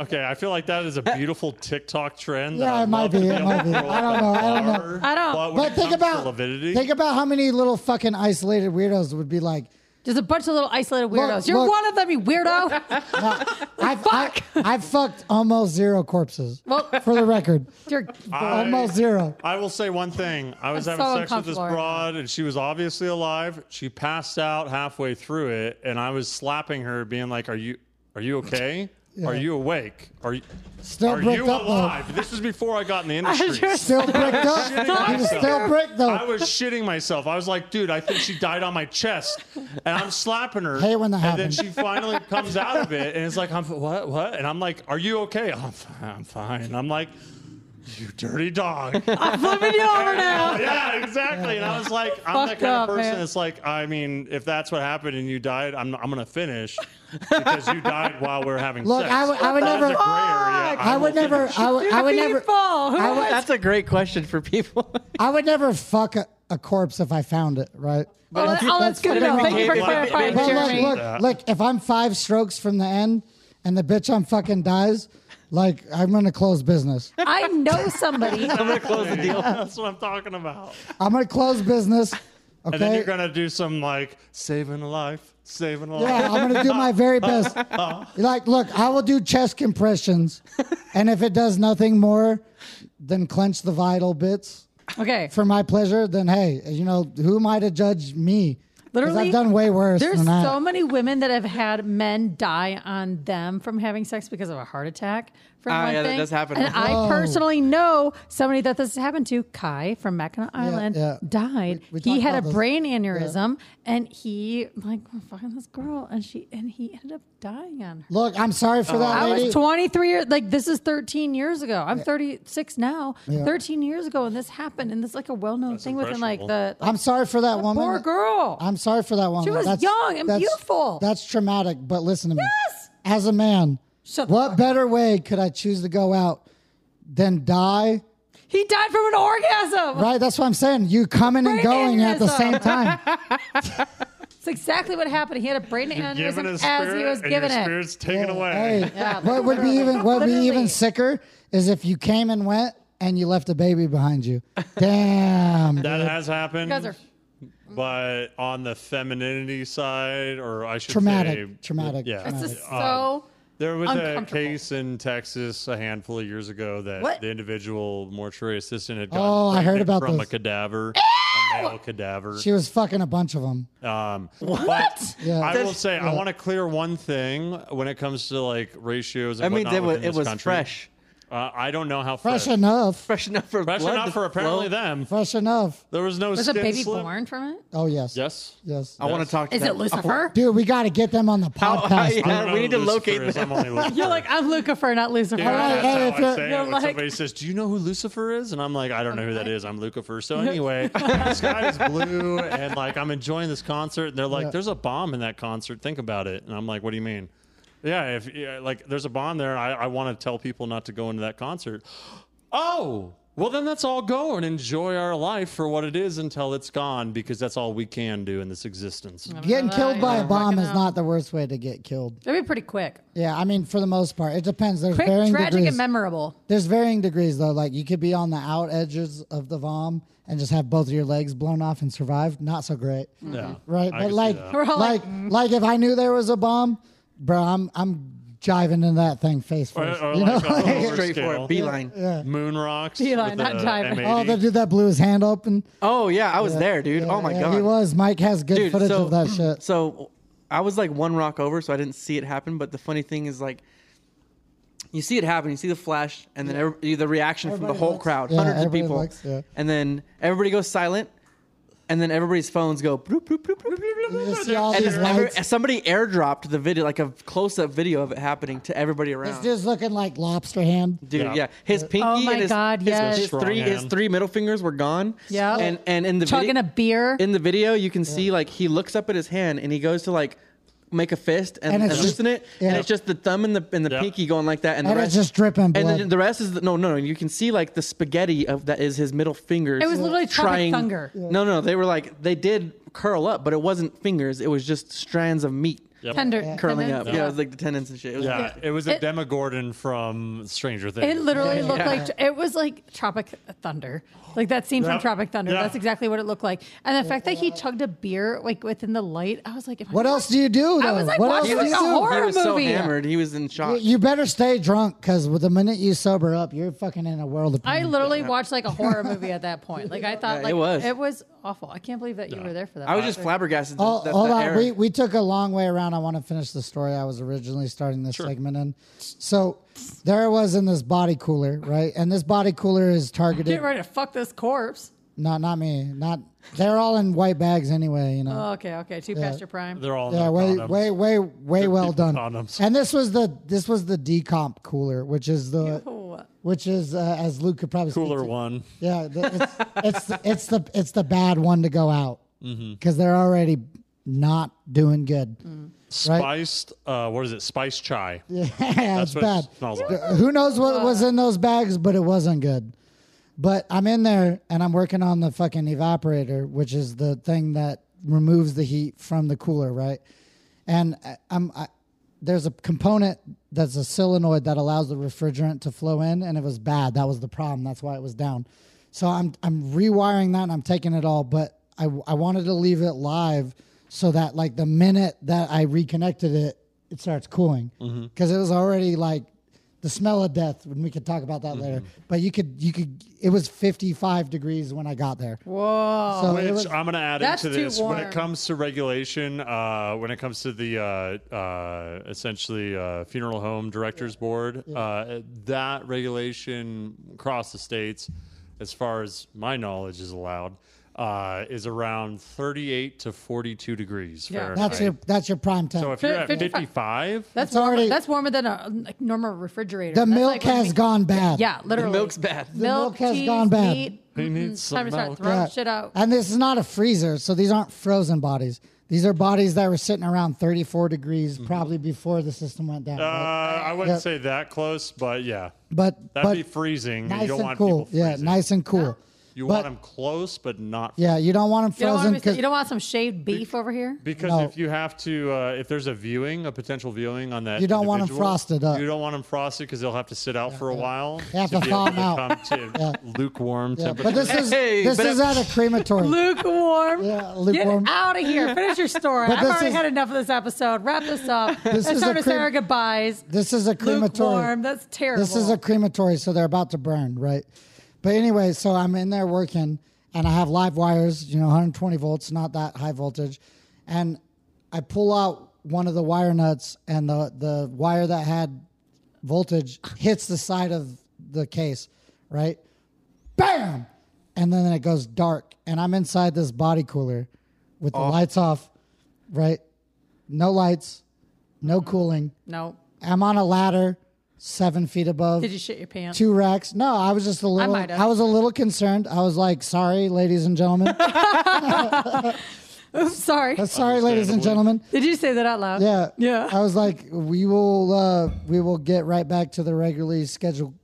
Speaker 4: Okay, I feel like that is a beautiful TikTok trend. that
Speaker 1: Eh. Yeah,
Speaker 4: I
Speaker 1: it might
Speaker 4: love
Speaker 1: be,
Speaker 4: to
Speaker 1: it
Speaker 4: able
Speaker 1: might
Speaker 4: to
Speaker 1: be.
Speaker 4: throw
Speaker 1: I
Speaker 4: up
Speaker 1: don't
Speaker 4: at
Speaker 1: know, I don't know.
Speaker 4: bar,
Speaker 3: I don't-
Speaker 4: But, when
Speaker 1: But
Speaker 4: it
Speaker 1: think
Speaker 4: comes to
Speaker 1: about
Speaker 4: lividity.
Speaker 1: think about how many little fucking isolated weirdos would be like.
Speaker 3: There's a bunch of little isolated weirdos. You're
Speaker 1: look.
Speaker 3: one of them, you weirdo.
Speaker 1: I fuck. I, have fucked almost zero corpses.
Speaker 3: Well-
Speaker 1: for the record,
Speaker 3: You're
Speaker 4: I-
Speaker 1: almost zero.
Speaker 4: I will say one thing. I was
Speaker 3: I'm
Speaker 4: having
Speaker 3: so
Speaker 4: sex with this
Speaker 3: uncomfortable right
Speaker 4: broad, and she was obviously alive. She passed out halfway through it, and I was slapping her, being like, "Are you, are you okay? Are you awake? Are you,
Speaker 1: Still
Speaker 4: are
Speaker 1: bricked
Speaker 4: you
Speaker 1: up, though.
Speaker 4: alive?" This was before I got in the industry.
Speaker 1: Still bricked up. He was still bricked though.
Speaker 4: I was shitting myself. I was like, dude, I think she died on my chest. And I'm slapping her.
Speaker 1: Hate when that
Speaker 4: and
Speaker 1: happens.
Speaker 4: then she finally comes out of it and it's like, I'm what, what? And I'm like, are you okay? I'm fine. I'm fine. And I'm like, you dirty dog.
Speaker 3: I'm flipping you over now.
Speaker 4: yeah, exactly. And I was like, I'm that
Speaker 3: Fucked
Speaker 4: kind
Speaker 3: up,
Speaker 4: of person
Speaker 3: man.
Speaker 4: that's like, I mean, if that's what happened and you died, I'm, I'm going to finish because you died while we're having
Speaker 1: Look,
Speaker 4: sex.
Speaker 1: I would- I would
Speaker 4: That is a
Speaker 1: never-
Speaker 4: gray area.
Speaker 1: I would
Speaker 4: will
Speaker 1: never.
Speaker 4: finish.
Speaker 1: I would, I would never.
Speaker 3: People. Who
Speaker 1: I would-
Speaker 2: That's a great question for people.
Speaker 1: I would never fuck a, a corpse if I found it, right?
Speaker 3: Oh, that- oh, that's good
Speaker 1: fucking
Speaker 3: to know.
Speaker 1: wrong.
Speaker 3: Thank you for
Speaker 4: Well,
Speaker 3: clarifying,
Speaker 4: well,
Speaker 1: But
Speaker 3: Jeremy.
Speaker 1: look, look, look, if I'm five strokes from the end and the bitch I'm fucking dies, like I'm gonna close business.
Speaker 3: I know somebody.
Speaker 4: That's what I'm talking about.
Speaker 1: I'm gonna close business. Okay.
Speaker 4: And then you're gonna do some like saving a life, saving a life.
Speaker 1: yeah, I'm gonna do my very best. Like, look, I will do chest compressions, and if it does nothing more than clench the vital bits
Speaker 3: Okay.
Speaker 1: for my pleasure, then hey, you know, who am I to judge me? 'Cause
Speaker 3: Literally,
Speaker 1: I've done way worse.
Speaker 3: There's
Speaker 1: than that.
Speaker 3: so many women that have had men die on them from having sex because of a heart attack. From
Speaker 2: Ah,
Speaker 3: one
Speaker 2: yeah, that
Speaker 3: thing.
Speaker 2: does happen.
Speaker 3: And
Speaker 1: Whoa.
Speaker 3: I personally know somebody that this happened to. Kai from Mackinac Island
Speaker 1: yeah.
Speaker 3: died.
Speaker 1: We- we
Speaker 3: he
Speaker 1: talked
Speaker 3: had a
Speaker 1: about this.
Speaker 3: brain aneurysm, and he like fucking this girl, and she and he ended up dying on her.
Speaker 1: Look, I'm sorry for that
Speaker 3: I
Speaker 1: lady.
Speaker 3: was 23 years like this is 13 years ago. I'm 36 now. 13 years ago and this happened and this is like a well-known thing within like the
Speaker 1: I'm sorry for that woman.
Speaker 3: poor girl.
Speaker 1: I'm sorry for that woman.
Speaker 3: was
Speaker 1: That's-
Speaker 3: young and
Speaker 1: that's-
Speaker 3: beautiful.
Speaker 1: That's traumatic, but listen to me.
Speaker 3: Yes!
Speaker 1: As a man,
Speaker 3: Shut the
Speaker 1: what
Speaker 3: fuck
Speaker 1: better way could I choose to go out than die?
Speaker 3: he died from an orgasm.
Speaker 1: Right? That's what I'm saying. You coming and
Speaker 3: Brain
Speaker 1: going at the
Speaker 3: aneurysm.
Speaker 1: same time.
Speaker 3: It's exactly what happened. He had a brain aneurysm
Speaker 4: Giving a
Speaker 3: as
Speaker 4: spirit,
Speaker 3: he was
Speaker 4: and
Speaker 3: giving
Speaker 4: your
Speaker 3: it.
Speaker 4: spirit's taken away.
Speaker 1: Hey,
Speaker 3: Yeah,
Speaker 1: what would be even what would be even
Speaker 3: Literally.
Speaker 1: sicker is if you came and went and you left a baby behind you. Damn.
Speaker 4: That
Speaker 1: dude.
Speaker 4: has happened.
Speaker 3: You guys are-
Speaker 4: but on the femininity side, or I should
Speaker 1: Traumatic,
Speaker 4: say,
Speaker 1: traumatic,
Speaker 4: Yeah,
Speaker 1: traumatic.
Speaker 3: This
Speaker 1: It's
Speaker 3: is
Speaker 4: Um,
Speaker 3: so
Speaker 4: There was a
Speaker 3: uncomfortable.
Speaker 4: case in Texas a handful of years ago that
Speaker 3: What?
Speaker 4: the individual mortuary assistant had gotten
Speaker 1: Oh, I heard
Speaker 4: pregnant
Speaker 1: about
Speaker 4: from
Speaker 1: this.
Speaker 4: a cadaver, a male cadaver.
Speaker 1: she was fucking a bunch of them.
Speaker 4: Um, what?
Speaker 1: Yeah.
Speaker 4: I will
Speaker 2: That's-
Speaker 4: say, I want to clear one thing when it comes to like ratios. And
Speaker 2: I mean,
Speaker 4: whatnot
Speaker 2: they were-
Speaker 4: within
Speaker 2: it
Speaker 4: this
Speaker 2: was
Speaker 4: country.
Speaker 2: fresh.
Speaker 4: Uh, I don't know how fresh.
Speaker 1: Fresh enough.
Speaker 2: Fresh enough for
Speaker 4: Fresh
Speaker 2: blood
Speaker 4: enough
Speaker 2: to
Speaker 4: for apparently
Speaker 2: flow.
Speaker 4: them.
Speaker 1: Fresh enough.
Speaker 4: There was no
Speaker 3: was a
Speaker 4: skin
Speaker 3: baby
Speaker 4: slip.
Speaker 3: born from it?
Speaker 1: Oh yes.
Speaker 4: Yes.
Speaker 1: Yes.
Speaker 2: I want to talk. To
Speaker 3: Is
Speaker 2: them.
Speaker 3: it
Speaker 1: oh,
Speaker 3: Lucifer?
Speaker 1: Dude, we got to get them on the
Speaker 2: How-
Speaker 1: podcast.
Speaker 2: how-
Speaker 4: I
Speaker 2: yeah,
Speaker 4: don't know
Speaker 2: we need to
Speaker 4: who
Speaker 2: locate
Speaker 4: Lucifer is.
Speaker 2: them.
Speaker 4: I'm only Lucifer.
Speaker 3: You're like, I'm Lucifer, not Lucifer.
Speaker 4: Dude,
Speaker 1: hey,
Speaker 4: that's how
Speaker 1: if you're-
Speaker 4: I say
Speaker 3: you're
Speaker 4: it when
Speaker 3: like-
Speaker 4: somebody says, "Do you know who Lucifer is?" and I'm like, "I don't know who that is. I'm Lucifer." So anyway, the sky is blue, and like I'm enjoying this concert, and they're like,
Speaker 1: Yeah.
Speaker 4: "There's a bomb in that concert. Think about it." And I'm like, "What do you mean?" Yeah, if yeah, like there's a bomb there, I, I want to tell people not to go into that concert. Oh, well then let's all go and enjoy our life for what it is until it's gone, because that's all we can do in this existence.
Speaker 1: Getting
Speaker 3: Uh,
Speaker 1: killed by
Speaker 3: yeah.
Speaker 1: a bomb
Speaker 3: Fucking
Speaker 1: is
Speaker 3: hell.
Speaker 1: not the worst way to get killed.
Speaker 3: That'd be pretty quick.
Speaker 1: Yeah, I mean, for the most part, it depends. There's
Speaker 3: Quick,
Speaker 1: varying
Speaker 3: tragic,
Speaker 1: degrees.
Speaker 3: and memorable.
Speaker 1: There's varying degrees though. Like you could be on the out edges of the bomb and just have both of your legs blown off and survive. Not so great.
Speaker 4: Yeah,
Speaker 1: Right,
Speaker 4: I
Speaker 1: but
Speaker 4: can see
Speaker 1: like,
Speaker 4: that.
Speaker 3: We're all
Speaker 1: like,
Speaker 3: like,
Speaker 1: like, if I knew there was a bomb, bro, I'm, I'm jiving into that thing face
Speaker 4: Or-
Speaker 1: first.
Speaker 4: or
Speaker 1: you
Speaker 4: like
Speaker 1: know,
Speaker 4: a
Speaker 1: Like,
Speaker 4: lower
Speaker 2: Straight for
Speaker 4: scale.
Speaker 2: it. Beeline.
Speaker 4: Moon rocks.
Speaker 3: Beeline,
Speaker 4: with
Speaker 3: not
Speaker 4: the
Speaker 3: diving.
Speaker 4: M80.
Speaker 1: oh, the dude that blew his hand open.
Speaker 2: Oh yeah, I was there, dude. oh my
Speaker 1: Yeah,
Speaker 2: god.
Speaker 1: he was. Mike has good
Speaker 2: Dude,
Speaker 1: footage
Speaker 2: so,
Speaker 1: of that shit.
Speaker 2: So I was like one rock over, so I didn't see it happen. But the funny thing is, like, you see it happen, you see the flash, and then every, the reaction from
Speaker 1: Everybody
Speaker 2: the whole
Speaker 1: looks.
Speaker 2: crowd,
Speaker 1: Yeah,
Speaker 2: hundreds of
Speaker 1: everybody
Speaker 2: people,
Speaker 1: looks, yeah.
Speaker 2: and then everybody goes silent. and then everybody's phones go. bloop, bloop, bloop, bloop, bloop, bloop,
Speaker 1: You
Speaker 2: bloop.
Speaker 1: see all
Speaker 2: And
Speaker 1: these
Speaker 2: then every-
Speaker 1: lights.
Speaker 2: somebody airdropped the video, like a close-up video of it happening to everybody
Speaker 1: This
Speaker 2: around.
Speaker 1: dude's looking like lobster hand.
Speaker 2: Dude, yeah.
Speaker 4: Yeah.
Speaker 2: his pinky
Speaker 3: Oh my
Speaker 2: and his,
Speaker 3: God,
Speaker 2: his-
Speaker 3: yes.
Speaker 2: his,
Speaker 4: Strong
Speaker 2: three his
Speaker 4: hand.
Speaker 2: three middle fingers were gone.
Speaker 3: Yeah.
Speaker 2: and and in the
Speaker 3: chugging a
Speaker 2: video,
Speaker 3: beer.
Speaker 2: in the video, you can see like he looks up at his hand and he goes to like make a fist and,
Speaker 1: And
Speaker 2: and,
Speaker 1: it's just-
Speaker 2: loosen it,
Speaker 1: yeah.
Speaker 2: and it's just the thumb and the and the
Speaker 4: Yeah.
Speaker 2: pinky going like that, and,
Speaker 1: And
Speaker 2: the
Speaker 1: it's
Speaker 2: rest
Speaker 1: just dripping
Speaker 2: And
Speaker 1: blood.
Speaker 2: then the rest is the, no, no, no. You can see like the spaghetti of that is his middle fingers.
Speaker 3: It was literally Tropic
Speaker 2: trying.
Speaker 3: Thunder. Yeah.
Speaker 2: No, no, they were like they did curl up, but it wasn't fingers. It was just strands of meat
Speaker 4: Yep.
Speaker 3: tender
Speaker 1: Curling
Speaker 2: curling
Speaker 3: tendons,
Speaker 2: up. Yeah. it was like the tendons and shit. It was
Speaker 5: Yeah, it was a
Speaker 3: It-
Speaker 5: Demogorgon from Stranger Things.
Speaker 3: It literally
Speaker 1: Yeah.
Speaker 3: looked
Speaker 2: Yeah.
Speaker 3: like it was like Tropic Thunder, like that scene from
Speaker 5: Yeah.
Speaker 3: Tropic Thunder.
Speaker 5: Yeah.
Speaker 3: That's exactly what it looked like. And the fact that he chugged a beer like within the light, I was like, am I
Speaker 1: What else do you do? Though?
Speaker 3: I was like
Speaker 1: what else
Speaker 3: watching
Speaker 1: do
Speaker 3: like
Speaker 1: you
Speaker 3: a
Speaker 1: do?
Speaker 2: He
Speaker 3: horror
Speaker 2: was so
Speaker 3: movie.
Speaker 2: hammered. He was in shock.
Speaker 1: You better stay drunk because the minute you sober up, you're fucking in a world of
Speaker 3: I
Speaker 1: pain.
Speaker 3: literally watched like a horror movie at that point. Like I thought,
Speaker 2: Yeah,
Speaker 3: like
Speaker 2: it was.
Speaker 3: it was awful. I can't believe that you were there for that.
Speaker 2: I was just flabbergasted. that-
Speaker 1: Oh,
Speaker 2: that-
Speaker 1: hold
Speaker 2: that
Speaker 1: on.
Speaker 2: error.
Speaker 1: We, we took a long way around. I want to finish the story I was originally starting this segment in. So there was in this body cooler, right? And this body cooler is targeted.
Speaker 3: get ready to fuck this corpse.
Speaker 1: No, not me. Not they're all in white bags anyway. You know.
Speaker 3: Oh, okay, okay, too past your prime.
Speaker 5: They're all
Speaker 1: yeah,
Speaker 5: no
Speaker 1: way,
Speaker 5: Oh. condoms.
Speaker 1: way, way, way well
Speaker 5: people
Speaker 1: done.
Speaker 5: condoms.
Speaker 1: And this was the this was the decomp cooler, which is the which is uh, as Luke could probably speak
Speaker 5: cooler
Speaker 1: to-
Speaker 5: one.
Speaker 1: Yeah, the, it's, it's it's the it's the bad one to go out because
Speaker 5: Mm-hmm.
Speaker 1: they're already not doing good.
Speaker 5: Spiced, uh, what is it? Spice chai.
Speaker 1: Yeah, it's
Speaker 5: That's what
Speaker 1: bad.
Speaker 5: it smells like.
Speaker 1: Who knows what was in those bags, but it wasn't good. But I'm in there and I'm working on the fucking evaporator, which is the thing that removes the heat from the cooler, right? And I- I'm I, there's a component that's a solenoid that allows the refrigerant to flow in, and it was bad. That was the problem. That's why it was down. So I'm I'm rewiring that and I'm taking it all, but I I wanted to leave it live so that like the minute that I reconnected it, it starts cooling
Speaker 5: Mm-hmm.
Speaker 1: because it was already like the smell of death and we could talk about that later
Speaker 5: Mm-hmm.
Speaker 1: but you could you could it was 55 degrees when i got there
Speaker 3: Whoa.
Speaker 1: so
Speaker 5: Which
Speaker 1: it was,
Speaker 5: I'm going to add
Speaker 3: That's
Speaker 5: into
Speaker 3: too
Speaker 5: this when
Speaker 3: warm.
Speaker 5: it comes to regulation, uh, when it comes to the uh, uh, essentially uh, funeral home directors board, uh, that regulation across the states, as far as my knowledge is allowed, uh, is around 38 to 42 degrees.
Speaker 3: Yeah.
Speaker 5: Fahrenheit.
Speaker 1: that's your that's your prime time
Speaker 5: So if you're at
Speaker 3: 55.
Speaker 5: 55,
Speaker 3: that's
Speaker 1: it's
Speaker 3: warmer,
Speaker 1: already-
Speaker 3: that's warmer than a like, normal refrigerator.
Speaker 1: the
Speaker 3: That's
Speaker 1: milk
Speaker 3: like when
Speaker 1: has
Speaker 3: we-
Speaker 1: gone bad
Speaker 3: Yeah,
Speaker 2: the
Speaker 3: literally.
Speaker 2: milk's bad.
Speaker 1: milk has gone bad.
Speaker 3: meat.
Speaker 5: Who
Speaker 3: Mm-mm.
Speaker 5: needs some
Speaker 3: Time to start
Speaker 5: milk?
Speaker 3: throwing
Speaker 1: Yeah.
Speaker 3: shit out.
Speaker 1: and this is not a freezer so these aren't frozen bodies these are bodies that were sitting around 34 degrees probably before the system went down
Speaker 5: Mm-hmm. uh,
Speaker 1: right?
Speaker 5: I wouldn't say that close, but yeah.
Speaker 1: but
Speaker 5: That'd
Speaker 1: but
Speaker 5: be freezing.
Speaker 1: nice
Speaker 5: you don't
Speaker 1: and
Speaker 5: want
Speaker 1: cool
Speaker 5: people freezing.
Speaker 1: yeah nice and cool
Speaker 5: You want
Speaker 1: but-
Speaker 5: them close, but not
Speaker 1: yeah you don't want them
Speaker 3: You don't,
Speaker 1: frozen
Speaker 3: want to be,
Speaker 1: 'cause-
Speaker 3: you don't want some shaved beef over here.
Speaker 5: Because
Speaker 1: No.
Speaker 5: if you have to, uh, if there's a viewing, a potential viewing on that,
Speaker 1: You don't want 'em
Speaker 5: individual,
Speaker 1: frosted up.
Speaker 5: You don't want them frosted because they'll have to sit out for a while.
Speaker 1: They have to
Speaker 5: be able
Speaker 1: thaw 'em
Speaker 5: to
Speaker 1: out.
Speaker 5: Come to lukewarm
Speaker 1: yeah,
Speaker 5: temperature.
Speaker 1: but this is
Speaker 2: Hey,
Speaker 1: this
Speaker 2: but-
Speaker 1: is at a crematory
Speaker 3: Lukewarm.
Speaker 1: yeah
Speaker 3: Get
Speaker 1: lukewarm
Speaker 3: out of here. Finish your story.
Speaker 1: But
Speaker 3: I've
Speaker 1: this
Speaker 3: already
Speaker 1: is-
Speaker 3: had enough of this episode. Wrap this up.
Speaker 1: This
Speaker 3: it's
Speaker 1: is
Speaker 3: time
Speaker 1: a
Speaker 3: to say
Speaker 1: crem-
Speaker 3: our goodbyes.
Speaker 1: This is a crematory.
Speaker 3: Lukewarm. That's terrible.
Speaker 1: This is a crematory, so they're about to burn, right? But anyway, so I'm in there working, and I have live wires, you know, 120 volts, not that high voltage, and I pull out one of the wire nuts, and the the wire that had voltage hits the side of the case, right? Bam! And then it goes dark, and I'm inside this body cooler with the lights off, right? No lights, no cooling.
Speaker 3: no.
Speaker 1: I'm on a ladder, seven feet above.
Speaker 3: Did you shit your pants?
Speaker 1: two racks? No, I was just a little.
Speaker 3: might have.
Speaker 1: I was a little concerned. I was like, "Sorry, ladies and gentlemen. Uh,
Speaker 3: Oops, sorry.
Speaker 1: Sorry, ladies and gentlemen."
Speaker 3: Did you say that out loud?
Speaker 1: Yeah,
Speaker 3: Yeah.
Speaker 1: I was like, "We will. Uh, we will get right back to the regularly scheduled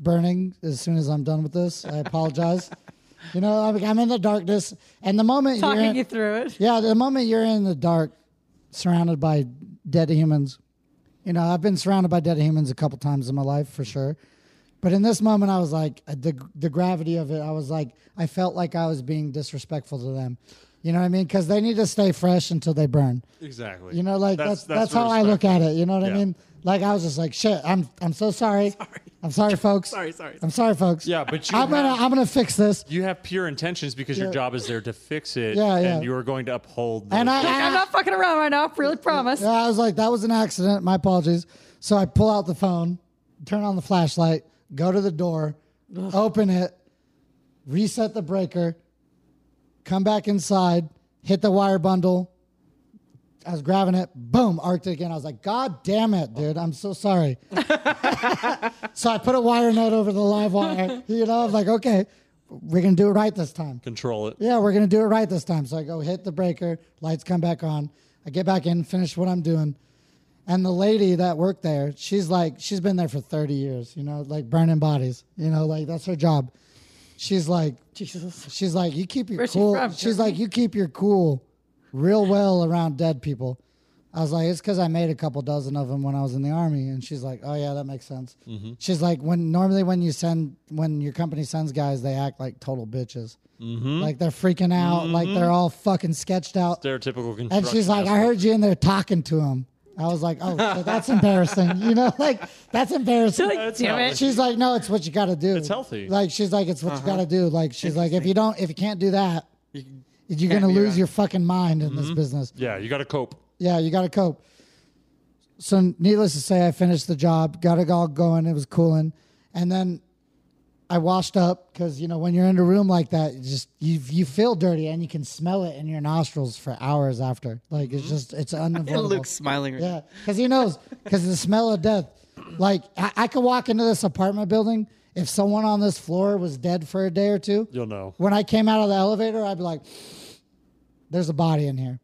Speaker 1: burning as soon as I'm done with this. I apologize. you know, I'm, I'm in the darkness, and the moment you're
Speaker 3: Talking
Speaker 1: in,
Speaker 3: you through it.
Speaker 1: Yeah, the moment you're in the dark, surrounded by dead humans, you know, I've been surrounded by dead humans a couple times in my life for sure. But in this moment, I was like, uh, the, the gravity of it, I was like, I felt like I was being disrespectful to them. You know what I mean? Because they need to stay fresh until they burn.
Speaker 5: exactly.
Speaker 1: You know, like that's that's, how I look at it. You know what I
Speaker 5: Yeah.
Speaker 1: mean? Like I was just like, shit. I'm I'm so sorry. I'm sorry, folks.
Speaker 2: Sorry, sorry.
Speaker 1: I'm sorry, folks.
Speaker 5: Yeah, but you
Speaker 1: I'm
Speaker 5: have-
Speaker 1: gonna I'm gonna fix this.
Speaker 5: You have pure intentions because your job is there to fix it,
Speaker 1: Yeah, yeah.
Speaker 5: and you are going to uphold.
Speaker 1: And
Speaker 5: those-
Speaker 1: I,
Speaker 3: I'm not fucking around right now. I really promise.
Speaker 1: Yeah, I was like, that was an accident. My apologies. So I pull out the phone, turn on the flashlight, go to the door, open it, reset the breaker, come back inside, hit the wire bundle. I was grabbing it, boom, arced it again. I was like, God damn it, dude. I'm so sorry. so I put a wire nut over the live wire. You know, I was like, okay, we're going to do it right this time.
Speaker 4: Control it.
Speaker 1: Yeah, we're gonna do it right this time. So I go hit the breaker, lights come back on. I get back in, finish what I'm doing. And the lady that worked there, she's like, she's been there for 30 years, you know, like burning bodies, you know, like that's her job. She's like,
Speaker 3: Jesus.
Speaker 1: she's like, you keep your
Speaker 3: Where's she
Speaker 1: cool.
Speaker 3: from?
Speaker 1: she's like, you keep your cool real well around dead people. I was like, it's because I made a couple dozen of them when I was in the army. And she's like, oh, yeah, that makes sense. She's like, when normally when you send, when your company sends guys, they act like total bitches. Like they're freaking out, like they're all fucking sketched out.
Speaker 4: Stereotypical construction.
Speaker 1: And she's like, I heard you in there talking to him. I was like, oh, so that's embarrassing. You know, like that's embarrassing.
Speaker 3: Like, damn
Speaker 4: not-
Speaker 3: it.
Speaker 1: She's like, no, it's what you got to do. It's
Speaker 4: healthy.
Speaker 1: Like she's like, it's what you got to do. Like she's like, if you don't, if you can't do that,
Speaker 2: You-
Speaker 1: you're
Speaker 2: Can't
Speaker 1: gonna
Speaker 2: be
Speaker 1: lose
Speaker 2: around.
Speaker 1: your fucking mind in this business.
Speaker 4: yeah, you got to cope.
Speaker 1: Yeah, you got to cope. So, needless to say, I finished the job, got it all going. It was cooling, and then I washed up because you know when you're in a room like that, you just you you feel dirty and you can smell it in your nostrils for hours after. Like it's just it's
Speaker 2: And
Speaker 1: unavoidable.
Speaker 2: Luke's smiling. Right
Speaker 1: Yeah, because he knows. Because the smell of death. Like I, I could walk into this apartment building. If someone on this floor was dead for a day or two,
Speaker 4: You'll know.
Speaker 1: when I came out of the elevator, I'd be like, "There's a body in here."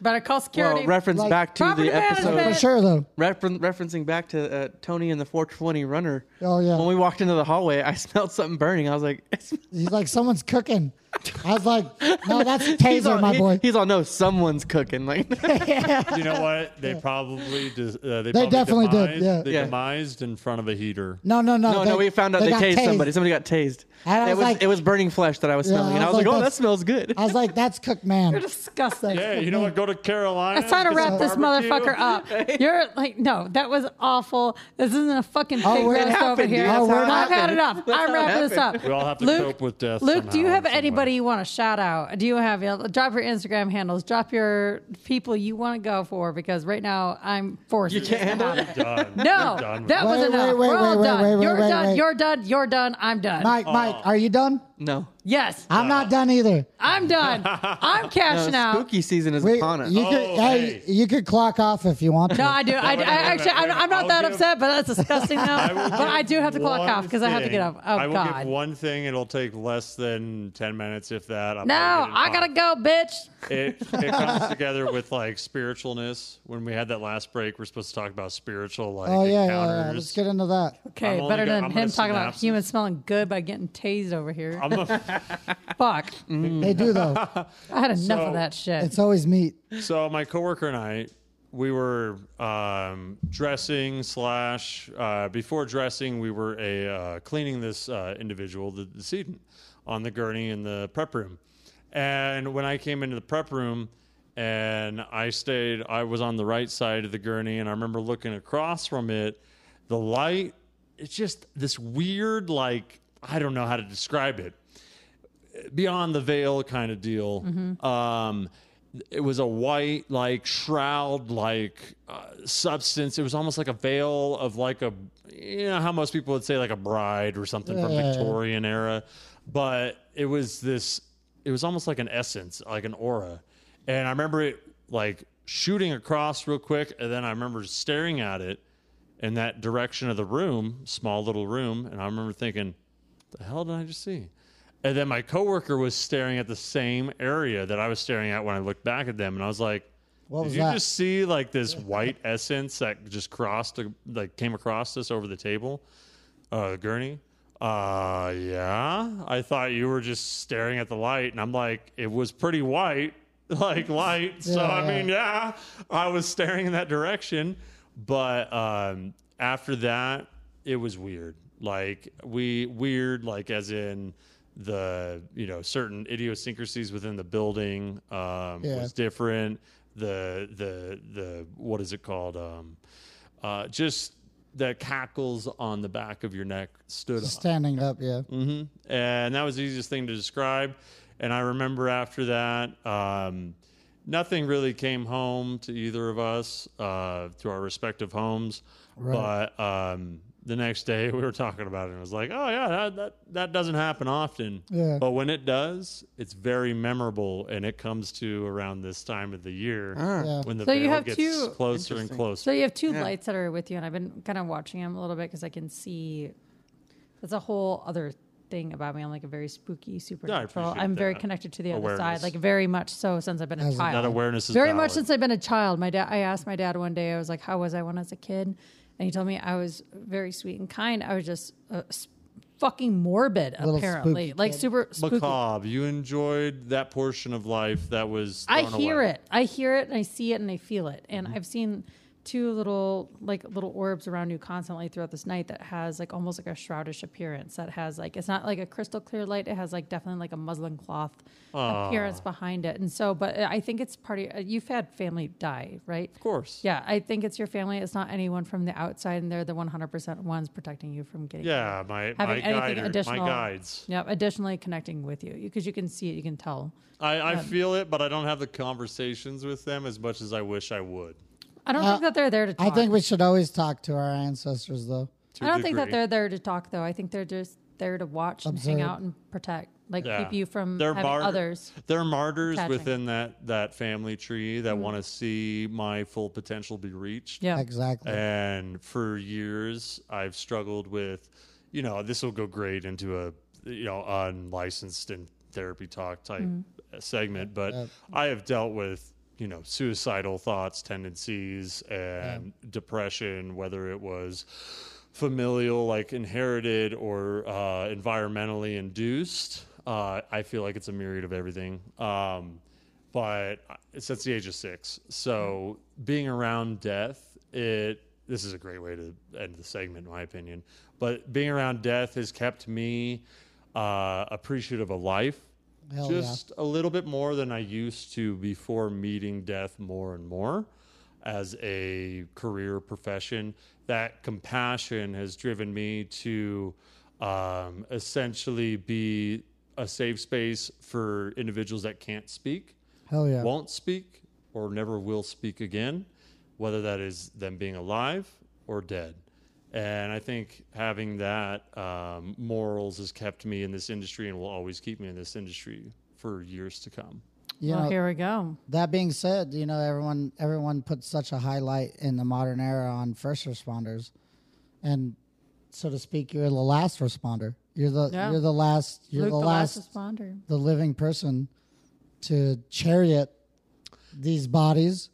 Speaker 3: Better call security.
Speaker 2: Well, reference
Speaker 1: Like-
Speaker 2: back to
Speaker 3: Property
Speaker 2: the episode.
Speaker 1: For
Speaker 3: management.
Speaker 1: sure, though.
Speaker 2: Refer- referencing back to uh, Tony and the 420 runner.
Speaker 1: Oh, yeah.
Speaker 2: When we walked into the hallway, I smelled something burning. I was like,
Speaker 1: He's like, someone's cooking. I was like, no, that's taser,
Speaker 2: all,
Speaker 1: my
Speaker 2: he-
Speaker 1: boy.
Speaker 2: he's all no, someone's cooking. Like,
Speaker 4: You know what? They probably dis- uh, they,
Speaker 1: definitely did,
Speaker 4: demised-
Speaker 1: yeah.
Speaker 4: They
Speaker 2: Yeah.
Speaker 4: demised in front of a heater.
Speaker 1: no, no, no.
Speaker 2: no, no, we found out they,
Speaker 1: got
Speaker 2: tased,
Speaker 1: tased.
Speaker 2: somebody. Somebody got tased.
Speaker 1: And I
Speaker 2: it
Speaker 1: was
Speaker 2: was
Speaker 1: like-
Speaker 2: it was burning flesh that I was
Speaker 1: Yeah,
Speaker 2: smelling, and I was like, oh, that
Speaker 1: that's-
Speaker 2: smells good.
Speaker 1: I was like, that's cooked man.
Speaker 3: You're disgusting.
Speaker 4: Hey, you know what? Go to Carolina.
Speaker 3: I was trying to
Speaker 4: get some
Speaker 3: wrap this
Speaker 4: barbecue.
Speaker 3: motherfucker up. You're like, no, that was awful. This isn't a fucking pig
Speaker 1: Oh, we're- Oh,
Speaker 3: roast
Speaker 1: It
Speaker 2: happened,
Speaker 3: over
Speaker 2: dude.
Speaker 3: here.
Speaker 2: That's how it
Speaker 3: I've had
Speaker 2: happened.
Speaker 3: enough.
Speaker 2: That's how
Speaker 3: I'm
Speaker 2: it
Speaker 3: wrapping this
Speaker 2: happened.
Speaker 3: up.
Speaker 4: We all have to
Speaker 3: Luke,
Speaker 4: cope with death.
Speaker 3: Luke, do you
Speaker 4: somehow,
Speaker 3: have
Speaker 4: in some
Speaker 3: anybody
Speaker 4: way.
Speaker 3: you want to shout out? Do you have you know, drop your Instagram handles? Drop your people you want to go for because right now I'm forced. You
Speaker 2: can't handle it?
Speaker 4: Done.
Speaker 3: No,
Speaker 4: We're done with
Speaker 3: that was
Speaker 1: Wait,
Speaker 3: enough.
Speaker 1: wait, wait,
Speaker 3: We're all
Speaker 1: wait, wait,
Speaker 3: done.
Speaker 1: wait, wait,
Speaker 3: you're
Speaker 1: wait,
Speaker 3: done.
Speaker 1: wait.
Speaker 3: You're done. You're done. I'm done.
Speaker 1: Mike, Mike, are you done?
Speaker 2: Oh. no, Uh,
Speaker 3: yes,
Speaker 1: I'm not done either.
Speaker 3: I'm done. I'm
Speaker 2: No,
Speaker 3: cashing out.
Speaker 2: spooky season is
Speaker 1: We,
Speaker 2: upon us.
Speaker 1: you could,
Speaker 4: Oh,
Speaker 1: hey,
Speaker 4: hey.
Speaker 1: you could clock off if you want. To.
Speaker 3: No, I do. I, I
Speaker 4: wait, wait,
Speaker 3: actually,
Speaker 4: wait,
Speaker 3: I'm,
Speaker 4: wait.
Speaker 3: I'm not
Speaker 4: I'll
Speaker 3: that
Speaker 4: give-
Speaker 3: upset, but that's disgusting now.
Speaker 4: will
Speaker 3: but I
Speaker 4: give
Speaker 3: do have to clock
Speaker 4: one
Speaker 3: off because I have to
Speaker 4: thing.
Speaker 3: get up. Oh
Speaker 4: I will
Speaker 3: God.
Speaker 4: give one thing. It'll take less than ten minutes, if that. I'm
Speaker 3: no,
Speaker 4: probably
Speaker 3: I
Speaker 4: getting
Speaker 3: gotta go, bitch.
Speaker 4: it it comes together with like spiritualness. When we had that last break, we're supposed to talk about spiritual like
Speaker 1: Oh yeah, yeah, yeah, Let's
Speaker 4: encounters.
Speaker 1: get into that.
Speaker 3: Okay,
Speaker 4: I'm only
Speaker 3: better
Speaker 4: go-
Speaker 3: than
Speaker 4: I'm gonna
Speaker 3: him talking about
Speaker 4: synapse.
Speaker 3: humans smelling good by getting tased over here.
Speaker 4: I'm a-
Speaker 3: Fuck,
Speaker 1: They do though.
Speaker 3: I had enough
Speaker 4: So-
Speaker 3: of that shit.
Speaker 1: It's always meat.
Speaker 4: so my coworker and I, we were um, dressing slash uh, before dressing, we were a uh, cleaning this uh, individual, the decedent, on the gurney in the prep room. And when I came into the prep room, and I stayed, I was on the right side of the gurney, and I remember looking across from it. The light, it's just this weird, like I don't know how to describe it. beyond the veil kind of deal. Um, it was a white like shroud like uh, substance. It was almost like a veil of like a you know how most people would say like a bride or something from
Speaker 1: Yeah, yeah, yeah.
Speaker 4: Victorian era, but it was this. It was almost like an essence, like an aura, and I remember it like shooting across real quick, and then I remember staring at it in that direction of the room, small little room, and I remember thinking, the hell did I just see? And then my coworker was staring at the same area that I was staring at when I looked back at them, and I was like,
Speaker 1: What
Speaker 4: "Did
Speaker 1: was
Speaker 4: you
Speaker 1: that?"
Speaker 4: just see like this white essence that just crossed, like came across us over the table, uh, gurney?" Uh, yeah. I thought you were just staring at the light, and I'm like, it was pretty white, like light. So
Speaker 1: Yeah,
Speaker 4: I
Speaker 1: yeah.
Speaker 4: mean, yeah, I was staring in that direction. But um, after that, it was weird. Like we weird, like as in the you know certain idiosyncrasies within the building um,
Speaker 1: Yeah.
Speaker 4: was different. The the the what is it called? Um, uh, just the cackles on the back of your neck stood up
Speaker 1: Standing up, yeah.
Speaker 2: Mm.
Speaker 4: and that was the easiest thing to describe. And I remember after that, um, nothing really came home to either of us uh, to our respective homes. But um, the next day we were talking about it and I was like, oh yeah, that that, that doesn't happen often.
Speaker 1: Yeah.
Speaker 4: But when it does, it's very memorable and it comes to around this time of the year
Speaker 1: Yeah.
Speaker 4: when the
Speaker 3: So you
Speaker 4: veil
Speaker 3: have
Speaker 4: gets
Speaker 3: two-
Speaker 4: closer and closer.
Speaker 3: So you have two
Speaker 2: Yeah.
Speaker 3: lights that are with you, and I've been kind of watching them a little bit because I can see. That's a whole other thing about me. I'm like a very spooky supernatural.
Speaker 4: appreciate
Speaker 3: I'm very
Speaker 4: that.
Speaker 3: connected to the other
Speaker 4: Awareness.
Speaker 3: side, like very much so since I've been a
Speaker 1: As-
Speaker 3: child.
Speaker 4: that awareness is
Speaker 3: very
Speaker 4: valid.
Speaker 3: much since I've been a child. My dad. I asked my dad one day. I was like, "How was I when I was a kid?" And he told me I was very sweet and kind. I was just uh, s- fucking morbid,
Speaker 1: Little
Speaker 3: apparently,
Speaker 1: spooky
Speaker 3: like
Speaker 1: kid.
Speaker 3: super spooky.
Speaker 4: macabre. You enjoyed that portion of life that was.
Speaker 3: I
Speaker 4: thrown
Speaker 3: hear
Speaker 4: away. Mm-hmm.
Speaker 3: it. I hear it and I see it and I feel it. And I've seen two little like little orbs around you constantly throughout this night that has like almost like a shroudish appearance that has like it's not like a crystal clear light it has like definitely like a muslin cloth appearance behind it and so but i think it's part of uh, you've had family die right
Speaker 4: Of course.
Speaker 3: yeah i think it's your family it's not anyone from the outside and they're the 100% ones protecting you from getting
Speaker 4: Yeah, my my
Speaker 3: having anything
Speaker 4: guide, my
Speaker 3: additional
Speaker 4: guides.
Speaker 3: yep additionally connecting with you because you can see it you can tell
Speaker 4: I, I feel it, but I don't have the conversations with them as much as I wish I would.
Speaker 3: i don't
Speaker 1: Uh,
Speaker 3: think that they're there to
Speaker 1: I
Speaker 3: talk
Speaker 1: think we should always talk to our ancestors, though.
Speaker 4: to
Speaker 3: I
Speaker 4: a
Speaker 3: don't think that
Speaker 4: degree.
Speaker 3: they're there to talk though. I think they're just there to watch and hang
Speaker 1: Observe.
Speaker 3: out and protect, like
Speaker 4: Yeah.
Speaker 3: keep you from
Speaker 4: They're
Speaker 3: having
Speaker 4: martyr-
Speaker 3: others.
Speaker 4: They're martyrs
Speaker 3: Attaching.
Speaker 4: within that that family tree
Speaker 3: Mm-hmm.
Speaker 4: that want to see my full potential be reached.
Speaker 3: Yeah,
Speaker 1: Exactly.
Speaker 2: Uh,
Speaker 4: And for years, I've struggled with, you know, this will go great into a, you know, unlicensed and therapy talk type segment, but I have dealt with, you know, suicidal thoughts, tendencies, and depression, whether it was familial, like inherited or uh, environmentally induced. Uh, I feel like it's a myriad of everything. Um, but since the age of six. So being around death, it this is a great way to end the segment, in my opinion. But being around death has kept me uh, appreciative of life,
Speaker 1: Hell yeah.
Speaker 4: just a little bit more than I used to before meeting death more and more as a career profession. That compassion has driven me to um, essentially be a safe space for individuals that can't speak
Speaker 1: Hell yeah.
Speaker 4: won't speak or never will speak again, whether that is them being alive or dead. And I think having that um, morals has kept me in this industry and will always keep me in this industry for years to come.
Speaker 1: You
Speaker 3: well,
Speaker 1: know,
Speaker 3: here we go.
Speaker 1: that being said, you know everyone everyone puts such a highlight in the modern era on first responders, and so to speak, you're the last responder. You're the
Speaker 3: Yeah.
Speaker 1: you're the last you're
Speaker 3: Luke,
Speaker 1: the, last,
Speaker 3: responder.
Speaker 1: the living person to chariot these bodies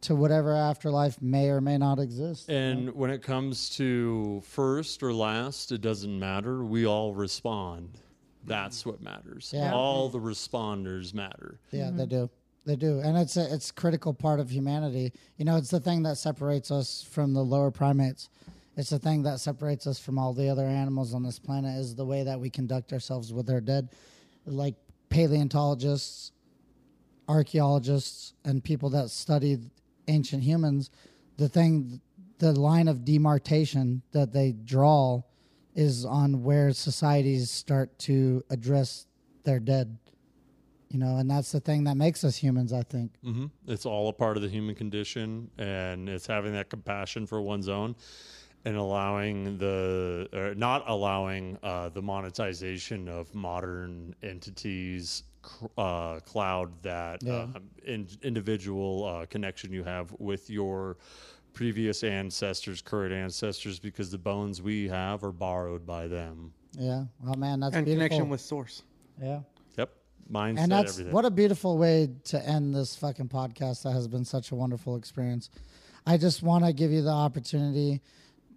Speaker 1: to whatever afterlife may or may not exist.
Speaker 4: And when it comes to first or last, it doesn't matter. We all respond. That's what matters.
Speaker 1: Mm-hmm. Yeah.
Speaker 4: All the responders matter.
Speaker 1: Yeah, they do. They do, and it's a it's a critical part of humanity. You know, it's the thing that separates us from the lower primates. It's the thing that separates us from all the other animals on this planet is the way that we conduct ourselves with our dead. Like paleontologists, archaeologists, and people that studied ancient humans, the thing, the line of demarcation that they draw is on where societies start to address their dead you know and that's the thing that makes us humans i think
Speaker 4: hmm It's all a part of the human condition, and it's having that compassion for one's own, and allowing the or not allowing uh, the monetization of modern entities cr- uh, cloud that um, in, individual uh, connection you have with your previous ancestors, current ancestors, because the bones we have are borrowed by them.
Speaker 1: yeah oh man that's
Speaker 2: and
Speaker 1: beautiful
Speaker 2: connection with source.
Speaker 1: yeah
Speaker 4: Yep, mindset.
Speaker 1: and that's
Speaker 4: everything.
Speaker 1: what a beautiful way to end this fucking podcast that has been such a wonderful experience i just want to give you the opportunity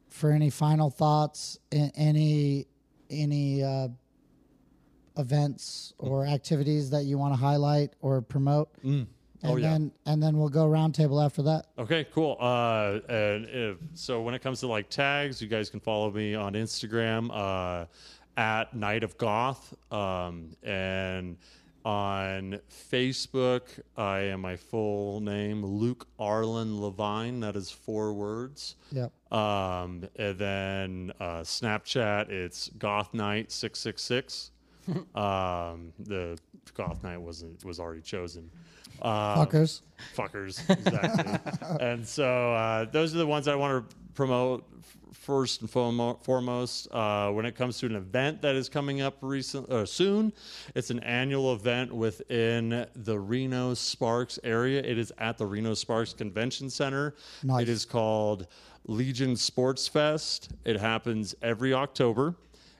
Speaker 1: for any final thoughts a- any any uh, events or activities that you want to highlight or promote and
Speaker 4: Oh, yeah.
Speaker 1: then and then we'll go roundtable after that
Speaker 4: Okay, cool. Uh, and if, so when it comes to like tags, you guys can follow me on Instagram uh, at Night of Goth, um, and on Facebook, I am my full name Luke Arlen Levine. That is four words.
Speaker 1: yep
Speaker 4: Um, and then uh, Snapchat, it's Goth Knight six six six. Um, the Goth Knight wasn't was already chosen. Uh,
Speaker 1: fuckers
Speaker 4: fuckers exactly and so uh, those are the ones i want to promote first and fomo- foremost uh, when it comes to an event that is coming up recent, uh, soon. It's an annual event within the Reno Sparks area. It is at the Reno Sparks Convention Center.
Speaker 1: Nice.
Speaker 4: It is called Legion Sports Fest. It happens every October.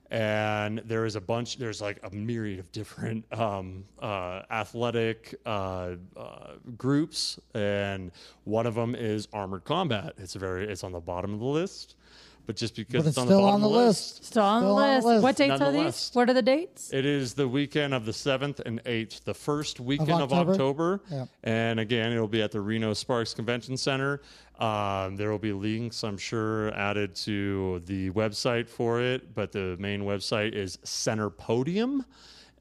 Speaker 4: And there is a bunch, there's like a myriad of different um, uh, athletic uh, uh, groups. And one of them is Armored Combat. It's a very, it's on the bottom of the list. But just because
Speaker 1: But
Speaker 4: it's,
Speaker 1: it's
Speaker 4: on
Speaker 1: still
Speaker 4: the bottom
Speaker 1: on
Speaker 4: of
Speaker 1: the list.
Speaker 3: Still on the
Speaker 1: Still on the
Speaker 3: list.
Speaker 1: list.
Speaker 3: What dates are
Speaker 4: Nonetheless.
Speaker 3: these? What are the dates?
Speaker 4: It is the weekend of the 7th and 8th, the first weekend of
Speaker 1: October?
Speaker 4: October.
Speaker 1: Yeah.
Speaker 4: And again, it'll be at the Reno Sparks Convention Center. Um, there will be links, I'm sure, added to the website for it, but the main website is Center Podium,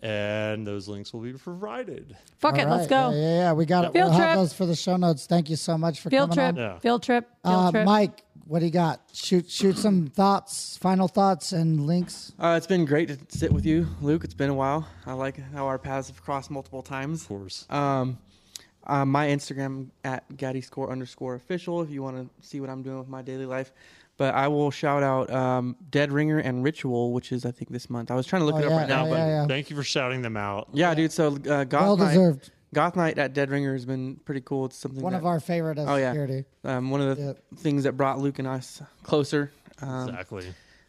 Speaker 4: and those links will be provided.
Speaker 3: Fuck it,
Speaker 1: All
Speaker 3: let's
Speaker 1: right.
Speaker 3: go.
Speaker 1: Yeah, yeah, yeah, we got it.
Speaker 3: Field
Speaker 1: we'll
Speaker 3: trip.
Speaker 1: have those for the show notes. Thank you so much for
Speaker 3: Field,
Speaker 1: coming
Speaker 3: trip.
Speaker 1: on.
Speaker 4: Yeah.
Speaker 3: field trip. Field
Speaker 1: Uh,
Speaker 3: trip.
Speaker 1: Mike, what do you got? Shoot, shoot some thoughts, final thoughts, and links.
Speaker 2: Uh, it's been great to sit with you, Luke. It's been a while. I like how our paths have crossed multiple times. Of
Speaker 4: course.
Speaker 2: Um, uh, my Instagram at gattyscore underscore official if you want to see what I'm doing with my daily life. But I will shout out um, Dead Ringer and Ritual, which is I think this month. I was trying to look
Speaker 1: Oh,
Speaker 2: it up
Speaker 1: yeah,
Speaker 2: right
Speaker 1: yeah,
Speaker 2: now, but
Speaker 1: yeah.
Speaker 4: Thank you for shouting them out.
Speaker 2: yeah, dude. So uh, Goth
Speaker 1: Well
Speaker 2: Knight,
Speaker 1: deserved.
Speaker 2: Goth Knight at Dead Ringer has been pretty cool. It's something
Speaker 1: One
Speaker 2: that,
Speaker 1: of our favorite as
Speaker 2: oh yeah,
Speaker 1: security.
Speaker 2: um, one of the
Speaker 1: Yep.
Speaker 2: things that brought Luke and us closer. Um,
Speaker 4: Exactly.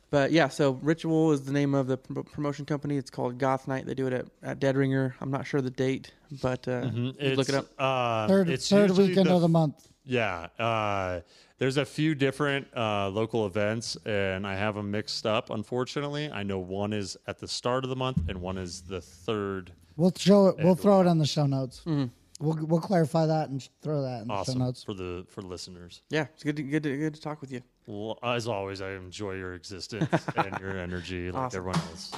Speaker 2: but yeah, so Ritual is the name of the prom- promotion company. It's called Goth Knight. They do it at, at Dead Ringer. I'm not sure the date, but uh, you
Speaker 4: It's,
Speaker 2: look it up.
Speaker 4: um,
Speaker 1: Third,
Speaker 4: it's
Speaker 1: third
Speaker 4: usually
Speaker 1: weekend of the month.
Speaker 4: Yeah, uh, there's a few different uh, local events, and I have them mixed up. Unfortunately, I know one is at the start of the month, and one is the third.
Speaker 1: We'll show it. We'll throw it on the show notes.
Speaker 2: Mm-hmm.
Speaker 1: We'll we'll clarify that and sh- throw that in the show
Speaker 4: Awesome
Speaker 1: notes.
Speaker 4: for the for listeners.
Speaker 2: Yeah, it's good to, good to, good to talk with you.
Speaker 4: Well, as always, I enjoy your existence and your energy, like
Speaker 2: Awesome.
Speaker 4: everyone else.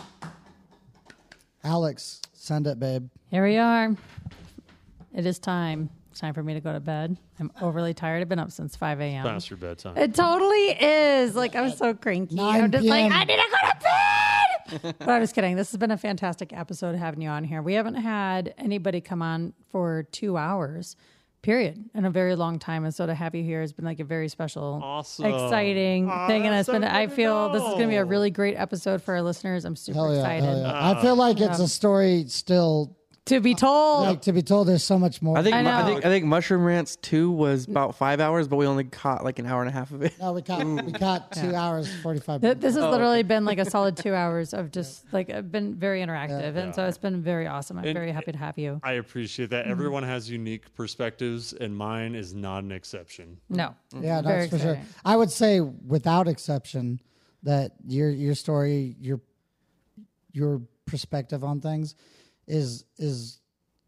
Speaker 1: Alex, send it, babe.
Speaker 3: Here we are. It is time. It's time for me to go to bed. I'm overly tired. I've been up since 5 a.m.
Speaker 4: Past your bedtime.
Speaker 3: It totally is. Like I'm so cranky.
Speaker 1: 9
Speaker 3: I'm just
Speaker 1: PM.
Speaker 3: like I need to go to bed. but I'm just kidding. This has been a fantastic episode having you on here. We haven't had anybody come on for two hours, period, in a very long time. And so to have you here has been like a very special,
Speaker 4: Awesome.
Speaker 3: exciting
Speaker 4: Aw,
Speaker 3: thing. And
Speaker 4: that's
Speaker 3: it's been.
Speaker 4: so
Speaker 3: I
Speaker 4: good to
Speaker 3: feel this is going to be a
Speaker 4: know.
Speaker 3: really great episode for our listeners. I'm super
Speaker 1: Hell yeah,
Speaker 3: excited
Speaker 1: hell yeah. I feel like it's a story still
Speaker 3: to be told.
Speaker 1: like to be told. There's so much more.
Speaker 2: I think
Speaker 3: I
Speaker 2: mu- I,
Speaker 3: know.
Speaker 2: think I think Mushroom Rants Two was about five hours, but we only caught like an hour and a half of it.
Speaker 1: no, we caught we
Speaker 2: Mm.
Speaker 1: caught two hours forty five.
Speaker 3: Th- This has
Speaker 4: Oh.
Speaker 3: literally been like a solid two hours of just like I've been very interactive, and so it's been very awesome. I'm very happy to have you.
Speaker 4: I appreciate that. Everyone has unique perspectives, and mine is not an exception.
Speaker 3: No,
Speaker 1: Yeah,
Speaker 3: very
Speaker 1: that's for sure.
Speaker 3: exciting.
Speaker 1: I would say, without exception, that your your story, your your perspective on things, is is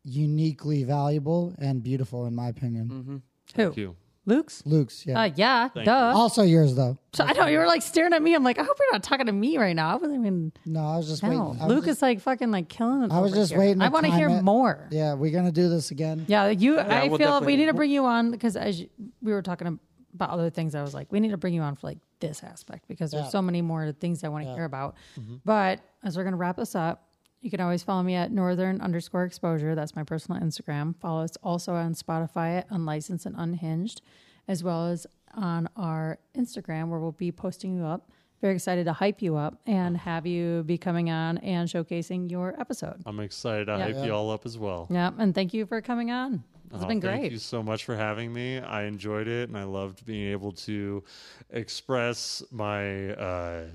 Speaker 1: uniquely valuable and beautiful, in my opinion.
Speaker 2: Mm-hmm.
Speaker 3: Who?
Speaker 4: Thank you.
Speaker 3: Luke's?
Speaker 1: Luke's, yeah.
Speaker 3: Uh, yeah, duh.
Speaker 1: also yours though.
Speaker 3: So I know you were like staring at me. I'm like, I hope you're not talking to me right now. I wasn't even.
Speaker 1: No, I was just waiting.
Speaker 3: No,
Speaker 1: I was
Speaker 3: Luke
Speaker 1: just-
Speaker 3: is like fucking like killing. it
Speaker 1: I was
Speaker 3: over
Speaker 1: just
Speaker 3: here.
Speaker 1: waiting.
Speaker 3: I
Speaker 1: to
Speaker 3: want to
Speaker 1: time
Speaker 3: hear
Speaker 1: it.
Speaker 3: more. Yeah,
Speaker 1: Yeah, we're gonna do this again.
Speaker 3: you. I
Speaker 2: we'll
Speaker 3: feel we
Speaker 2: definitely-
Speaker 3: need to bring you on because as you, we were talking about other things, I was like, we need to bring you on for like this aspect because there's so many more things I want to hear about.
Speaker 4: Mm-hmm.
Speaker 3: But as we're gonna wrap this up. You can always follow me at northern underscore exposure. That's my personal Instagram. Follow us also on Spotify at Unlicensed and Unhinged, as well as on our Instagram where we'll be posting you up. Very excited to hype you up and have you be coming on and showcasing your episode.
Speaker 4: I'm excited. I hype you all up as well.
Speaker 3: Yeah, and thank you for coming on. It's
Speaker 4: Oh,
Speaker 3: been
Speaker 4: Thank you
Speaker 3: great.
Speaker 4: so much for having me. I enjoyed it, and I loved being able to express my uh,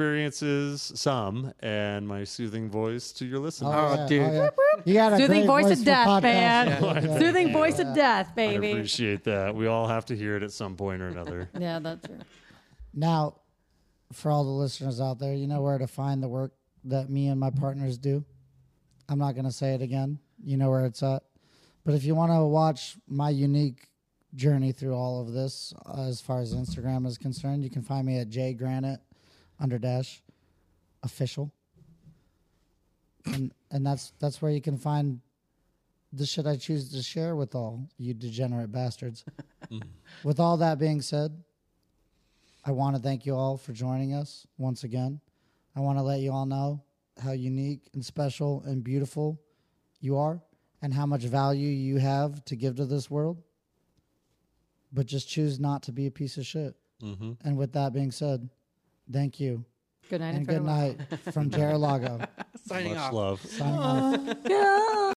Speaker 4: experiences, some, and my soothing voice to your listeners.
Speaker 2: Oh,
Speaker 1: yeah,
Speaker 2: dude.
Speaker 1: yeah. You got a
Speaker 3: Soothing
Speaker 1: great
Speaker 3: voice,
Speaker 1: for
Speaker 3: of death,
Speaker 1: podcasting.
Speaker 3: man. Soothing voice of death,
Speaker 4: I
Speaker 3: baby.
Speaker 4: appreciate that. We all have to hear it at some point or another.
Speaker 3: Yeah, that's true.
Speaker 1: Now, for all the listeners out there, you know where to find the work that me and my partners do. I'm not going to say it again. You know where it's at. But if you want to watch my unique journey through all of this, uh, as far as Instagram is concerned, you can find me at J Granite under dash official. And, and that's that's where you can find the shit I choose to share with all you degenerate bastards. with all that being said, I want to thank you all for joining us once again. I want to let you all know how unique and special and beautiful you are and how much value you have to give to this world. But just choose not to be a piece of shit. And with that being said, thank you
Speaker 3: Good night.
Speaker 1: and
Speaker 3: farewell.
Speaker 1: good night from Jared Lago.
Speaker 2: Signing
Speaker 5: Much
Speaker 2: off.
Speaker 5: love.
Speaker 1: Signing off.